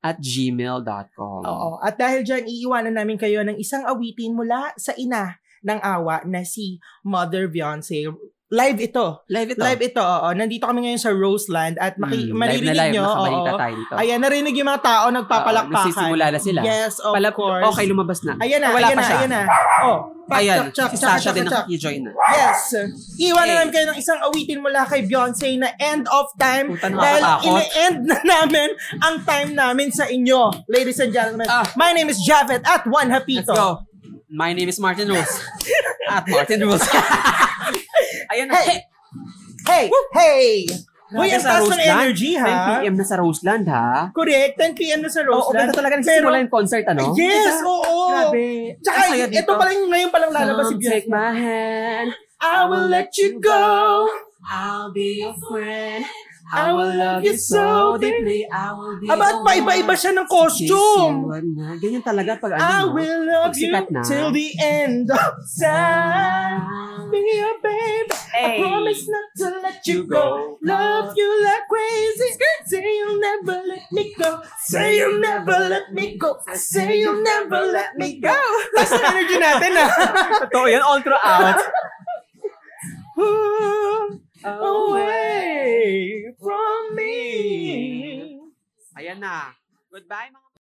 S2: at gmail.com.
S1: Oo. At dahil dyan, iiwanan namin kayo ng isang awitin mula sa ina ng awa na si Mother Beyonce. Live ito.
S2: Live ito.
S1: Live ito, oo. Nandito kami ngayon sa Roseland at maki-
S2: Mm,
S1: maririnig
S2: live na live,
S1: nyo.
S2: nakabalita
S1: oo.
S2: tayo dito.
S1: Ayan, narinig yung mga tao
S2: Oo,
S1: nagpapalakpakan.
S2: nagsisimula na sila.
S1: Yes, of
S2: Pala-
S1: course.
S2: Okay, lumabas na.
S1: Ayan na,
S2: Wala
S1: ayan na,
S2: pa siya.
S1: ayan na. Oh, pak-
S2: Ayan,
S1: chak, chak,
S2: si
S1: chak,
S2: Sasha
S1: chak,
S2: din
S1: chak.
S2: nakikijoin na.
S1: Yes. Iwan na
S2: Okay.
S1: namin kayo ng isang awitin mula kay Beyonce na end of time.
S2: Puta,
S1: Dahil
S2: nakakatakot.
S1: ine-end na namin ang time namin sa inyo. Ladies and gentlemen,
S2: Ah.
S1: my name is Javet at Juan
S2: Let's
S1: Hapito.
S2: go. My name is Martin Rules. At Martin Rules. Ayan na.
S1: Hey! Hey! Hey! Hoy, ang taas ng energy,
S2: 10
S1: ha?
S2: p.m. na sa Roseland, ha?
S1: Correct, 10 p.m. na sa
S2: Oo,
S1: Roseland.
S2: ganda talaga nagsisimula yung concert, ano?
S1: Yes, oo.
S2: Grabe.
S1: Tsaka,
S2: Ang saya
S1: ito
S2: dito.
S1: pala yung ngayon palang lalabas si
S2: Come take
S1: Beyonce.
S2: my hand.
S1: I will let you go.
S2: I'll be your friend.
S1: I will love you so
S2: deeply. I will be
S1: Aba, at paiba-iba siya ng costume.
S2: Ganyan talaga pag ano.
S1: I
S2: no?
S1: will love you
S2: Sikat na.
S1: till the end of time. Be a babe. I
S2: Ah. Hey.
S1: promise not to let you go. Love you like crazy. Say you'll never let me go. Say you'll never let me go. Say you'll never let me go. Tapos ang energy natin ah.
S2: Totoo yan, all throughout.
S1: Away from me.
S2: Ayan na. Goodbye, mga